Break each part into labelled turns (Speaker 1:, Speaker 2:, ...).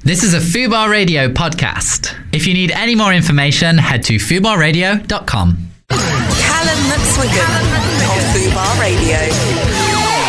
Speaker 1: This is a Fubar Radio podcast. If you need any more information, head to fubarradio.com.
Speaker 2: Callum McSwiggan on Fubar Radio.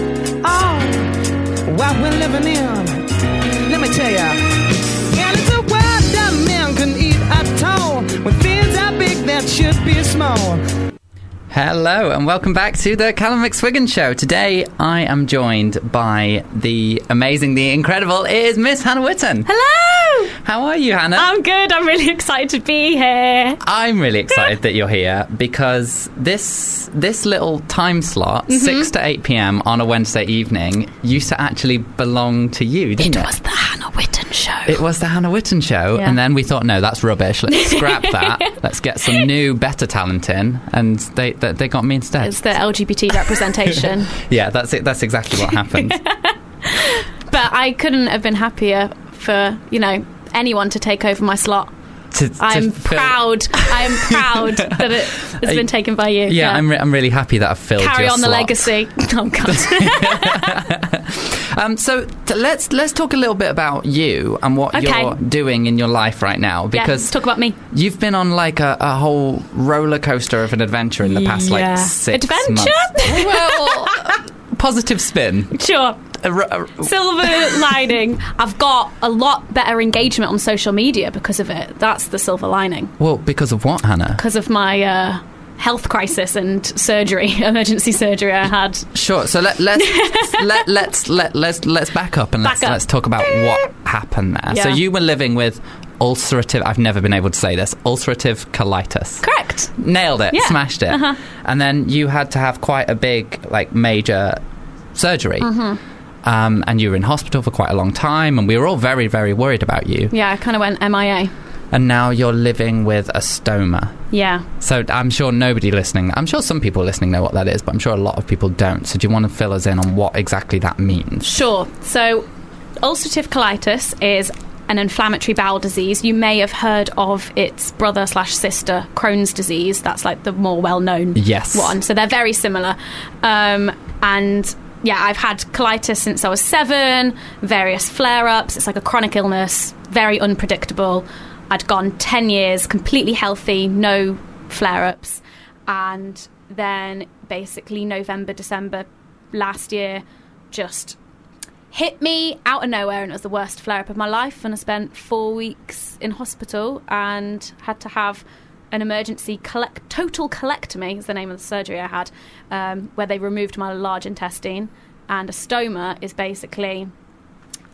Speaker 3: Oh, what we're living in. Let me tell ya. And it's a world that men can eat at all. When things are big that should be small.
Speaker 4: Hello and welcome back to the Callum McSwiggan Show. Today I am joined by the amazing, the incredible it is Miss Hannah Witten.
Speaker 5: Hello!
Speaker 4: How are you, Hannah?
Speaker 5: I'm good. I'm really excited to be here.
Speaker 4: I'm really excited that you're here because this this little time slot,
Speaker 5: Mm-hmm.
Speaker 4: six to eight p.m. on a Wednesday evening, used to actually belong to you, didn't it?
Speaker 5: the Hannah Witten show.
Speaker 4: It was the Hannah Witten show,
Speaker 5: Yeah.
Speaker 4: and then we thought, no, that's rubbish. Let's scrap that. Let's get some new, better talent in, and they they, they got me instead.
Speaker 5: It's the LGBT representation.
Speaker 4: yeah, that's it. That's exactly what happened.
Speaker 5: but I couldn't have been happier for, you know, anyone to take over my slot.
Speaker 4: To- to
Speaker 5: I'm
Speaker 4: fill-
Speaker 5: proud. I'm proud that it has been taken by you.
Speaker 4: Yeah, I'm, re- I'm really happy that I've filled
Speaker 5: Carry
Speaker 4: your
Speaker 5: on the
Speaker 4: slot.
Speaker 5: legacy. Oh, God.
Speaker 4: Um, so t- let's let's talk a little bit about you and what
Speaker 5: Okay.
Speaker 4: you're doing in your life right now
Speaker 5: yeah,
Speaker 4: because
Speaker 5: talk about me.
Speaker 4: you've been on like a, a whole roller coaster of an adventure in the past
Speaker 5: Yeah.
Speaker 4: like six
Speaker 5: Adventure?
Speaker 4: months. well, positive spin.
Speaker 5: Sure.
Speaker 4: A ro-
Speaker 5: uh,
Speaker 4: a-
Speaker 5: silver lining. I've got a lot better engagement on social media because of it. That's the silver lining.
Speaker 4: well, because of what, Hannah?
Speaker 5: because of my uh, health crisis and surgery, emergency surgery I had.
Speaker 4: Sure. So let, let's let, let's let, let's let's back up and let's
Speaker 5: Back up.
Speaker 4: let's talk about what happened there. So
Speaker 5: Yeah.
Speaker 4: you were living with ulcerative. I've never been able to say this. Ulcerative colitis.
Speaker 5: Correct.
Speaker 4: Nailed it.
Speaker 5: Yeah. Uh-huh.
Speaker 4: Smashed it. And then you had to have quite a big, like, major surgery.
Speaker 5: Mm-hmm.
Speaker 4: Um, and you were in hospital for quite a long time, and we were all very, very worried about you.
Speaker 5: Yeah, I kind of went MIA.
Speaker 4: And now you're living with a stoma.
Speaker 5: Yeah.
Speaker 4: So I'm sure nobody listening, I'm sure some people listening know what that is, but I'm sure a lot of people don't. So do you want to fill us in on what exactly that means?
Speaker 5: Sure. So, ulcerative colitis is an inflammatory bowel disease. You may have heard of its brother slash sister, Crohn's disease. That's like the more well known
Speaker 4: Yes.
Speaker 5: one. So they're very similar. Um, and yeah, I've had colitis since I was seven, various flare ups. It's like a chronic illness, very unpredictable. I'd gone 10 years completely healthy, no flare ups. And then basically, November, December last year, just hit me out of nowhere and it was the worst flare up of my life and I spent 4 weeks in hospital and had to have an emergency collect- total colectomy is the name of the surgery I had um, where they removed my large intestine and a stoma is basically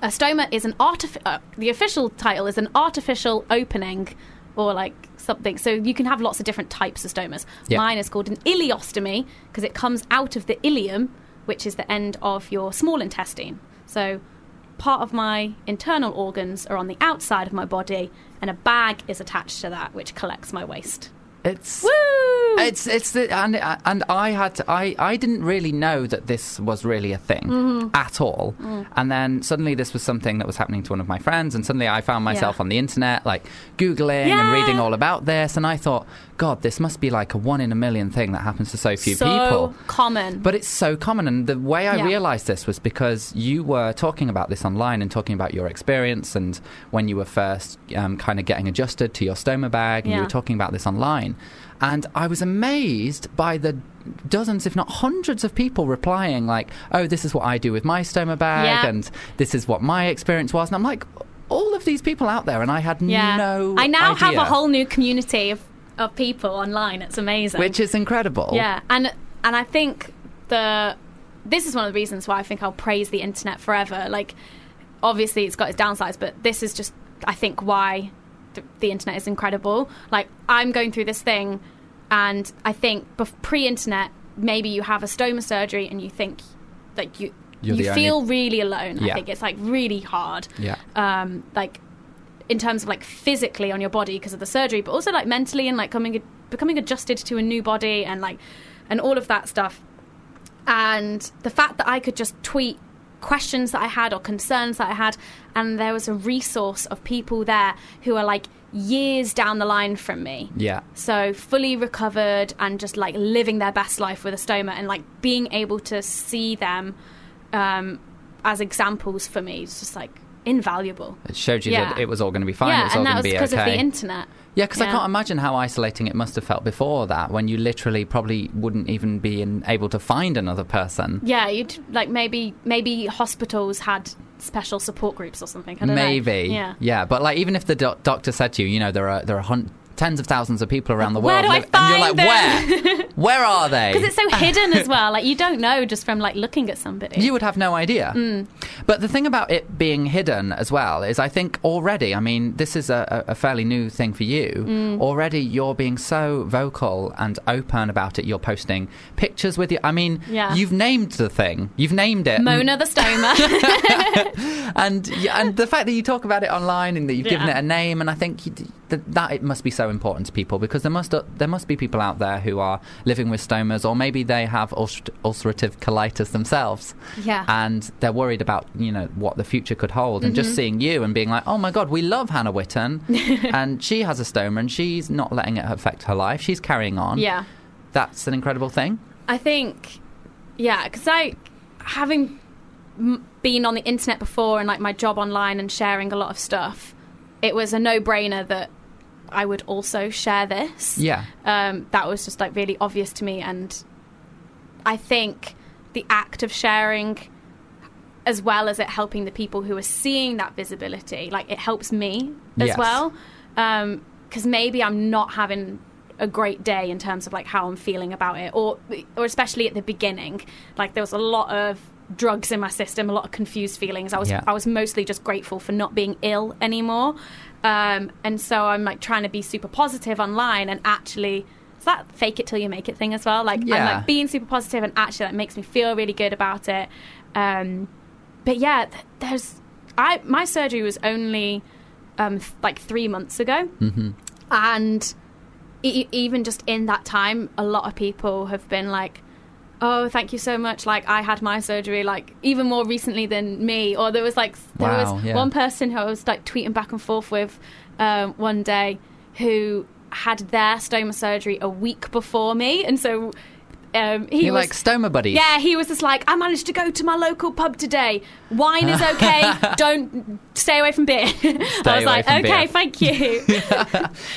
Speaker 5: a stoma is an artif- uh, the official title is an artificial opening or like something so you can have lots of different types of stomas
Speaker 4: Yeah.
Speaker 5: mine is called an ileostomy because it comes out of the ileum which is the end of your small intestine so part of my internal organs are on the outside of my body and a bag is attached to that which collects my waste
Speaker 4: It's.
Speaker 5: Woo!
Speaker 4: It's it's the, and and I had to, I I didn't really know that this was really a thing
Speaker 5: Mm-hmm.
Speaker 4: at all,
Speaker 5: Mm.
Speaker 4: and then suddenly this was something that was happening to one of my friends, and suddenly I found myself
Speaker 5: Yeah.
Speaker 4: on the internet like googling and
Speaker 5: Yeah.
Speaker 4: reading all about this, and I thought, God, this must be like a one in a million thing that happens to so few
Speaker 5: so
Speaker 4: people.
Speaker 5: common
Speaker 4: But it's so common, and the way I
Speaker 5: Yeah.
Speaker 4: realised this was because you were talking about this online and talking about your experience and when you were first um, kind of getting adjusted to your stoma bag, and you
Speaker 5: Yeah.
Speaker 4: were talking about this online, and I was amazed by the dozens, if not hundreds, of people replying like, "Oh, this is what I do with my stoma bag,
Speaker 5: Yeah.
Speaker 4: and this is what my experience was," and I'm like. All of these people out there, and I had
Speaker 5: yeah
Speaker 4: no.
Speaker 5: i now have a
Speaker 4: idea,
Speaker 5: whole new community of, of people online it's amazing
Speaker 4: which is incredible.
Speaker 5: Yeah, and and I think the this is one of the reasons why I think I'll praise the internet forever. Like, obviously, it's got its downsides, but this is just I think why the, the internet is incredible. Like, I'm going through this thing, and I think bef- pre-internet, maybe you have a stoma surgery and you think like you
Speaker 4: You're the
Speaker 5: you
Speaker 4: only-
Speaker 5: feel really alone.
Speaker 4: Yeah.
Speaker 5: I think it's like really hard
Speaker 4: yeah.
Speaker 5: um, like in terms of like physically on your body because of the surgery, but also like mentally and like coming becoming adjusted to a new body and like and all of that stuff. And the fact that I could just tweet questions that I had or concerns that I had. And there was a resource of people there who are like years down the line from me.
Speaker 4: Yeah.
Speaker 5: So fully recovered and just like living their best life with a stoma and like being able to see them um, as examples for me is just like invaluable.
Speaker 4: It showed you that
Speaker 5: Yeah.
Speaker 4: it was all going to be fine. it
Speaker 5: yeah,
Speaker 4: was all
Speaker 5: and that
Speaker 4: going to
Speaker 5: was
Speaker 4: be
Speaker 5: because
Speaker 4: okay.
Speaker 5: of the internet.
Speaker 4: Yeah, because I
Speaker 5: Yeah.
Speaker 4: can't imagine how isolating it must have felt before that, when you literally probably wouldn't even be in, able to find another person.
Speaker 5: Yeah, you'd like maybe maybe hospitals had special support groups or something. I don't
Speaker 4: Maybe.
Speaker 5: Know. Yeah.
Speaker 4: but like even if the doc- doctor said to you, you know, there are there are hun- tens of thousands of people around the
Speaker 5: Where
Speaker 4: world,
Speaker 5: do I
Speaker 4: li- and you're like,
Speaker 5: find
Speaker 4: where? where are they?
Speaker 5: Because it's so hidden as well. Like you don't know just from like looking at somebody.
Speaker 4: You would have no idea.
Speaker 5: Mm.
Speaker 4: But the thing about it being hidden as well is, I think already, I mean, this is a, a a fairly new thing for you.
Speaker 5: Mm.
Speaker 4: Already, you're being so vocal and open about it. You're posting pictures with you. I mean,
Speaker 5: Yeah.
Speaker 4: you've named the thing, you've named it.
Speaker 5: Mona the stoma.
Speaker 4: And, y- and the fact that you talk about it online and that you've given it
Speaker 5: Yeah.
Speaker 4: a name, and I think you, d- that, that it must be so important to people because there must, uh, there must be people out there who are living with stomas or maybe they have ulcer- ulcerative colitis themselves
Speaker 5: yeah.
Speaker 4: and they're worried about you know what the future could hold and
Speaker 5: Mm-hmm.
Speaker 4: just seeing you and being like oh my god we love hannah witten and she has a stoma and she's not letting it affect her life she's carrying on
Speaker 5: yeah.
Speaker 4: that's an incredible thing
Speaker 5: I think, yeah, because I, having m- been on the internet before and like my job online and sharing a lot of stuff, it was a no brainer that I would also share this.
Speaker 4: yeah
Speaker 5: Um, that was just like really obvious to me. And I think the act of sharing, as well as it helping the people who are seeing that visibility, like it helps me as
Speaker 4: Yes.
Speaker 5: well. Because Um, maybe I'm not having a great day in terms of like how I'm feeling about it, or or especially at the beginning, like there was a lot of drugs in my system, a lot of confused feelings. I was
Speaker 4: Yeah.
Speaker 5: I was mostly just grateful for not being ill anymore, um, and so I'm like trying to be super positive online, and actually, it's that fake it till you make it thing as well. Like I'm
Speaker 4: Yeah.
Speaker 5: like being super positive, and actually that makes me feel really good about it. Um, but yeah, th- there's I my surgery was only um, th- like three months ago,
Speaker 4: Mm-hmm.
Speaker 5: and e- even just in that time, a lot of people have been like, "Oh, thank you so much!" Like I had my surgery like even more recently than me, or there was like there
Speaker 4: Wow,
Speaker 5: was
Speaker 4: yeah.
Speaker 5: one person who I was like tweeting back and forth with um, one day who had their stoma surgery a week before me, and so. Um, he
Speaker 4: you're
Speaker 5: was
Speaker 4: like stoma buddy
Speaker 5: yeah, he was just like, I managed to go to my local pub today. Wine is okay. Don't stay away from beer. I
Speaker 4: away
Speaker 5: was like,
Speaker 4: from
Speaker 5: okay,
Speaker 4: beer."
Speaker 5: thank you.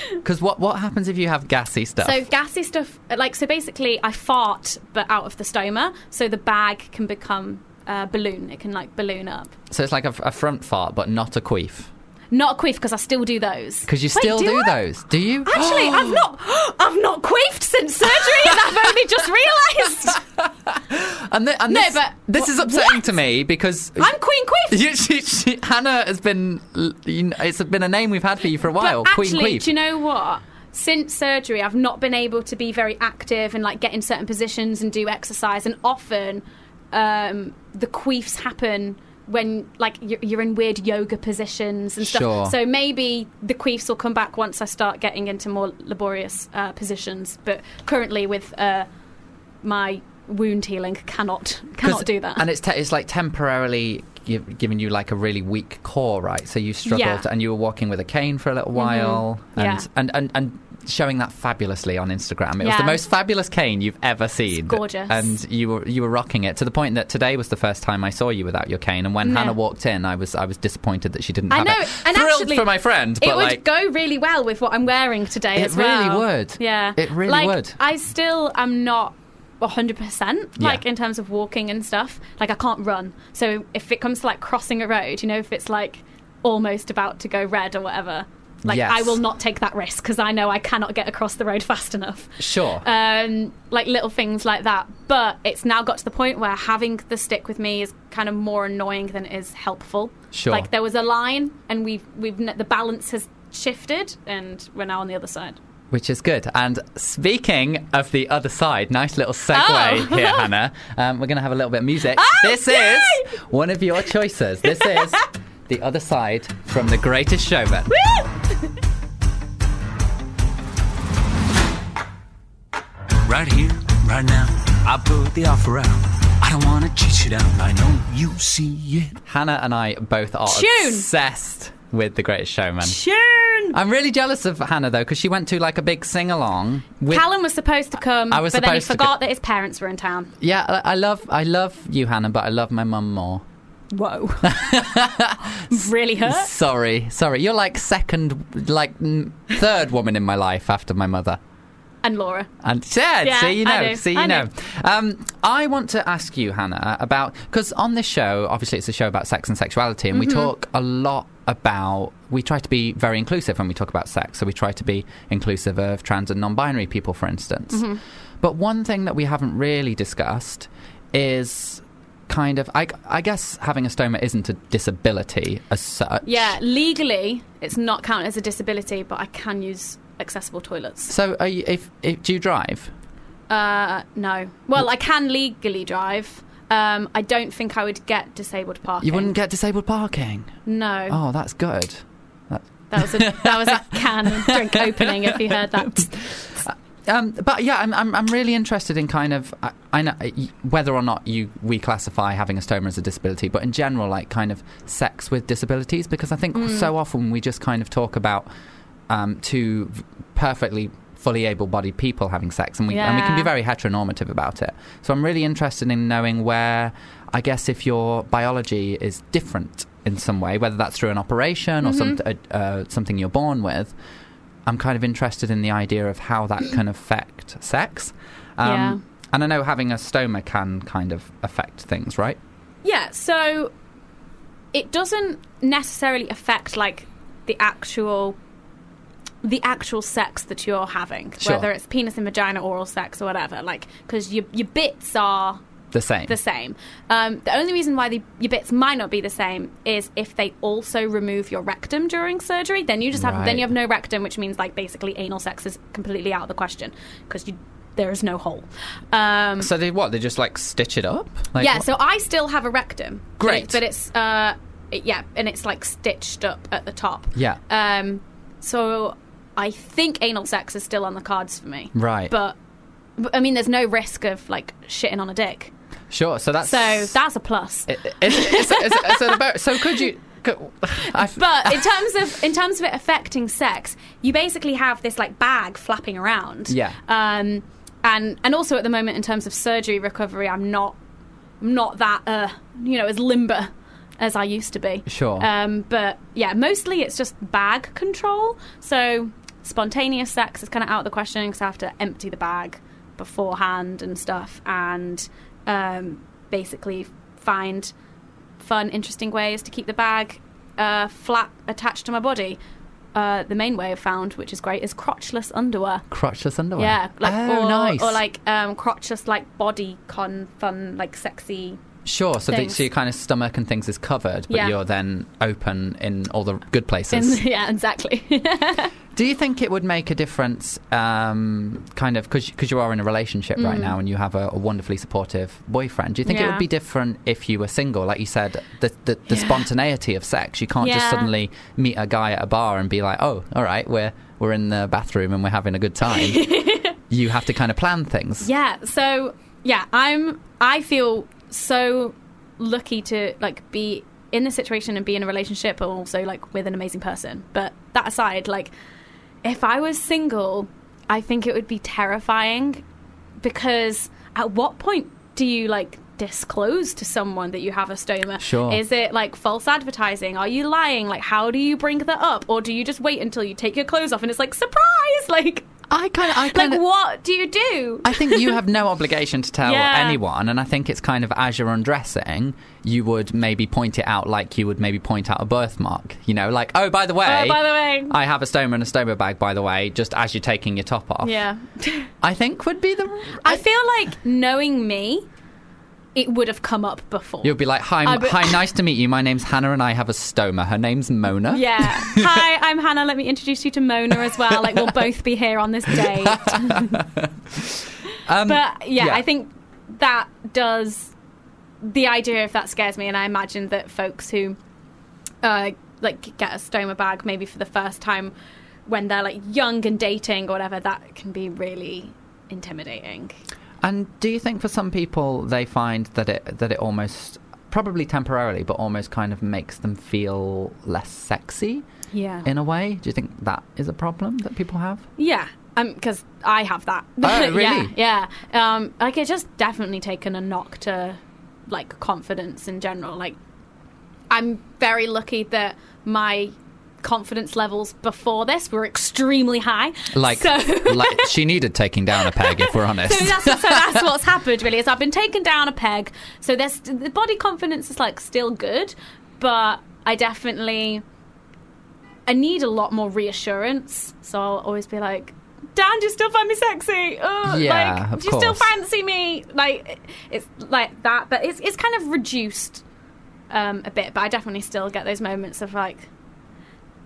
Speaker 4: because what, what happens if you have gassy stuff
Speaker 5: so gassy stuff, like so. Basically, I fart, but out of the stoma, so the bag can become uh, balloon. It can like balloon up.
Speaker 4: So it's like a, a front fart but not a queef
Speaker 5: Not a quiff because I still do those.
Speaker 4: because you
Speaker 5: Wait,
Speaker 4: still do
Speaker 5: I?
Speaker 4: those do you
Speaker 5: Actually, I've not, I've not queefed since surgery, and I've only just realised
Speaker 4: and, thi- and
Speaker 5: No,
Speaker 4: this,
Speaker 5: but-
Speaker 4: this is
Speaker 5: wh-
Speaker 4: upsetting
Speaker 5: what?
Speaker 4: to me because
Speaker 5: I'm Queen Queef.
Speaker 4: You- she- she- Hannah has been l- you know, it's been a name we've had for you for a while
Speaker 5: But actually,
Speaker 4: Queen Queef
Speaker 5: do you know what? Since surgery, I've not been able to be very active and like get in certain positions and do exercise. And often, um, the queefs happen when like you're, you're in weird yoga positions and stuff.
Speaker 4: Sure.
Speaker 5: So maybe the queefs will come back once I start getting into more laborious uh, positions. But currently, with uh, my wound healing, cannot
Speaker 4: 'Cause-
Speaker 5: cannot do that.
Speaker 4: And it's te- it's like temporarily give, giving you like a really weak core, right? So you struggled,
Speaker 5: Yeah. Mm-hmm.
Speaker 4: and you were walking with a cane for a little while, and,
Speaker 5: Yeah.
Speaker 4: and and and showing that fabulously on Instagram. It was
Speaker 5: Yeah.
Speaker 4: the most fabulous cane you've ever seen.
Speaker 5: gorgeous.
Speaker 4: and you were you were rocking it to the point that today was the first time I saw you without your cane. And when
Speaker 5: No.
Speaker 4: Hannah walked in, I was I was disappointed that she didn't.
Speaker 5: I
Speaker 4: have
Speaker 5: know,
Speaker 4: it.
Speaker 5: and
Speaker 4: thrilled
Speaker 5: actually,
Speaker 4: for my friend, but
Speaker 5: it would
Speaker 4: like
Speaker 5: go really well with what I'm wearing today.
Speaker 4: It
Speaker 5: as well.
Speaker 4: really would.
Speaker 5: Yeah,
Speaker 4: It really
Speaker 5: like,
Speaker 4: would.
Speaker 5: I still am not. 100% like
Speaker 4: Yeah.
Speaker 5: in terms of walking and stuff like i can't run so if it comes to like crossing a road you know if it's like almost about to go red or whatever like
Speaker 4: Yes.
Speaker 5: i will not take that risk because i know i cannot get across the road fast enough
Speaker 4: sure.
Speaker 5: um, like little things like that. But it's now got to the point where having the stick with me is kind of more annoying than it is helpful.
Speaker 4: Sure.
Speaker 5: Like there was a line, and we've we've n- the balance has shifted, and we're now on the other side.
Speaker 4: Which is good. And speaking of the other side, nice little segue
Speaker 5: Oh.
Speaker 4: here, Hannah. Um, we're going to have a little bit of music. this
Speaker 5: yay!
Speaker 4: is one of your choices. This is The Other Side from The Greatest Showman.
Speaker 6: right here, right now. I put the offer out. I don't wanna chase you down. I know you see it.
Speaker 4: Hannah and I both are
Speaker 5: Tune.
Speaker 4: obsessed with The Greatest Showman.
Speaker 5: Tune.
Speaker 4: I'm really jealous of Hannah though because she went to like a big sing along. with
Speaker 5: Callum was supposed to come,
Speaker 4: I was
Speaker 5: but then he
Speaker 4: supposed to
Speaker 5: forgot that his parents were in town.
Speaker 4: Yeah, I I love I love you, Hannah, but I love my mum more.
Speaker 5: Whoa. really hurt?
Speaker 4: Sorry, sorry. You're like second, like n- third woman in my life after my mother.
Speaker 5: And Laura.
Speaker 4: And yeah,
Speaker 5: Yeah,
Speaker 4: see you know,
Speaker 5: I do,
Speaker 4: see you
Speaker 5: I
Speaker 4: know.
Speaker 5: do.
Speaker 4: Um, I want to ask you, Hannah, about because on this show, obviously, it's a show about sex and sexuality, and we
Speaker 5: Mm-hmm.
Speaker 4: talk a lot about. We try to be very inclusive when we talk about sex, so we try to be inclusive of trans and non-binary people, for instance.
Speaker 5: Mm-hmm.
Speaker 4: But one thing that we haven't really discussed is kind of, I, I guess, having a stoma isn't a disability as such.
Speaker 5: Yeah, legally, it's not counted as a disability, but I can use accessible toilets.
Speaker 4: So, are you, if, if do you drive?
Speaker 5: Uh, no. Well, I can legally drive. Um, I don't think I would get disabled parking.
Speaker 4: You wouldn't get disabled parking.
Speaker 5: No.
Speaker 4: Oh, that's good.
Speaker 5: That was a that was a can of drink opening. If you heard that,
Speaker 4: Um, but yeah, I'm, I'm I'm really interested in kind of I, I know y- whether or not you we classify having a stoma as a disability, but in general, like kind of sex with disabilities, because I think so often we just kind of talk about um, two v- perfectly fully able-bodied people having sex, and we and we can be
Speaker 5: Yeah.
Speaker 4: very heteronormative about it. So I'm really interested in knowing where I guess if your biology is different in some way, whether that's through an operation or some, uh, uh, something you're born with. I'm kind of interested in the idea of how that can affect sex. Um,
Speaker 5: Yeah.
Speaker 4: And I know having a stoma can kind of affect things, right?
Speaker 5: yeah. So it doesn't necessarily affect like the actual the actual sex that you're having,
Speaker 4: Sure.
Speaker 5: whether it's penis and vagina, oral sex, or whatever. Like because your your bits are
Speaker 4: The same.
Speaker 5: the same. Um, the only reason why the, your bits might not be the same is if they also remove your rectum during surgery. Then you just have
Speaker 4: Right.
Speaker 5: then you have no rectum, which means like basically anal sex is completely out of the question because you. There is no hole. Um,
Speaker 4: so they what? They just like stitch it up? Like,
Speaker 5: yeah,
Speaker 4: what-
Speaker 5: so I still have a rectum. But,
Speaker 4: Great.
Speaker 5: it- but it's uh it- yeah, and it's like stitched up at the top.
Speaker 4: Yeah.
Speaker 5: Um so I think anal sex is still on the cards for me.
Speaker 4: Right.
Speaker 5: But, but I mean there's no risk of like shitting on a dick.
Speaker 4: sure. So that's
Speaker 5: So that's a plus.
Speaker 4: It- it- it's- it's- it's about- so could you? Could, I,
Speaker 5: but in terms of in terms of it affecting sex, you basically have this like bag flapping around.
Speaker 4: Yeah.
Speaker 5: Um, and and also at the moment in terms of surgery recovery, I'm not I'm not that uh you know as limber as I used to be.
Speaker 4: Sure.
Speaker 5: Um, but yeah, mostly it's just bag control. So spontaneous sex is kind of out of the question because I have to empty the bag beforehand and stuff, and um, basically find fun, interesting ways to keep the bag uh, flat attached to my body. Uh, the main way I've found, which is great, is crotchless underwear.
Speaker 4: crotchless underwear.
Speaker 5: Yeah, like
Speaker 4: oh,
Speaker 5: or,
Speaker 4: nice.
Speaker 5: or like um, crotchless, like body con fun, like sexy.
Speaker 4: sure. So, the,
Speaker 5: things.
Speaker 4: so your kind of stomach and things is covered, but
Speaker 5: Yeah.
Speaker 4: you're then open in all the good
Speaker 5: In,
Speaker 4: places.
Speaker 5: yeah, exactly.
Speaker 4: Do you think it would make a difference, um, kind of, because you are in a relationship right now and you have a, a wonderfully supportive boyfriend? Do you think it would
Speaker 5: Yeah.
Speaker 4: be different if you were single? Like you said, the, the, the spontaneity of sex. You can't just
Speaker 5: Yeah.
Speaker 4: suddenly meet a guy at a bar and be like, oh, all right, we're, we're in the bathroom and we're having a good time. you have to kind of plan things.
Speaker 5: Yeah. So yeah, I'm. I feel so lucky to like be in this situation and be in a relationship, but also like with an amazing person. But that aside, like if I was single, I think it would be terrifying because at what point do you like disclose to someone that you have a stoma?
Speaker 4: Sure.
Speaker 5: Is it like false advertising? Are you lying? Like, how do you bring that up? Or do you just wait until you take your clothes off and it's like surprise? Like,
Speaker 4: I kind of, I
Speaker 5: like
Speaker 4: kind of.
Speaker 5: what do you do?
Speaker 4: I think you have no obligation to tell
Speaker 5: Yeah.
Speaker 4: anyone, and I think it's kind of as you're undressing, you would maybe point it out like you would maybe point out a birthmark. You know, like, oh, by the way,
Speaker 5: Oh, by the way.
Speaker 4: I have a stoma and a stoma bag, by the way, just as you're taking your top off.
Speaker 5: yeah.
Speaker 4: I think would be the.
Speaker 5: I feel like knowing me, it would have come up before.
Speaker 4: You'll be like, hi,
Speaker 5: I be-
Speaker 4: hi, nice to meet you. My name's Hannah and I have a stoma. Her name's Mona.
Speaker 5: yeah. Hi, I'm Hannah. Let me introduce you to Mona as well. Like, we'll both be here on this day. but yeah,
Speaker 4: yeah.
Speaker 5: I think that does. The idea of that scares me, and I imagine that folks who uh, like get a stoma bag maybe for the first time when they're like young and dating or whatever, that can be really intimidating.
Speaker 4: And do you think for some people they find that it that it almost probably temporarily, but almost kind of makes them feel less sexy
Speaker 5: Yeah.
Speaker 4: in a way? Do you think that is a problem that people have?
Speaker 5: Uh-huh. Yeah, because I have that.
Speaker 4: Oh, really?
Speaker 5: yeah, yeah. Um, like it's just definitely taken a knock to like confidence in general. Like I'm very lucky that my confidence levels before this were extremely high.
Speaker 4: Like,
Speaker 5: so.
Speaker 4: like she needed taking down a peg, if we're honest.
Speaker 5: So that's, so that's what's happened, really. Is I've been taken down a peg. So there's the body confidence is like still good, but I definitely I need a lot more reassurance. So I'll always be like, "Dan, do you still find me sexy? Oh,
Speaker 4: Yeah,
Speaker 5: like,
Speaker 4: of
Speaker 5: do you still
Speaker 4: course.
Speaker 5: fancy me?" Like it's like that, but it's it's kind of reduced um, a bit. But I definitely still get those moments of like,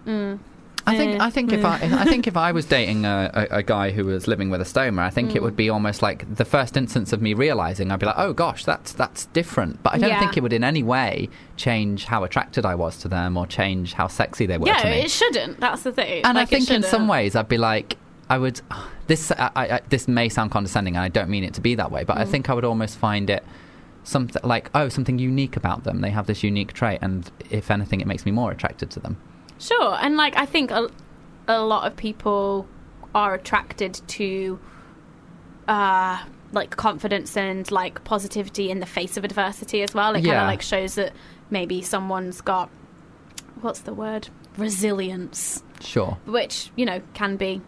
Speaker 5: mm,
Speaker 4: I think
Speaker 5: Eh.
Speaker 4: I think if I I think if I was dating a, a, a guy who was living with a stoma, I think
Speaker 5: Mm.
Speaker 4: it would be almost like the first instance of me realizing I'd be like, oh gosh, that's that's different. But I don't
Speaker 5: Yeah.
Speaker 4: think it would in any way change how attracted I was to them or change how sexy they were
Speaker 5: yeah,
Speaker 4: to me.
Speaker 5: it shouldn't. That's the thing.
Speaker 4: and
Speaker 5: Like,
Speaker 4: I
Speaker 5: it
Speaker 4: think in some
Speaker 5: shouldn't.
Speaker 4: ways I'd be like, I would. This I, I, I- this may sound condescending, and I don't mean it to be that way, but
Speaker 5: Mm.
Speaker 4: I think I would almost find it something like oh something unique about them. They have this unique trait, and if anything, it makes me more attracted to them.
Speaker 5: Sure, and like I think a, a lot of people are attracted to uh like confidence and like positivity in the face of adversity as well. It kind
Speaker 4: Yeah.
Speaker 5: of like shows that maybe someone's got what's the word? resilience,
Speaker 4: Sure.
Speaker 5: which, you know, can be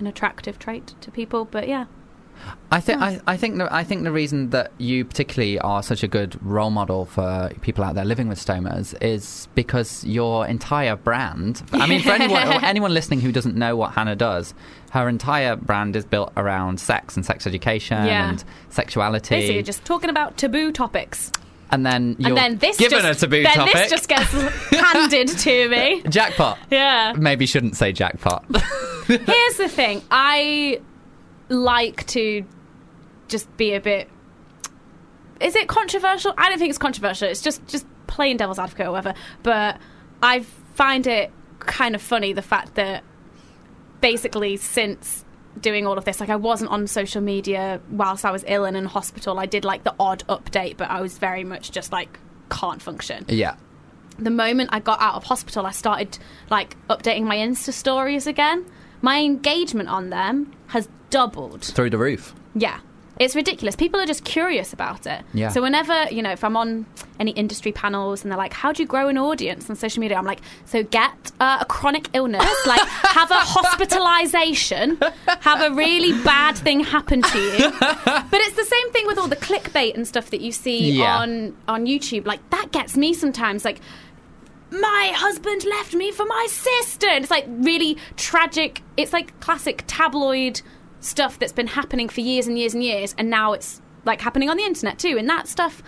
Speaker 5: an attractive trait to people, but yeah.
Speaker 4: I think I, I think the, I think the reason that you particularly are such a good role model for people out there living with stomas is because your entire brand. I mean, for anyone anyone listening who doesn't know what Hannah does, her entire brand is built around sex and sex education
Speaker 5: Yeah.
Speaker 4: and sexuality.
Speaker 5: Basically just talking about taboo topics.
Speaker 4: and then you're
Speaker 5: And then this
Speaker 4: given
Speaker 5: just,
Speaker 4: a taboo
Speaker 5: then
Speaker 4: topic.
Speaker 5: this just gets handed to me.
Speaker 4: jackpot.
Speaker 5: Yeah.
Speaker 4: Maybe shouldn't say jackpot.
Speaker 5: Here's the thing. I like to just be a bit. Is it controversial? I don't think it's controversial. It's just just plain devil's advocate or whatever. But I find it kind of funny the fact that basically since doing all of this, like I wasn't on social media whilst I was ill and in hospital. I did like the odd update, but I was very much just like can't function
Speaker 4: yeah.
Speaker 5: the moment I got out of hospital, I started like updating my Insta stories again. My engagement on them has doubled.
Speaker 4: Through the roof.
Speaker 5: Yeah. It's ridiculous. People are just curious about it.
Speaker 4: Yeah.
Speaker 5: So whenever, you know, if I'm on any industry panels and they're like, how do you grow an audience on social media? I'm like, so get uh, a chronic illness, like have a hospitalization, have a really bad thing happen to you. But it's the same thing with all the clickbait and stuff that you see
Speaker 4: Yeah.
Speaker 5: on on YouTube. Like that gets me sometimes. Like my husband left me for my sister. And it's like really tragic. It's like classic tabloid stuff that's been happening for years and years and years, and now it's like happening on the internet too. And that stuff,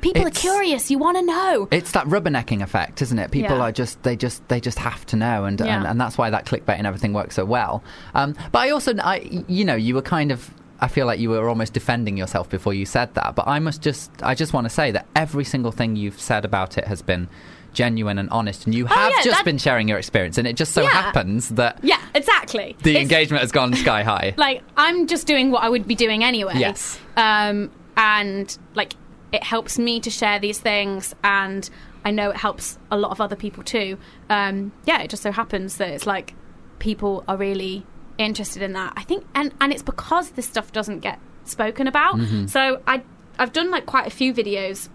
Speaker 5: people
Speaker 4: It's-
Speaker 5: are curious. You want to know.
Speaker 4: It's that rubbernecking effect, isn't it? People
Speaker 5: Yeah.
Speaker 4: are just they just they just have to know, and, and
Speaker 5: Yeah.
Speaker 4: and that's why that clickbait and everything works so well. Um, but I also, I you know, you were kind of. I feel like you were almost defending yourself before you said that, but I must just, I just want to say that every single thing you've said about it has been genuine and honest, and you have
Speaker 5: Oh, yeah,
Speaker 4: just
Speaker 5: that-
Speaker 4: been sharing your experience, and it just so
Speaker 5: Yeah.
Speaker 4: happens that
Speaker 5: yeah, exactly.
Speaker 4: the
Speaker 5: It's-
Speaker 4: engagement has gone sky high.
Speaker 5: like I'm just doing what I would be doing anyway.
Speaker 4: Yes.
Speaker 5: Um, and like it helps me to share these things, and I know it helps a lot of other people too. Um, yeah, it just so happens that it's like people are really interested in that. I think, and and it's because this stuff doesn't get spoken about. So I I've done like quite a few videos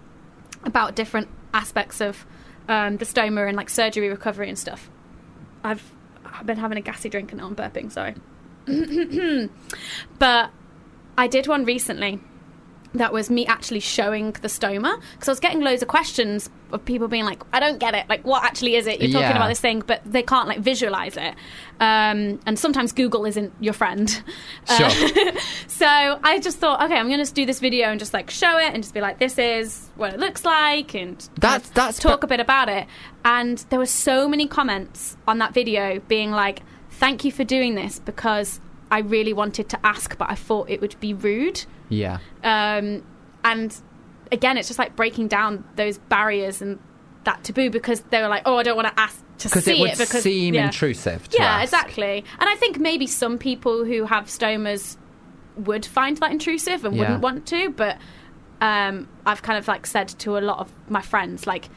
Speaker 5: about different aspects of um, the stoma and like surgery recovery and stuff. I've been having a gassy drink and now I'm burping, sorry. but I did one recently that was me actually showing the stoma because I was getting loads of questions of people being like, I don't get it. Like, what actually is it? You're talking
Speaker 4: Yeah.
Speaker 5: about this thing, but they can't like visualize it. Um, and sometimes Google isn't your friend. uh,
Speaker 4: Sure.
Speaker 5: So I just thought, okay, I'm going to do this video and just like show it and just be like, this is what it looks like and kind
Speaker 4: That's-
Speaker 5: of
Speaker 4: that's
Speaker 5: talk
Speaker 4: pre-
Speaker 5: a bit about it. And there were so many comments on that video being like, thank you for doing this because I really wanted to ask, but I thought it would be rude.
Speaker 4: yeah.
Speaker 5: Um, and again, it's just like breaking down those barriers and that taboo because they were like, oh, I don't want to ask to
Speaker 4: Because
Speaker 5: see
Speaker 4: it
Speaker 5: it,
Speaker 4: would
Speaker 5: because
Speaker 4: seem
Speaker 5: yeah.
Speaker 4: intrusive to
Speaker 5: Yeah,
Speaker 4: us.
Speaker 5: exactly. And I think maybe some people who have stomas would find that intrusive and
Speaker 4: Yeah.
Speaker 5: wouldn't want to, but um, I've kind of like said to a lot of my friends, like,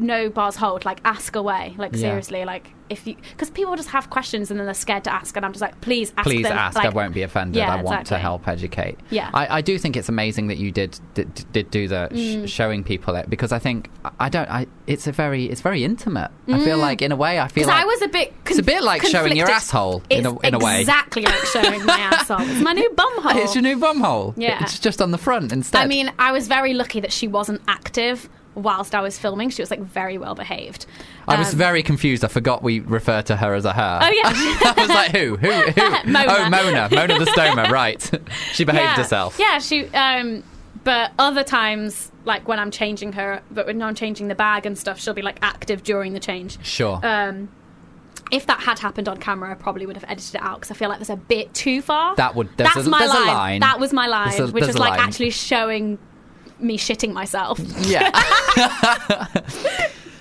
Speaker 5: no bars hold, like, ask away. Like,
Speaker 4: Yeah.
Speaker 5: seriously, like, if you, because people just have questions and then they're scared to ask, and I'm just like, please ask
Speaker 4: Please
Speaker 5: them.
Speaker 4: ask. I
Speaker 5: Like,
Speaker 4: won't be offended.
Speaker 5: yeah,
Speaker 4: I want to
Speaker 5: exactly.
Speaker 4: help educate.
Speaker 5: Yeah.
Speaker 4: I, I do think it's amazing that you did did, did do the
Speaker 5: Mm.
Speaker 4: sh- showing people it because I think I- I don't. I it's a very it's very intimate. I feel like in a way I feel
Speaker 5: Because
Speaker 4: like
Speaker 5: Mm. I was a bit.
Speaker 4: it's a bit like showing your
Speaker 5: conflicted.
Speaker 4: asshole in
Speaker 5: It's
Speaker 4: a- in a way.
Speaker 5: Exactly like showing my asshole. It's my new bum hole.
Speaker 4: It's your new bum hole.
Speaker 5: Yeah.
Speaker 4: It's just on the front instead.
Speaker 5: I mean, I was very lucky that she wasn't active whilst I was filming. She was like very well behaved.
Speaker 4: I was
Speaker 5: Um,
Speaker 4: very confused. I forgot we refer to her as a her.
Speaker 5: Oh yeah.
Speaker 4: I was like, who? Who? Who?
Speaker 5: Mona.
Speaker 4: Oh, Mona. Mona the Stoma, right. she behaved
Speaker 5: yeah.
Speaker 4: herself.
Speaker 5: Yeah, she. Um, but other times, like when I'm changing her, but when I'm changing the bag and stuff, she'll be like active during the change.
Speaker 4: Sure.
Speaker 5: Um, if that had happened on camera, I probably would have edited it out because I feel like that's a bit too far.
Speaker 4: That would- there's
Speaker 5: that's
Speaker 4: a-
Speaker 5: my
Speaker 4: there's a
Speaker 5: line.
Speaker 4: line.
Speaker 5: That was my line,
Speaker 4: There's a-
Speaker 5: which
Speaker 4: there's
Speaker 5: was
Speaker 4: a
Speaker 5: like
Speaker 4: line.
Speaker 5: actually showing me shitting myself.
Speaker 4: Yeah.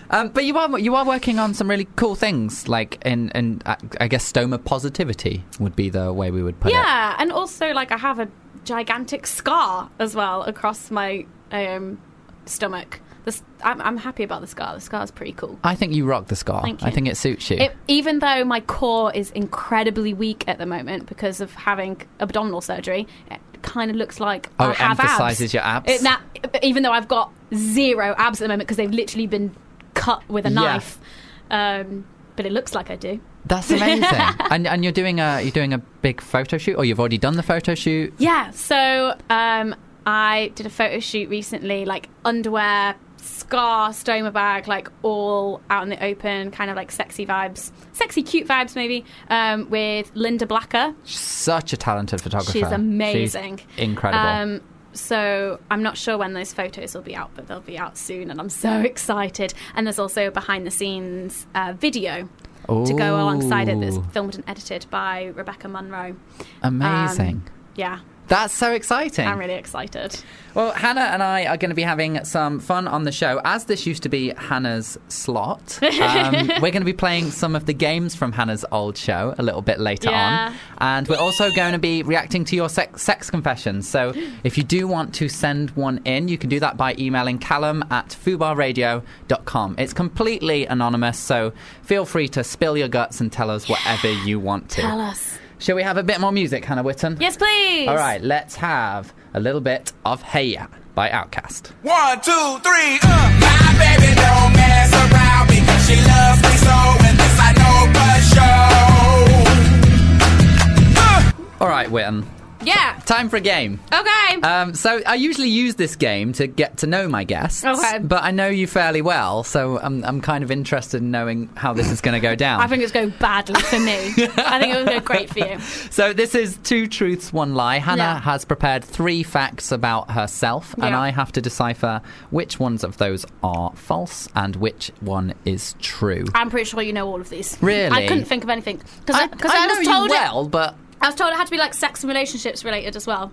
Speaker 4: Um, but you are you are working on some really cool things, like in and I I guess stoma positivity would be the way we would put it.
Speaker 5: Yeah, and also like I have a gigantic scar as well across my um, stomach. This, I'm, I'm happy about the scar. The scar's pretty cool.
Speaker 4: I think you rock the scar.
Speaker 5: Thank
Speaker 4: I
Speaker 5: you.
Speaker 4: think it suits you.
Speaker 5: It, even though my core is incredibly weak at the moment because of having abdominal surgery, it kind of looks like
Speaker 4: Oh,
Speaker 5: I
Speaker 4: it
Speaker 5: have abs.
Speaker 4: emphasises your abs?
Speaker 5: It- that- even though I've got zero abs at the moment because they've literally been cut with a
Speaker 4: Yeah.
Speaker 5: knife. Um, but it looks like I do.
Speaker 4: That's amazing. and and you're doing a you're doing a big photo shoot, or you've already done the photo shoot.
Speaker 5: Yeah, so um, I did a photo shoot recently, like underwear, scar, stoma bag, like all out in the open, kind of like sexy vibes, sexy cute vibes maybe, um, with Linda Blacker.
Speaker 4: She's such a talented photographer.
Speaker 5: She's amazing,
Speaker 4: She's incredible.
Speaker 5: Um, so I'm not sure when those photos will be out, but they'll be out soon, and I'm so excited. And there's also a behind the scenes uh, video. To go alongside it, that's
Speaker 4: Ooh.
Speaker 5: filmed and edited by Rebecca Munro.
Speaker 4: amazing.
Speaker 5: Um, yeah,
Speaker 4: That's so exciting.
Speaker 5: I'm really excited.
Speaker 4: Well, Hannah and I are going to be having some fun on the show. As this used to be Hannah's slot, um, we're going to be playing some of the games from Hannah's old show a little bit later
Speaker 5: Yeah.
Speaker 4: on. And we're also going to be reacting to your sex, sex confessions. So if you do want to send one in, you can do that by emailing callum at fubarradio.com. It's completely anonymous, so feel free to spill your guts and tell us whatever you want to.
Speaker 5: Tell us.
Speaker 4: Shall we have a bit more music, Hannah Whitten?
Speaker 5: Yes, please.
Speaker 4: All right, let's have a little bit of Hey Ya by Outcast.
Speaker 7: One, two, three, uh. My baby don't mess around because she loves me so, and this I know for sure.
Speaker 4: All right, Witten.
Speaker 5: Yeah.
Speaker 4: Time for a game.
Speaker 5: Okay.
Speaker 4: Um, so I usually use this game to get to know my guests,
Speaker 5: Okay.
Speaker 4: but I know you fairly well, so I'm, I'm kind of interested in knowing how this is going to go down.
Speaker 5: I think it's going badly for me. I think it would go great for you.
Speaker 4: so this is two truths, one lie. Hannah
Speaker 5: Yeah.
Speaker 4: has prepared three facts about herself, and
Speaker 5: Yeah.
Speaker 4: I have to decipher which ones of those are false and which one is true.
Speaker 5: I'm pretty sure you know all of these.
Speaker 4: Really?
Speaker 5: I couldn't think of anything because I, 'cause I
Speaker 4: know
Speaker 5: was told
Speaker 4: you well, but
Speaker 5: it, I was told it had to be like sex and relationships related as well.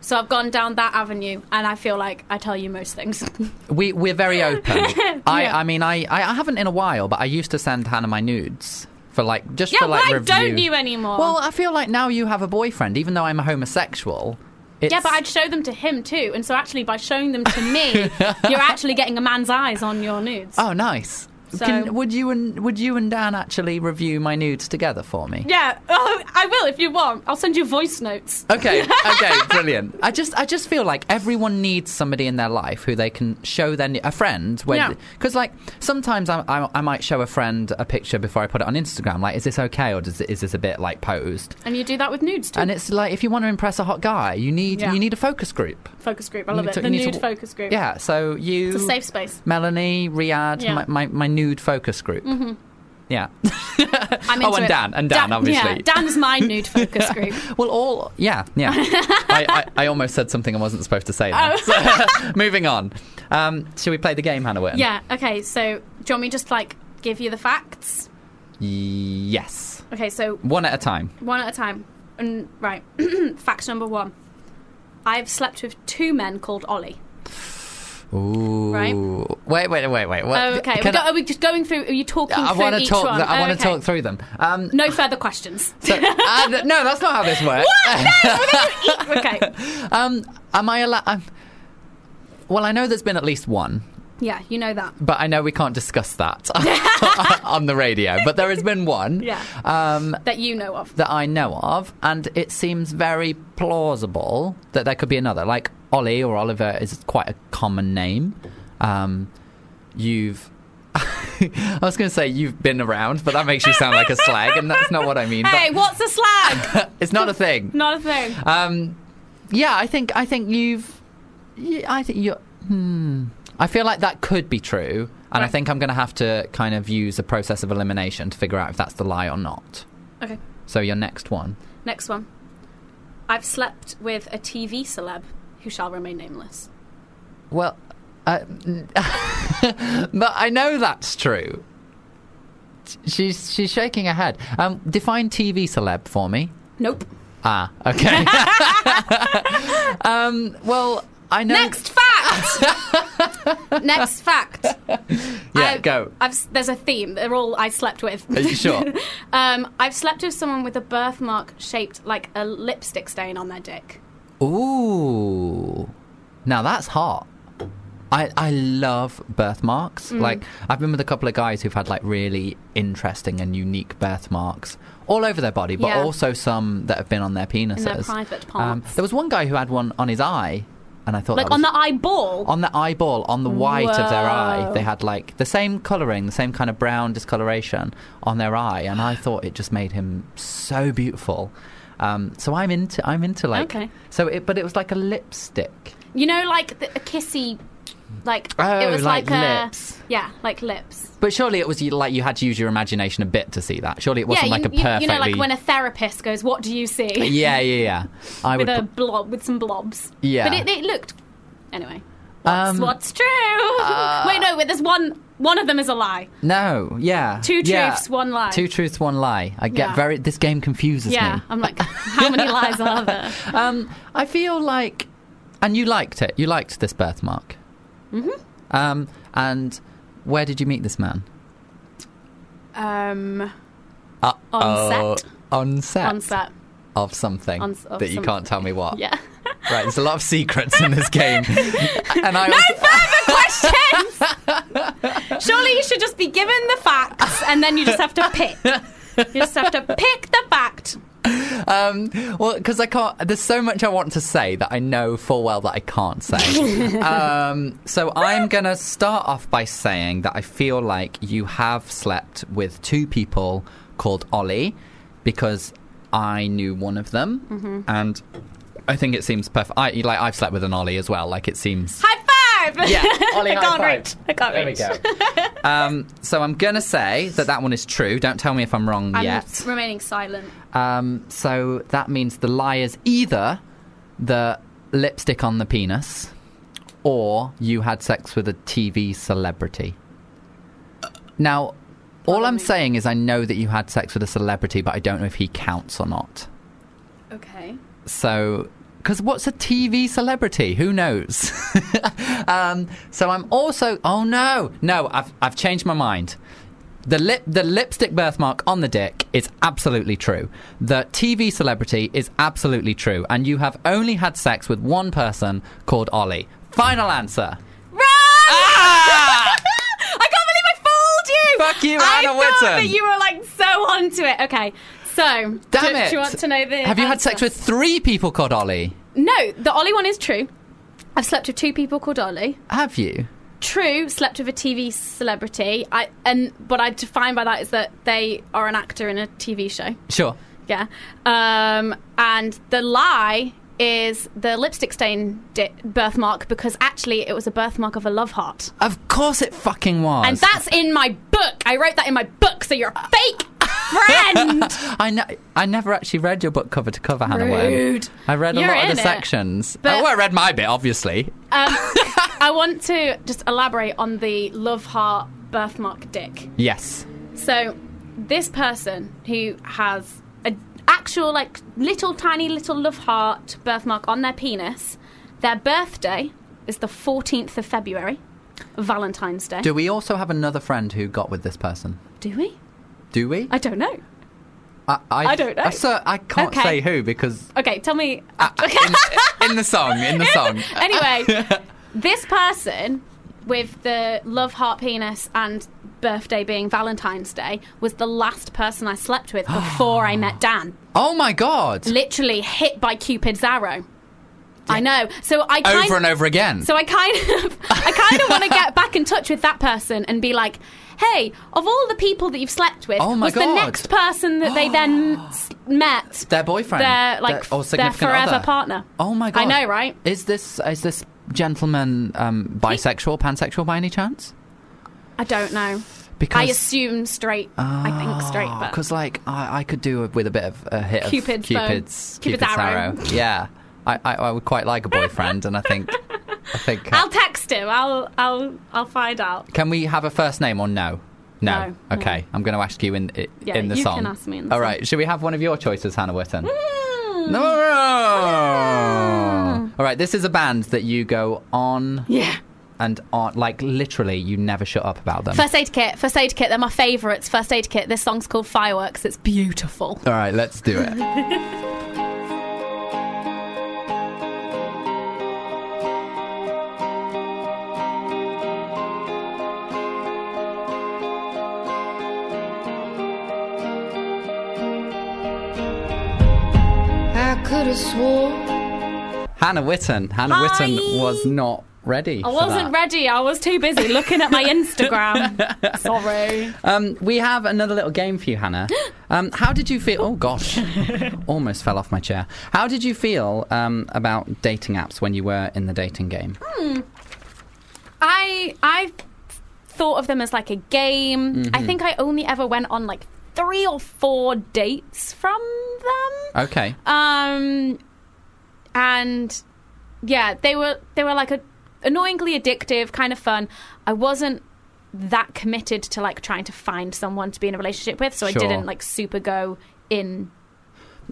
Speaker 5: So I've gone down that avenue, and I feel like I tell you most things.
Speaker 4: We we're very open. I
Speaker 5: Yeah.
Speaker 4: I mean I, I I haven't in a while, but I used to send Hannah my nudes for like just
Speaker 5: Yeah,
Speaker 4: for like
Speaker 5: why
Speaker 4: review.
Speaker 5: don't you anymore?
Speaker 4: Well, I feel like now you have a boyfriend, even though I'm a homosexual. It's,
Speaker 5: yeah, but I'd show them to him too, and so actually by showing them to me, you're actually getting a man's eyes on your nudes.
Speaker 4: oh nice.
Speaker 5: So-
Speaker 4: Can, would you and would you and Dan actually review my nudes together for me?
Speaker 5: Yeah, oh, I will if you want. I'll send you voice notes.
Speaker 4: Okay, okay, brilliant. I just, I just feel like everyone needs somebody in their life who they can show their a friend
Speaker 5: Yeah.
Speaker 4: when because like sometimes I, I, I might show a friend a picture before I put it on Instagram. Like, is this okay or does it, is this a bit like posed?
Speaker 5: And you do that with nudes too.
Speaker 4: And it's like if you want to impress a hot guy, you need
Speaker 5: Yeah.
Speaker 4: you need a focus group.
Speaker 5: focus group, I
Speaker 4: You
Speaker 5: love
Speaker 4: need
Speaker 5: it.
Speaker 4: to-
Speaker 5: the
Speaker 4: you need to
Speaker 5: nude
Speaker 4: w-
Speaker 5: focus group.
Speaker 4: Yeah, so you
Speaker 5: It's a safe space.
Speaker 4: Melanie, Riyadh,
Speaker 5: Yeah.
Speaker 4: my, my, my nude focus group.
Speaker 5: Mm-hmm.
Speaker 4: Yeah.
Speaker 5: I'm
Speaker 4: Oh,
Speaker 5: into
Speaker 4: and
Speaker 5: it.
Speaker 4: Dan, and Dan, obviously.
Speaker 5: Yeah, Dan's my nude focus group.
Speaker 4: Well, all yeah, yeah. I, I, I almost said something I wasn't supposed to say. There. So, moving on. Um, shall we play the game, Hannah? Witten?
Speaker 5: Oh. yeah, okay, so do you want me just like give you the facts?
Speaker 4: Yes.
Speaker 5: Okay, so
Speaker 4: One at a time.
Speaker 5: one at a time. And right, fact number one I've slept with two men called Ollie.
Speaker 4: Ooh.
Speaker 5: Right.
Speaker 4: Wait, wait, wait, wait. What,
Speaker 5: Oh, okay. We
Speaker 4: can
Speaker 5: go,
Speaker 4: I-
Speaker 5: are we just going through? Are you talking
Speaker 4: I
Speaker 5: through
Speaker 4: want to
Speaker 5: each
Speaker 4: talk.
Speaker 5: one?
Speaker 4: I want
Speaker 5: Okay.
Speaker 4: to talk through them. Um,
Speaker 5: No further questions.
Speaker 4: so- uh, th- no, that's not how this works.
Speaker 5: okay.
Speaker 4: Um, am I allowed? Um, well, I know there's been at least one,
Speaker 5: Yeah, you know that.
Speaker 4: but I know we can't discuss that on the radio. But there has been one
Speaker 5: Yeah.
Speaker 4: um,
Speaker 5: That you know of.
Speaker 4: that I know of, and it seems very plausible that there could be another. Like Ollie or Oliver is quite a common name. Um, you've. I was going to say you've been around, but that makes you sound like a slag, and that's not what I mean.
Speaker 5: Hey,
Speaker 4: But
Speaker 5: what's a slag?
Speaker 4: it's not a thing.
Speaker 5: Not a thing.
Speaker 4: Um, yeah, I think I think you've. y- I think you. Hmm. I feel like that could be true, and I
Speaker 5: Right.
Speaker 4: think I'm going to have to kind of use a process of elimination to figure out if that's the lie or not.
Speaker 5: Okay.
Speaker 4: So your next one.
Speaker 5: Next one. I've slept with a TV celeb who shall remain nameless.
Speaker 4: Well, uh, but I know that's true. She's she's shaking her head. Um, define TV celeb for me.
Speaker 5: Nope.
Speaker 4: Ah, okay. um, well, I know.
Speaker 5: Next fact. Next fact.
Speaker 4: yeah,
Speaker 5: I've-
Speaker 4: go.
Speaker 5: I've, s- there's a theme. They're all I slept with.
Speaker 4: Are you sure?
Speaker 5: um, I've slept with someone with a birthmark shaped like a lipstick stain on their dick.
Speaker 4: Ooh. Now that's hot. I, I love birthmarks.
Speaker 5: Mm.
Speaker 4: Like I've been with a couple of guys who've had like really interesting and unique birthmarks all over their body, but
Speaker 5: Yeah.
Speaker 4: also some that have been on their penises. Um,
Speaker 5: private parts.
Speaker 4: there was one guy who had one on his eye, and I thought
Speaker 5: Like
Speaker 4: that
Speaker 5: on
Speaker 4: was-
Speaker 5: the eyeball.
Speaker 4: on the eyeball, on the white of their eye,
Speaker 5: Whoa.
Speaker 4: they had like the same colouring, the same kind of brown discoloration on their eye, and I thought it just made him so beautiful. Um, so I'm into, I'm into like,
Speaker 5: Okay.
Speaker 4: so it, but it was like a lipstick.
Speaker 5: you know, like the, a kissy. Like
Speaker 4: Oh,
Speaker 5: it was
Speaker 4: like
Speaker 5: like, a
Speaker 4: lips.
Speaker 5: yeah, like lips.
Speaker 4: But surely it was you- like you had to use your imagination a bit to see that. Surely it wasn't
Speaker 5: yeah,
Speaker 4: like
Speaker 5: you,
Speaker 4: a
Speaker 5: you-
Speaker 4: perfectly.
Speaker 5: you know, like when a therapist goes, "What do you see?"
Speaker 4: yeah, yeah, yeah. I
Speaker 5: with
Speaker 4: would.
Speaker 5: a blob, with some blobs.
Speaker 4: Yeah.
Speaker 5: but it, it looked anyway. What's,
Speaker 4: Um, uh,
Speaker 5: what's true? wait, no, wait. There's one. One of them is a lie.
Speaker 4: no, yeah.
Speaker 5: Two
Speaker 4: yeah.
Speaker 5: truths, one lie.
Speaker 4: Two truths, one lie. I get
Speaker 5: Yeah.
Speaker 4: very. This game confuses
Speaker 5: Yeah,
Speaker 4: me.
Speaker 5: I'm like, how many lies are there?
Speaker 4: Um, I feel like, and you liked it. You liked this birthmark. Mm-hmm. Um, and where did you meet this man?
Speaker 5: Um,
Speaker 4: Uh,
Speaker 5: On set.
Speaker 4: On set.
Speaker 5: on set.
Speaker 4: Of something
Speaker 5: On s- of
Speaker 4: that you can't
Speaker 5: something.
Speaker 4: tell me what.
Speaker 5: Yeah.
Speaker 4: Right, there's a lot of secrets in this game. and I also,
Speaker 5: Questions. Surely you should just be given the facts, and then you just have to pick. You just have to pick the fact.
Speaker 4: um, well, because I can't. There's so much I want to say that I know full well that I can't say. um, so I'm gonna start off by saying that I feel like you have slept with two people called Ollie, because I knew one of them, and I think it seems perfect. I like I've slept with an Ollie as well. Like it seems.
Speaker 5: High five.
Speaker 4: Yeah, Ollie,
Speaker 5: I
Speaker 4: high
Speaker 5: can't
Speaker 4: five.
Speaker 5: reach. I can't
Speaker 4: There we
Speaker 5: reach.
Speaker 4: go. um, so I'm gonna say that that one is true. Don't tell me if I'm wrong
Speaker 5: I'm
Speaker 4: yet.
Speaker 5: remaining silent.
Speaker 4: Um, so that means the lie is either the lipstick on the penis or you had sex with a TV celebrity. Now, all I'm
Speaker 5: me.
Speaker 4: saying is I know that you had sex with a celebrity, but I don't know if he counts or not.
Speaker 5: Okay.
Speaker 4: So, because what's a TV celebrity? Who knows? um, so I'm also. Oh no, no, I've I've changed my mind. The lip, the lipstick birthmark on the dick is absolutely true. The TV celebrity is absolutely true, and you have only had sex with one person called Ollie. Final answer.
Speaker 5: Run!
Speaker 4: Ah!
Speaker 5: I can't believe I fooled you.
Speaker 4: Fuck you,
Speaker 5: Ah! I
Speaker 4: Anna
Speaker 5: thought
Speaker 4: Whitton.
Speaker 5: that you were like so onto it. Okay. So,
Speaker 4: Damn
Speaker 5: do,
Speaker 4: it!
Speaker 5: do you want to know the?
Speaker 4: Have you had
Speaker 5: answer?
Speaker 4: sex with three people called Ollie?
Speaker 5: No, the Ollie one is true. I've slept with two people called Ollie.
Speaker 4: Have you?
Speaker 5: True, slept with a TV celebrity. I and what I define by that is that they are an actor in a TV show.
Speaker 4: Sure.
Speaker 5: Yeah. Um, and the lie is the lipstick stain di- birthmark because actually it was a birthmark of a love heart.
Speaker 4: Of course, it fucking was.
Speaker 5: And that's in my book. I wrote that in my book, so you're a fake friend.
Speaker 4: I ne- I never actually read your book cover to cover, Hannah. Wern.
Speaker 5: Rude.
Speaker 4: I read a
Speaker 5: You're
Speaker 4: lot of
Speaker 5: in it.
Speaker 4: the sections.
Speaker 5: But-
Speaker 4: oh, well, I read my bit, obviously.
Speaker 5: Um, I want to just elaborate on the love heart birthmark dick.
Speaker 4: Yes.
Speaker 5: So, this person who has an actual, like, little tiny little love heart birthmark on their penis, their birthday is the 14th of February, Valentine's Day.
Speaker 4: Do we also have another friend who got with this person?
Speaker 5: Do we?
Speaker 4: Do we?
Speaker 5: I don't know.
Speaker 4: I,
Speaker 5: I don't know.
Speaker 4: I, sir, I can't
Speaker 5: Okay.
Speaker 4: say who because
Speaker 5: Okay, tell me.
Speaker 4: Uh, in, in the song, in the song.
Speaker 5: anyway, this person with the love heart penis and birthday being Valentine's Day was the last person I slept with before I met Dan.
Speaker 4: Oh my god!
Speaker 5: Literally hit by Cupid's arrow. I know. So I kind
Speaker 4: Over and over again.
Speaker 5: So I kind of I kind of want to get back in touch with that person and be like, "Hey, of all the people that you've slept with,
Speaker 4: Oh my
Speaker 5: was the
Speaker 4: God.
Speaker 5: next person that they then s- met
Speaker 4: their boyfriend,
Speaker 5: their like
Speaker 4: or
Speaker 5: their
Speaker 4: significant
Speaker 5: forever
Speaker 4: other.
Speaker 5: partner?"
Speaker 4: Oh my god!
Speaker 5: I know, right?
Speaker 4: Is this is this gentleman um, bisexual, pansexual by any chance?
Speaker 5: I don't know.
Speaker 4: Because Ah,
Speaker 5: I assume straight. I think straight, but
Speaker 4: because like I, I could do with a bit of a hit
Speaker 5: Cupid's
Speaker 4: of
Speaker 5: bow.
Speaker 4: Cupid's
Speaker 5: Cupid's arrow.
Speaker 4: yeah, I, I I would quite like a boyfriend, and I think I think. uh,
Speaker 5: I'll text him. I'll I'll I'll find out.
Speaker 4: Can we have a first name or no? No.
Speaker 5: No,
Speaker 4: okay, I'm going to ask you in i-
Speaker 5: Yeah,
Speaker 4: in the
Speaker 5: you
Speaker 4: song.
Speaker 5: can ask me in the
Speaker 4: All
Speaker 5: song.
Speaker 4: right. Should we have one of your choices, Hannah Witten? Hmm. No. All right. This is a band that you go on
Speaker 5: Yeah.
Speaker 4: and on, like literally, you never shut up about them.
Speaker 5: First aid kit. First aid kit. They're my favourites. First aid kit. This song's called Fireworks. It's beautiful.
Speaker 4: All right, let's do it.
Speaker 8: I could have swore
Speaker 4: Hannah Witten. Hannah
Speaker 5: Hi.
Speaker 4: Witten was not ready.
Speaker 5: I wasn't ready. I was too busy looking at my Instagram. Sorry.
Speaker 4: Um, we have another little game for you, Hannah. Um, how did you feel? Oh gosh, almost fell off my chair. How did you feel um, about dating apps when you were in the dating game?
Speaker 5: I I thought of them as like a game. I think I only ever went on like three or four dates from them.
Speaker 4: Okay.
Speaker 5: Um, and yeah, they were they were like a annoyingly addictive, kind of fun. I wasn't that committed to like trying to find someone to be in a relationship with, so
Speaker 4: Sure. Mm,
Speaker 5: I didn't like super go in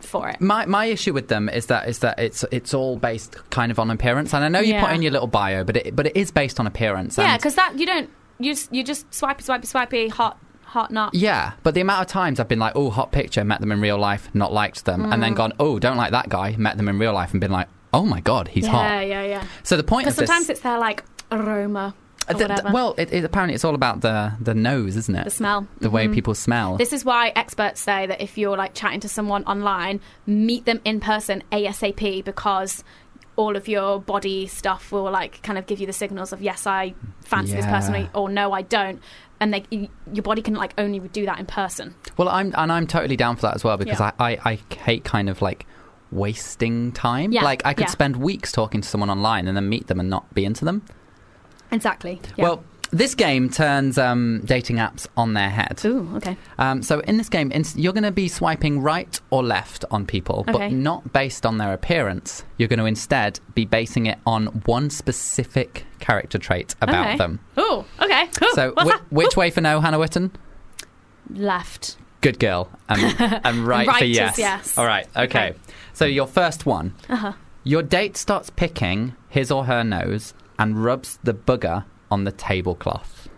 Speaker 5: for it.
Speaker 4: My my issue with them is that is that it's it's all based kind of on appearance, and I know you put
Speaker 5: Yeah.
Speaker 4: in your little bio, but it but it is based on appearance.
Speaker 5: Yeah,
Speaker 4: and-
Speaker 5: because that you don't you s- you just swipey swipey swipey hot hot not.
Speaker 4: Yeah, but the amount of times I've been like, oh, hot picture, met them in real life, not liked them, and
Speaker 5: Mm.
Speaker 4: then gone, oh, don't like that guy, met them in real life, and been like, oh my god, he's
Speaker 5: Yeah,
Speaker 4: hot.
Speaker 5: yeah, yeah.
Speaker 4: So the point
Speaker 5: Because
Speaker 4: of this,
Speaker 5: sometimes it's their like aroma or
Speaker 4: Uh, th- th-
Speaker 5: whatever.
Speaker 4: well, it, it, apparently it's all about the the nose, isn't it?
Speaker 5: the smell. Mm-hmm.
Speaker 4: the way people smell.
Speaker 5: This is why experts say that if you're like chatting to someone online, meet them in person ASAP because all of your body stuff will like kind of give you the signals of yes, I fancy this person
Speaker 4: Yeah.
Speaker 5: or- or no, I don't. And they, y- your body can like only do that in person.
Speaker 4: well, I'm and I'm totally down for that as well because
Speaker 5: Yeah.
Speaker 4: I, I I hate kind of like wasting time.
Speaker 5: Yeah,
Speaker 4: Like I could
Speaker 5: yeah.
Speaker 4: spend weeks talking to someone online and then meet them and not be into them.
Speaker 5: Exactly.
Speaker 4: Well, this game turns um, dating apps on their head.
Speaker 5: Ooh, okay.
Speaker 4: Um, so in this game, ins- you're going to be swiping right or left on people,
Speaker 5: Okay.
Speaker 4: but not based on their appearance. You're going to instead be basing it on one specific character trait about
Speaker 5: okay.
Speaker 4: them.
Speaker 5: Ooh, okay. Ooh,
Speaker 4: So
Speaker 5: what's
Speaker 4: whi
Speaker 5: that?
Speaker 4: which way for no, Hannah Witten?
Speaker 5: Ooh, left.
Speaker 4: Good girl. And, and right,
Speaker 5: Right
Speaker 4: for
Speaker 5: is
Speaker 4: yes.
Speaker 5: yes.
Speaker 4: All right. Okay.
Speaker 5: Okay. Uh-huh.
Speaker 4: So your first one. Your date starts picking his or her nose and rubs the booger on the tablecloth.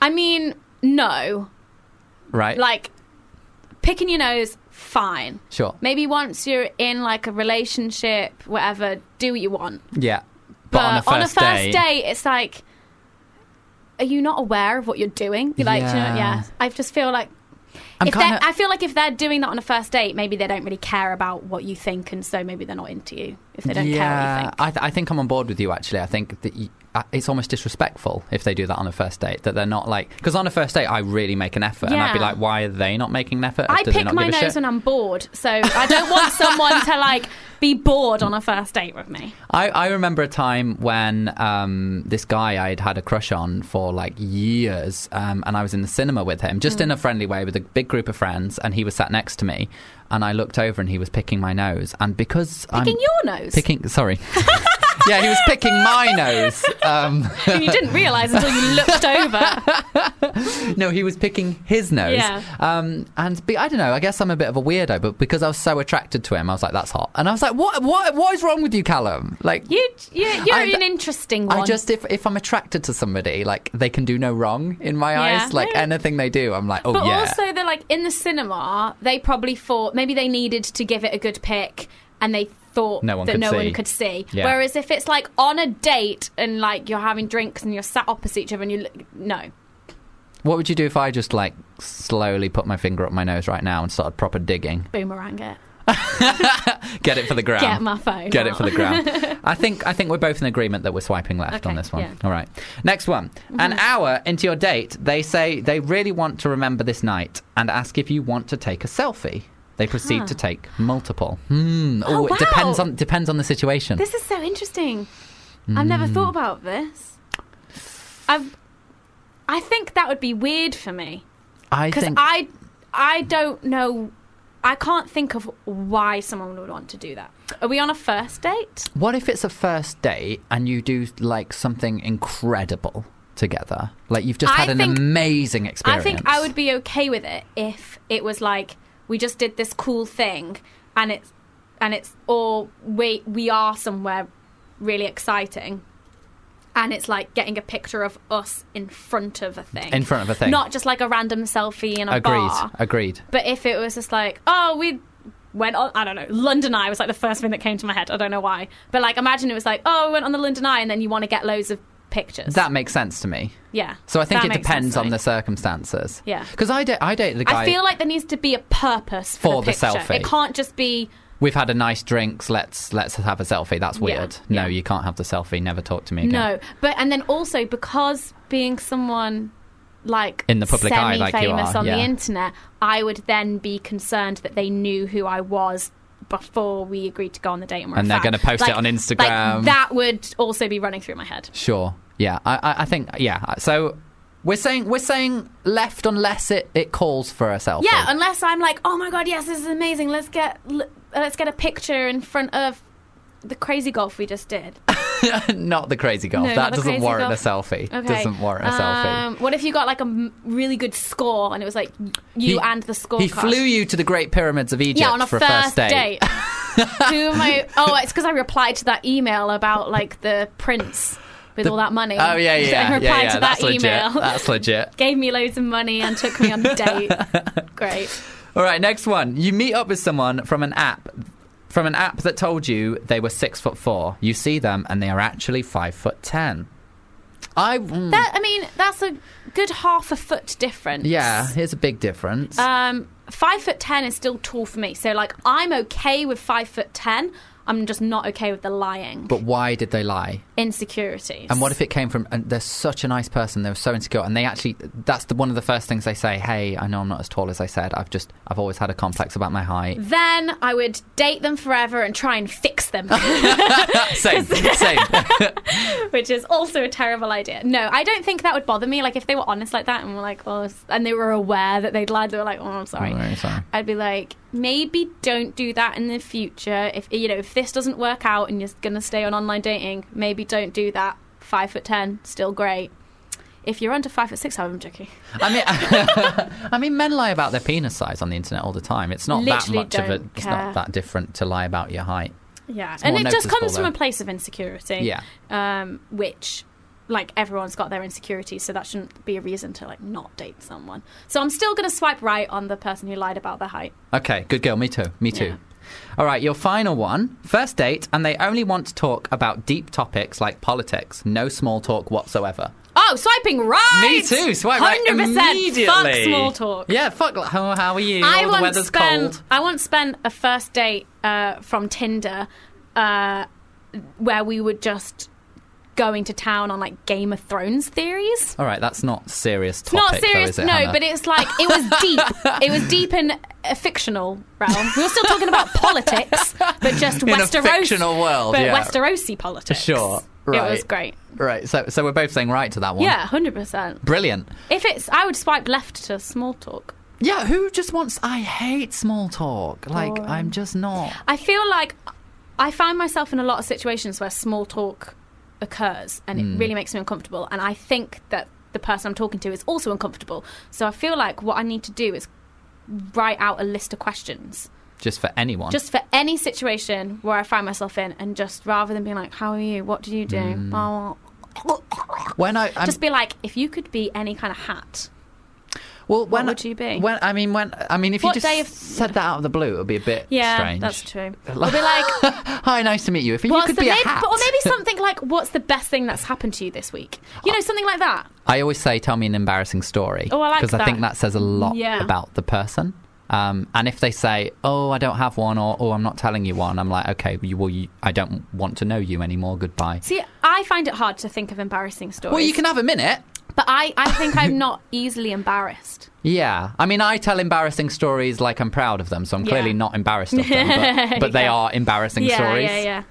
Speaker 5: I mean, no.
Speaker 4: Right.
Speaker 5: Like, picking your nose, fine.
Speaker 4: sure.
Speaker 5: Maybe once you're in like a relationship, whatever, do what you want.
Speaker 4: Yeah. But,
Speaker 5: But
Speaker 4: on a first,
Speaker 5: date, it's like, are you not aware of what you're doing? You're like, do you know,
Speaker 4: Yeah.
Speaker 5: yeah. I just feel like
Speaker 4: I'm
Speaker 5: if they're
Speaker 4: kinda-
Speaker 5: I feel like if they're doing that on a first date, maybe they don't really care about what you think, and so maybe they're not into you if they don't care what you think.
Speaker 4: I, th- I think I'm on board with you. Actually, I think that you, uh, it's almost disrespectful if they do that on a first date. That they're not like because on a first date I really make an effort, and I'd be
Speaker 5: Yeah.
Speaker 4: like, why are they not making an effort?
Speaker 5: I
Speaker 4: Do they
Speaker 5: pick
Speaker 4: not
Speaker 5: my
Speaker 4: give a
Speaker 5: nose
Speaker 4: shit?
Speaker 5: when I'm bored, so I don't want someone to like be bored on a first date with me.
Speaker 4: I, I remember a time when um, this guy I had had a crush on for like years, um, and I was in the cinema with him,
Speaker 5: Hmm.
Speaker 4: just in a friendly way, with a big group of friends, and he was sat next to me, and I looked over and he was picking my nose, and because I'm
Speaker 5: Picking your nose.
Speaker 4: picking, sorry, yeah, he was picking my nose. Um,
Speaker 5: you didn't realise until you looked over.
Speaker 4: no, he was picking his nose.
Speaker 5: Yeah.
Speaker 4: Um, and be, I don't know. I guess I'm a bit of a weirdo, but because I was so attracted to him, I was like, "That's hot." And I was like, "What? What? What is wrong with you, Callum?" Like
Speaker 5: You, you you're
Speaker 4: I-
Speaker 5: an interesting one.
Speaker 4: I just if if I'm attracted to somebody, like they can do no wrong in my
Speaker 5: Yeah.
Speaker 4: eyes. Like
Speaker 5: Yeah.
Speaker 4: anything they do, I'm like, "Oh
Speaker 5: But
Speaker 4: yeah."
Speaker 5: also, they're like in the cinema. They probably thought maybe they needed to give it a good pick, and they thought
Speaker 4: No one
Speaker 5: that
Speaker 4: could
Speaker 5: no
Speaker 4: see.
Speaker 5: one could see.
Speaker 4: Yeah.
Speaker 5: Whereas if it's like on a date and like you're having drinks and you're sat opposite each other and you look, no,
Speaker 4: What would you do if I just like slowly put my finger up my nose right now and started proper digging?
Speaker 5: boomerang it.
Speaker 4: Get it for the ground.
Speaker 5: Get my phone.
Speaker 4: Get it
Speaker 5: out.
Speaker 4: for the ground. I think I think we're both in agreement that we're swiping left on
Speaker 5: Okay,
Speaker 4: this one.
Speaker 5: yeah. Mm-hmm.
Speaker 4: All right. Next one. An hour into your date, they say they really want to remember this night and ask if you want to take a selfie. They proceed to take multiple. Hmm. Oh,
Speaker 5: Oh,
Speaker 4: it depends
Speaker 5: wow.
Speaker 4: on depends on the situation.
Speaker 5: This is so interesting. I've never
Speaker 4: Mm.
Speaker 5: thought about this. I've, I think that would be weird for me.
Speaker 4: I
Speaker 5: because
Speaker 4: think
Speaker 5: I I don't know. I can't think of why someone would want to do that. Are we on a first date?
Speaker 4: What if it's a first date and you do like something incredible together? Like you've just
Speaker 5: I
Speaker 4: had an
Speaker 5: think-
Speaker 4: amazing experience.
Speaker 5: I think I would be okay with it if it was like we just did this cool thing and it's and it's or we we are somewhere really exciting and it's like getting a picture of us in front of a thing.
Speaker 4: In front of a thing.
Speaker 5: Not just like a random selfie in a
Speaker 4: agreed.
Speaker 5: bar.
Speaker 4: Agreed.
Speaker 5: But if it was just like, oh, we went on, I don't know, London Eye was like the first thing that came to my head. I don't know why. But like, imagine it was like, oh, we went on the London Eye, and then you want to get loads of pictures.
Speaker 4: That makes sense to me.
Speaker 5: yeah.
Speaker 4: So I think
Speaker 5: That
Speaker 4: it
Speaker 5: makes
Speaker 4: depends
Speaker 5: sense to
Speaker 4: on
Speaker 5: me.
Speaker 4: the circumstances.
Speaker 5: Yeah.
Speaker 4: Because I date I date the
Speaker 5: I
Speaker 4: guy.
Speaker 5: feel like there needs to be a purpose for,
Speaker 4: For the
Speaker 5: picture.
Speaker 4: selfie.
Speaker 5: It can't just be
Speaker 4: we've had a nice drinks. Let's let's have a selfie. That's
Speaker 5: Yeah,
Speaker 4: weird. No,
Speaker 5: yeah.
Speaker 4: you can't have the selfie. Never talk to me again.
Speaker 5: no. But and then also because being someone like
Speaker 4: In the public eye, like you
Speaker 5: semi-famous
Speaker 4: are,
Speaker 5: on
Speaker 4: yeah.
Speaker 5: the internet, I would then be concerned that they knew who I was before we agreed to go on the date and, we're
Speaker 4: And
Speaker 5: a
Speaker 4: they're
Speaker 5: fag.
Speaker 4: gonna post it
Speaker 5: Like-
Speaker 4: on
Speaker 5: like,
Speaker 4: Instagram.
Speaker 5: that would also be running through my head.
Speaker 4: Sure. Yeah. I, I, I think yeah. So we're saying we're saying left unless it, it calls for a selfie.
Speaker 5: Yeah, unless I'm like, oh my god, yes, this is amazing. Let's get l- uh, let's get a picture in front of the crazy golf we just did.
Speaker 4: not the crazy golf.
Speaker 5: No, not
Speaker 4: that
Speaker 5: the
Speaker 4: doesn't
Speaker 5: crazy
Speaker 4: warrant
Speaker 5: golf.
Speaker 4: a selfie.
Speaker 5: Okay.
Speaker 4: Doesn't warrant a selfie.
Speaker 5: Um, what if you got like a m- really good score and it was like you
Speaker 4: He-
Speaker 5: and the score?
Speaker 4: He
Speaker 5: card?
Speaker 4: flew you to the Great Pyramids of Egypt
Speaker 5: Yeah, on a
Speaker 4: for
Speaker 5: first,
Speaker 4: a first date.
Speaker 5: date. Who am I? Oh, it's because I replied to that email about like the prince with all that money.
Speaker 4: Oh yeah, yeah,
Speaker 5: So I
Speaker 4: yeah,
Speaker 5: replied
Speaker 4: yeah.
Speaker 5: to
Speaker 4: That's
Speaker 5: that email.
Speaker 4: legit. Uh, That's legit.
Speaker 5: Gave me loads of money and took me on a date. Great.
Speaker 4: All right, next one. You meet up with someone from an app, from an app that told you they were six foot four. You see them and they are actually five foot ten. I mm,
Speaker 5: That I mean, that's a good half a foot difference.
Speaker 4: yeah, here's a big difference.
Speaker 5: Um, five foot ten is still tall for me. So like, I'm okay with five foot ten. I'm just not okay with the lying
Speaker 4: but why did they lie?
Speaker 5: insecurities.
Speaker 4: And what if it came from? And they're such a nice person. They were so insecure, and they actually—that's the one of the first things they say. Hey, I know I'm not as tall as I said. I've just—I've always had a complex about my height.
Speaker 5: Then I would date them forever and try and fix them,
Speaker 4: Same, same.
Speaker 5: which is also a terrible idea. No, I don't think that would bother me. Like if they were honest like that and were like, "Oh," s- and they were aware that they'd lied, they were like, "Oh, I'm sorry."
Speaker 4: Oh, very sorry.
Speaker 5: I'd be like, maybe don't do that in the future. If you know, if this doesn't work out and you're gonna stay on online dating, maybe don't do that. Five foot ten, still great. If you're under five foot six, oh, I'm joking.
Speaker 4: I mean, I mean, men lie about their penis size on the internet all the time. It's not
Speaker 5: Literally
Speaker 4: that much of a.
Speaker 5: don't
Speaker 4: It's
Speaker 5: care.
Speaker 4: not that different to lie about your height.
Speaker 5: Yeah,
Speaker 4: more
Speaker 5: and it just
Speaker 4: noticeable,
Speaker 5: comes from
Speaker 4: though.
Speaker 5: a place of insecurity.
Speaker 4: Yeah.
Speaker 5: um, which like everyone's got their insecurities, so that shouldn't be a reason to like not date someone. So I'm still gonna swipe right on the person who lied about their height.
Speaker 4: Okay, good girl. Me too. Me too.
Speaker 5: Yeah.
Speaker 4: All right, your final one. First date, and they only want to talk about deep topics like politics. No small talk whatsoever.
Speaker 5: Oh, swiping right.
Speaker 4: Me too. Swipe right immediately.
Speaker 5: Fuck small talk.
Speaker 4: Yeah, fuck. like, How, how are you?
Speaker 5: I
Speaker 4: oh, the
Speaker 5: once
Speaker 4: weather's
Speaker 5: spent
Speaker 4: cold.
Speaker 5: I once spent a first date uh, from Tinder uh, where we were just going to town on like Game of Thrones theories.
Speaker 4: All right, that's not serious topic.
Speaker 5: Not
Speaker 4: though,
Speaker 5: serious,
Speaker 4: is it,
Speaker 5: no,
Speaker 4: Hannah?
Speaker 5: but it's like it was deep. it was deep in a fictional realm. We were still talking about politics, but just
Speaker 4: In a
Speaker 5: Westeros
Speaker 4: fictional world,
Speaker 5: but
Speaker 4: yeah.
Speaker 5: Westerosi politics.
Speaker 4: Sure,
Speaker 5: it was
Speaker 4: right.
Speaker 5: great.
Speaker 4: right. So, so we're both saying right to that one.
Speaker 5: Yeah, hundred percent.
Speaker 4: Brilliant.
Speaker 5: If it's, I would swipe left to small talk.
Speaker 4: Yeah, who just wants? I hate small talk. Like, I'm just not.
Speaker 5: I feel like I find myself in a lot
Speaker 4: Hmm.
Speaker 5: of situations where small talk occurs and it really makes me uncomfortable. And I think that the person I'm talking to is also uncomfortable. So I feel like what I need to do is write out a list of questions
Speaker 4: just for anyone.
Speaker 5: just for any situation where I find myself in, and just rather than being like, "How are you? What do you do?" Oh,
Speaker 4: when I Mm. I'm-
Speaker 5: just be like, "If you could be any kind of hat,
Speaker 4: well, when
Speaker 5: would you be?
Speaker 4: When I mean, when I mean, if
Speaker 5: What
Speaker 4: you
Speaker 5: day of-
Speaker 4: just said that out of the blue, it would be a bit
Speaker 5: yeah,
Speaker 4: strange.
Speaker 5: that's true." Or be like,
Speaker 4: Hi, nice to meet you. If you
Speaker 5: "What's
Speaker 4: could
Speaker 5: the
Speaker 4: be a
Speaker 5: maybe,
Speaker 4: hat,
Speaker 5: or maybe something like, what's the best thing that's happened to you this week? You know, something like that."
Speaker 4: I always say, tell me an embarrassing story.
Speaker 5: Oh, I like
Speaker 4: Because I think
Speaker 5: that.
Speaker 4: that says a lot
Speaker 5: Yeah.
Speaker 4: about the person. Um, and if they say, oh, I don't have one, or oh, I'm not telling you one, I'm like, okay, you, well, you, I don't want to know you anymore. Goodbye.
Speaker 5: See, I find it hard to think of embarrassing stories.
Speaker 4: Well, you can have a minute.
Speaker 5: but I, I think I'm not easily embarrassed.
Speaker 4: Yeah. I mean, I tell embarrassing stories like I'm proud of them, so I'm
Speaker 5: Yeah.
Speaker 4: clearly not embarrassed of them, but, but they
Speaker 5: Yeah.
Speaker 4: are embarrassing
Speaker 5: yeah,
Speaker 4: stories.
Speaker 5: yeah, yeah.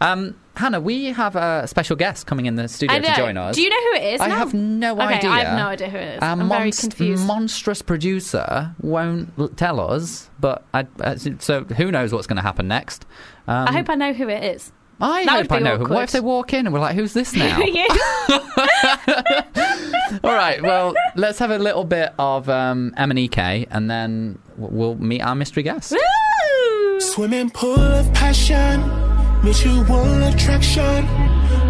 Speaker 4: Um, Hannah, we have a special guest coming in the studio
Speaker 5: I
Speaker 4: to
Speaker 5: know.
Speaker 4: join us.
Speaker 5: Do you know who it is?
Speaker 4: I
Speaker 5: now?
Speaker 4: have no
Speaker 5: okay,
Speaker 4: idea.
Speaker 5: I have no idea who it is.
Speaker 4: Our
Speaker 5: I'm very
Speaker 4: monst-
Speaker 5: confused.
Speaker 4: monstrous producer won't l- tell us, but I, uh, so who knows what's going to happen next? Um,
Speaker 5: I hope I know who it is.
Speaker 4: I,
Speaker 5: that
Speaker 4: hope
Speaker 5: would be
Speaker 4: I know. who- What
Speaker 5: awkward.
Speaker 4: if they walk in and we're like, "Who's this now?"
Speaker 5: Who are you?
Speaker 4: All right. Well, let's have a little bit of um, M and EK, and then w- we'll meet our mystery guest.
Speaker 5: Woo!
Speaker 8: Swimming pool of passion, mutual attraction.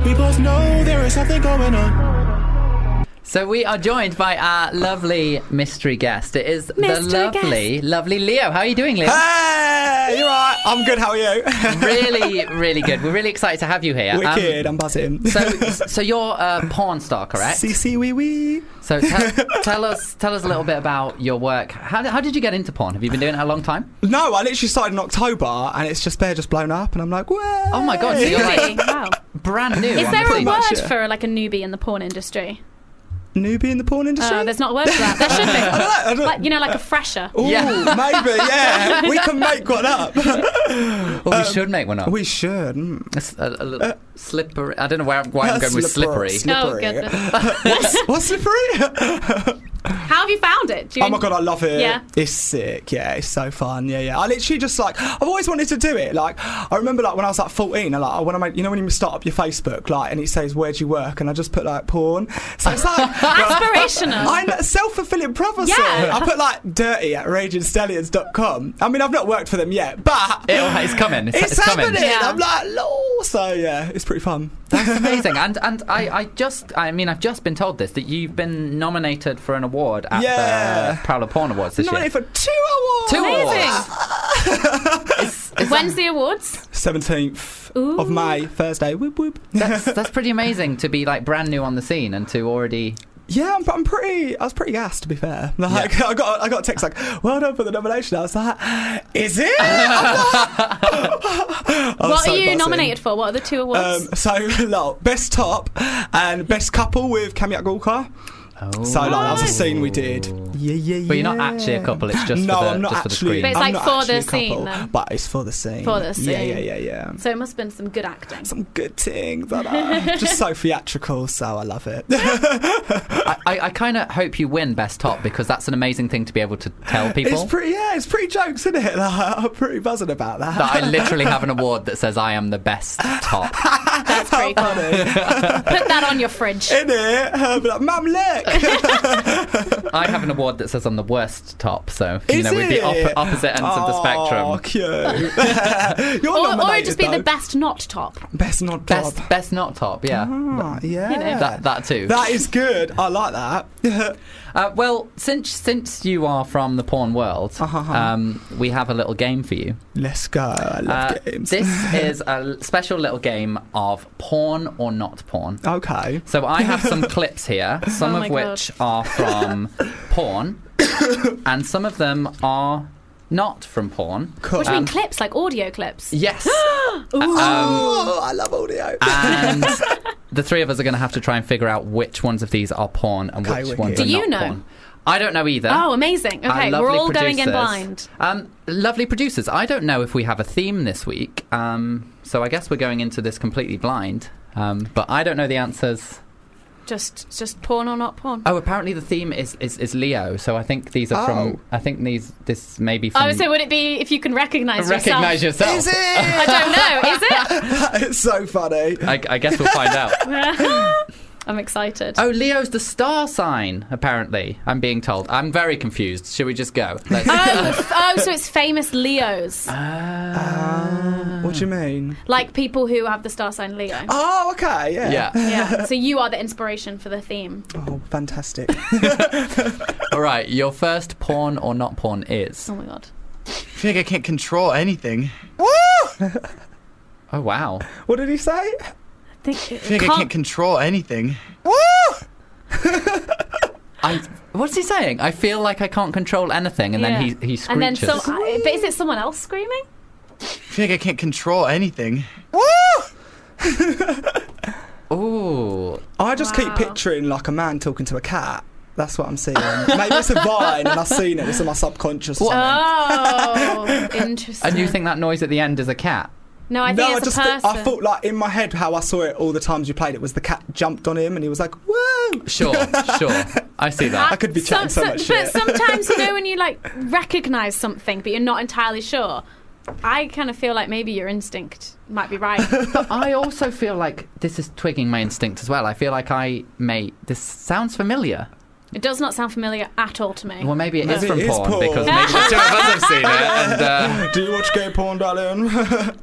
Speaker 8: We both know there is something going on.
Speaker 4: So we are joined by our lovely mystery guest. It is the
Speaker 5: Mystery
Speaker 4: lovely, lovely Leo. How are you doing, Leo?
Speaker 9: Hey, you alright? I'm good. How are you?
Speaker 4: Really, really good. We're really excited to have you here. Um,
Speaker 9: Wicked. I'm buzzing.
Speaker 4: so, so you're a porn star, correct?
Speaker 9: CC wee wee.
Speaker 4: So tell, tell us, tell us a little bit about your work. How, how did you get into porn? Have you been doing it a long time?
Speaker 9: No, I literally started in October, and it's just there, just blown up, and I'm like, Way!
Speaker 4: Oh my god! So you're
Speaker 5: Really?
Speaker 4: like
Speaker 5: wow.
Speaker 4: brand new.
Speaker 5: Is
Speaker 4: on
Speaker 5: there
Speaker 4: the
Speaker 5: a
Speaker 4: scene.
Speaker 5: word
Speaker 9: it.
Speaker 5: for like a newbie in the porn industry?
Speaker 9: newbie in the porn industry.
Speaker 5: Uh, there's not a word for that. There should be.
Speaker 9: I don't-
Speaker 5: Like, you know, like a fresher. Oh,
Speaker 9: Ooh,
Speaker 4: Yeah.
Speaker 9: maybe. Yeah, we can make one up.
Speaker 4: Well, we should make one up.
Speaker 9: we should. mm.
Speaker 4: It's a, a little slippery. I don't know where, I'm- why I'm going with
Speaker 9: Slipper-
Speaker 4: slippery.
Speaker 5: Oh,
Speaker 9: Slippery.
Speaker 5: goodness.
Speaker 9: What's, what's slippery?
Speaker 5: How have you found it? Do you
Speaker 9: Oh my god, I love it.
Speaker 5: Yeah.
Speaker 9: It's sick. Yeah, it's so fun. Yeah, yeah. I literally just like I've always wanted to do it. Like I remember like when I was like 14, I like I want to make you know when you start up your Facebook like and it says where do you work and I just put like porn. So it's like
Speaker 5: Aspirational.
Speaker 9: I'm self-fulfilling prophecy.
Speaker 5: Yeah.
Speaker 9: I put like dirty at raginstellions.com. I mean, I've not worked for them yet, but
Speaker 4: It'll- it's coming. It's-
Speaker 9: It's,
Speaker 4: it's coming.
Speaker 9: happening.
Speaker 5: Yeah.
Speaker 9: I'm like, lol. So yeah, it's pretty fun.
Speaker 4: That's amazing. And and I, I just I mean I've just been told this that you've been nominated for an award at
Speaker 9: Yeah.
Speaker 4: the Prowler Porn Awards this year.
Speaker 9: Nominated for two awards.
Speaker 4: Two awards.
Speaker 5: Amazing. When's the awards?
Speaker 9: 17th of
Speaker 5: Ooh.
Speaker 9: May, Thursday. Whoop whoop.
Speaker 4: That's that's pretty amazing to be like brand new on the scene and to already
Speaker 9: Yeah, I'm, I'm pretty. I was pretty gassed to be fair. Like, I got I got a text like, "Well done for the nomination." I was like, "Is it?" Oh,
Speaker 5: What are you nominated for? What are the two awards?
Speaker 9: Um, so, like, best top and best couple with Kamyat Gulkar.
Speaker 4: Oh.
Speaker 9: So, like, that was a scene we did. Yeah, yeah, yeah.
Speaker 4: But you're not actually a couple. It's just
Speaker 9: no,
Speaker 4: for the,
Speaker 9: I'm not
Speaker 4: just for the
Speaker 9: actually.
Speaker 4: screen.
Speaker 5: But it's
Speaker 9: I'm
Speaker 5: like
Speaker 9: not
Speaker 5: for the
Speaker 9: actually a
Speaker 5: scene,
Speaker 9: couple,
Speaker 5: then.
Speaker 9: But it's for the scene.
Speaker 5: For the
Speaker 9: Yeah, yeah,
Speaker 5: scene.
Speaker 9: yeah, yeah.
Speaker 5: so it must have been some good acting.
Speaker 9: Some good things. I know. Just so theatrical. So I love it.
Speaker 4: I, I kind of hope you win best top because that's an amazing thing to be able to tell people.
Speaker 9: it's pretty. Yeah, it's pretty jokes, isn't it? Like, I'm pretty buzzing about that.
Speaker 4: that I literally have an award that says I am the best top.
Speaker 5: That's pretty cool. Put that on your fridge.
Speaker 9: in it. Her be like, Mum, look.
Speaker 4: I have an award that says I'm the worst top. So you
Speaker 9: Is
Speaker 4: know, we'd be
Speaker 9: it?
Speaker 4: op- opposite ends of the
Speaker 9: Oh,
Speaker 4: spectrum.
Speaker 9: cute. You're
Speaker 5: Or,
Speaker 9: nominated,
Speaker 5: or it'd just be
Speaker 9: though.
Speaker 5: the best not top.
Speaker 9: Best not
Speaker 4: Best,
Speaker 9: top.
Speaker 4: best not top. Yeah,
Speaker 9: Ah, yeah.
Speaker 4: that that too.
Speaker 9: that is good. I like that.
Speaker 4: Uh, well, since since you are from the porn world,
Speaker 9: Uh-huh.
Speaker 4: um, we have a little game for you.
Speaker 9: Let's go. I love
Speaker 4: Uh,
Speaker 9: games.
Speaker 4: this is a l- special little game of porn or not porn.
Speaker 9: okay.
Speaker 4: So I have some clips here, some
Speaker 5: Oh
Speaker 4: of
Speaker 5: my God.
Speaker 4: which are from porn, and some of them are not from porn.
Speaker 5: What do you mean clips? Like audio clips?
Speaker 4: Yes.
Speaker 9: oh, I love audio.
Speaker 4: And the three of us are going to have to try and figure out which ones of these are porn and
Speaker 9: Okay,
Speaker 4: which
Speaker 9: wicked.
Speaker 4: ones
Speaker 9: Do
Speaker 4: are
Speaker 5: you
Speaker 4: not
Speaker 5: know?
Speaker 4: porn. I don't know either.
Speaker 5: Oh, amazing.
Speaker 4: Our
Speaker 5: Okay, we're
Speaker 4: lovely
Speaker 5: all going in
Speaker 4: producers.
Speaker 5: blind.
Speaker 4: Um, lovely producers. I don't know if we have a theme this week, um, so I guess we're going into this completely blind. Um, but I don't know the answers.
Speaker 5: Just, just porn or not porn?
Speaker 4: Oh, apparently the theme is, is, is Leo, so I think these are
Speaker 9: Oh.
Speaker 4: from. I think these this may be from.
Speaker 5: Oh, so would it be if you can recognise
Speaker 4: recognize
Speaker 5: yourself?
Speaker 4: yourself.
Speaker 9: Oh, is it?
Speaker 5: I don't know. Is it?
Speaker 9: it's so funny.
Speaker 4: I, I guess we'll find out.
Speaker 5: I'm excited.
Speaker 4: Oh, Leo's the star sign, apparently, I'm being told. I'm very confused. Should we just go? Let's-
Speaker 5: Oh, f- oh, so it's famous Leos, Uh.
Speaker 9: What do you mean?
Speaker 5: like people who have the star sign Leo.
Speaker 9: Oh, okay, yeah.
Speaker 4: yeah.
Speaker 5: Yeah. So you are the inspiration for the theme.
Speaker 9: Oh, fantastic.
Speaker 4: All right, your first porn or not porn is.
Speaker 5: Oh my god.
Speaker 10: I feel like I can't control anything.
Speaker 4: Oh, wow.
Speaker 9: what did he say?
Speaker 5: I think
Speaker 10: I feel like I can't control anything.
Speaker 4: I, what's he saying? I feel like I can't control anything, and
Speaker 5: Yeah.
Speaker 4: then he, he
Speaker 5: and then
Speaker 4: screeches.
Speaker 5: some, I- but is it someone else screaming?
Speaker 10: I feel like I can't control anything.
Speaker 4: Ooh.
Speaker 9: I just keep
Speaker 5: Wow.
Speaker 9: picturing like a man talking to a cat. That's what I'm seeing. Maybe it's a vine and I've seen it. It's in my subconscious. or something.
Speaker 5: Oh, interesting.
Speaker 4: And you think that noise at the end is a cat?
Speaker 5: No, I think
Speaker 9: no, I
Speaker 5: it's
Speaker 9: just
Speaker 5: a person.
Speaker 9: thi- I thought like in my head how I saw it all the times you played it was the cat jumped on him and he was like, "Whoa!"
Speaker 4: Sure, sure. I see
Speaker 9: I
Speaker 4: that.
Speaker 9: could be chatting so, much
Speaker 5: But
Speaker 9: shit.
Speaker 5: sometimes you know when you like recognize something, but you're not entirely sure. I kind of feel like maybe your instinct might be right.
Speaker 4: But I also feel like this is twigging my instinct as well. I feel like I may. This sounds familiar.
Speaker 5: it does not sound familiar at all to me.
Speaker 4: Well, maybe it is
Speaker 9: Maybe
Speaker 4: from
Speaker 9: it is
Speaker 4: porn,
Speaker 9: porn.
Speaker 4: because maybe the two of us have seen it. And uh,
Speaker 9: Do you watch gay porn, darling?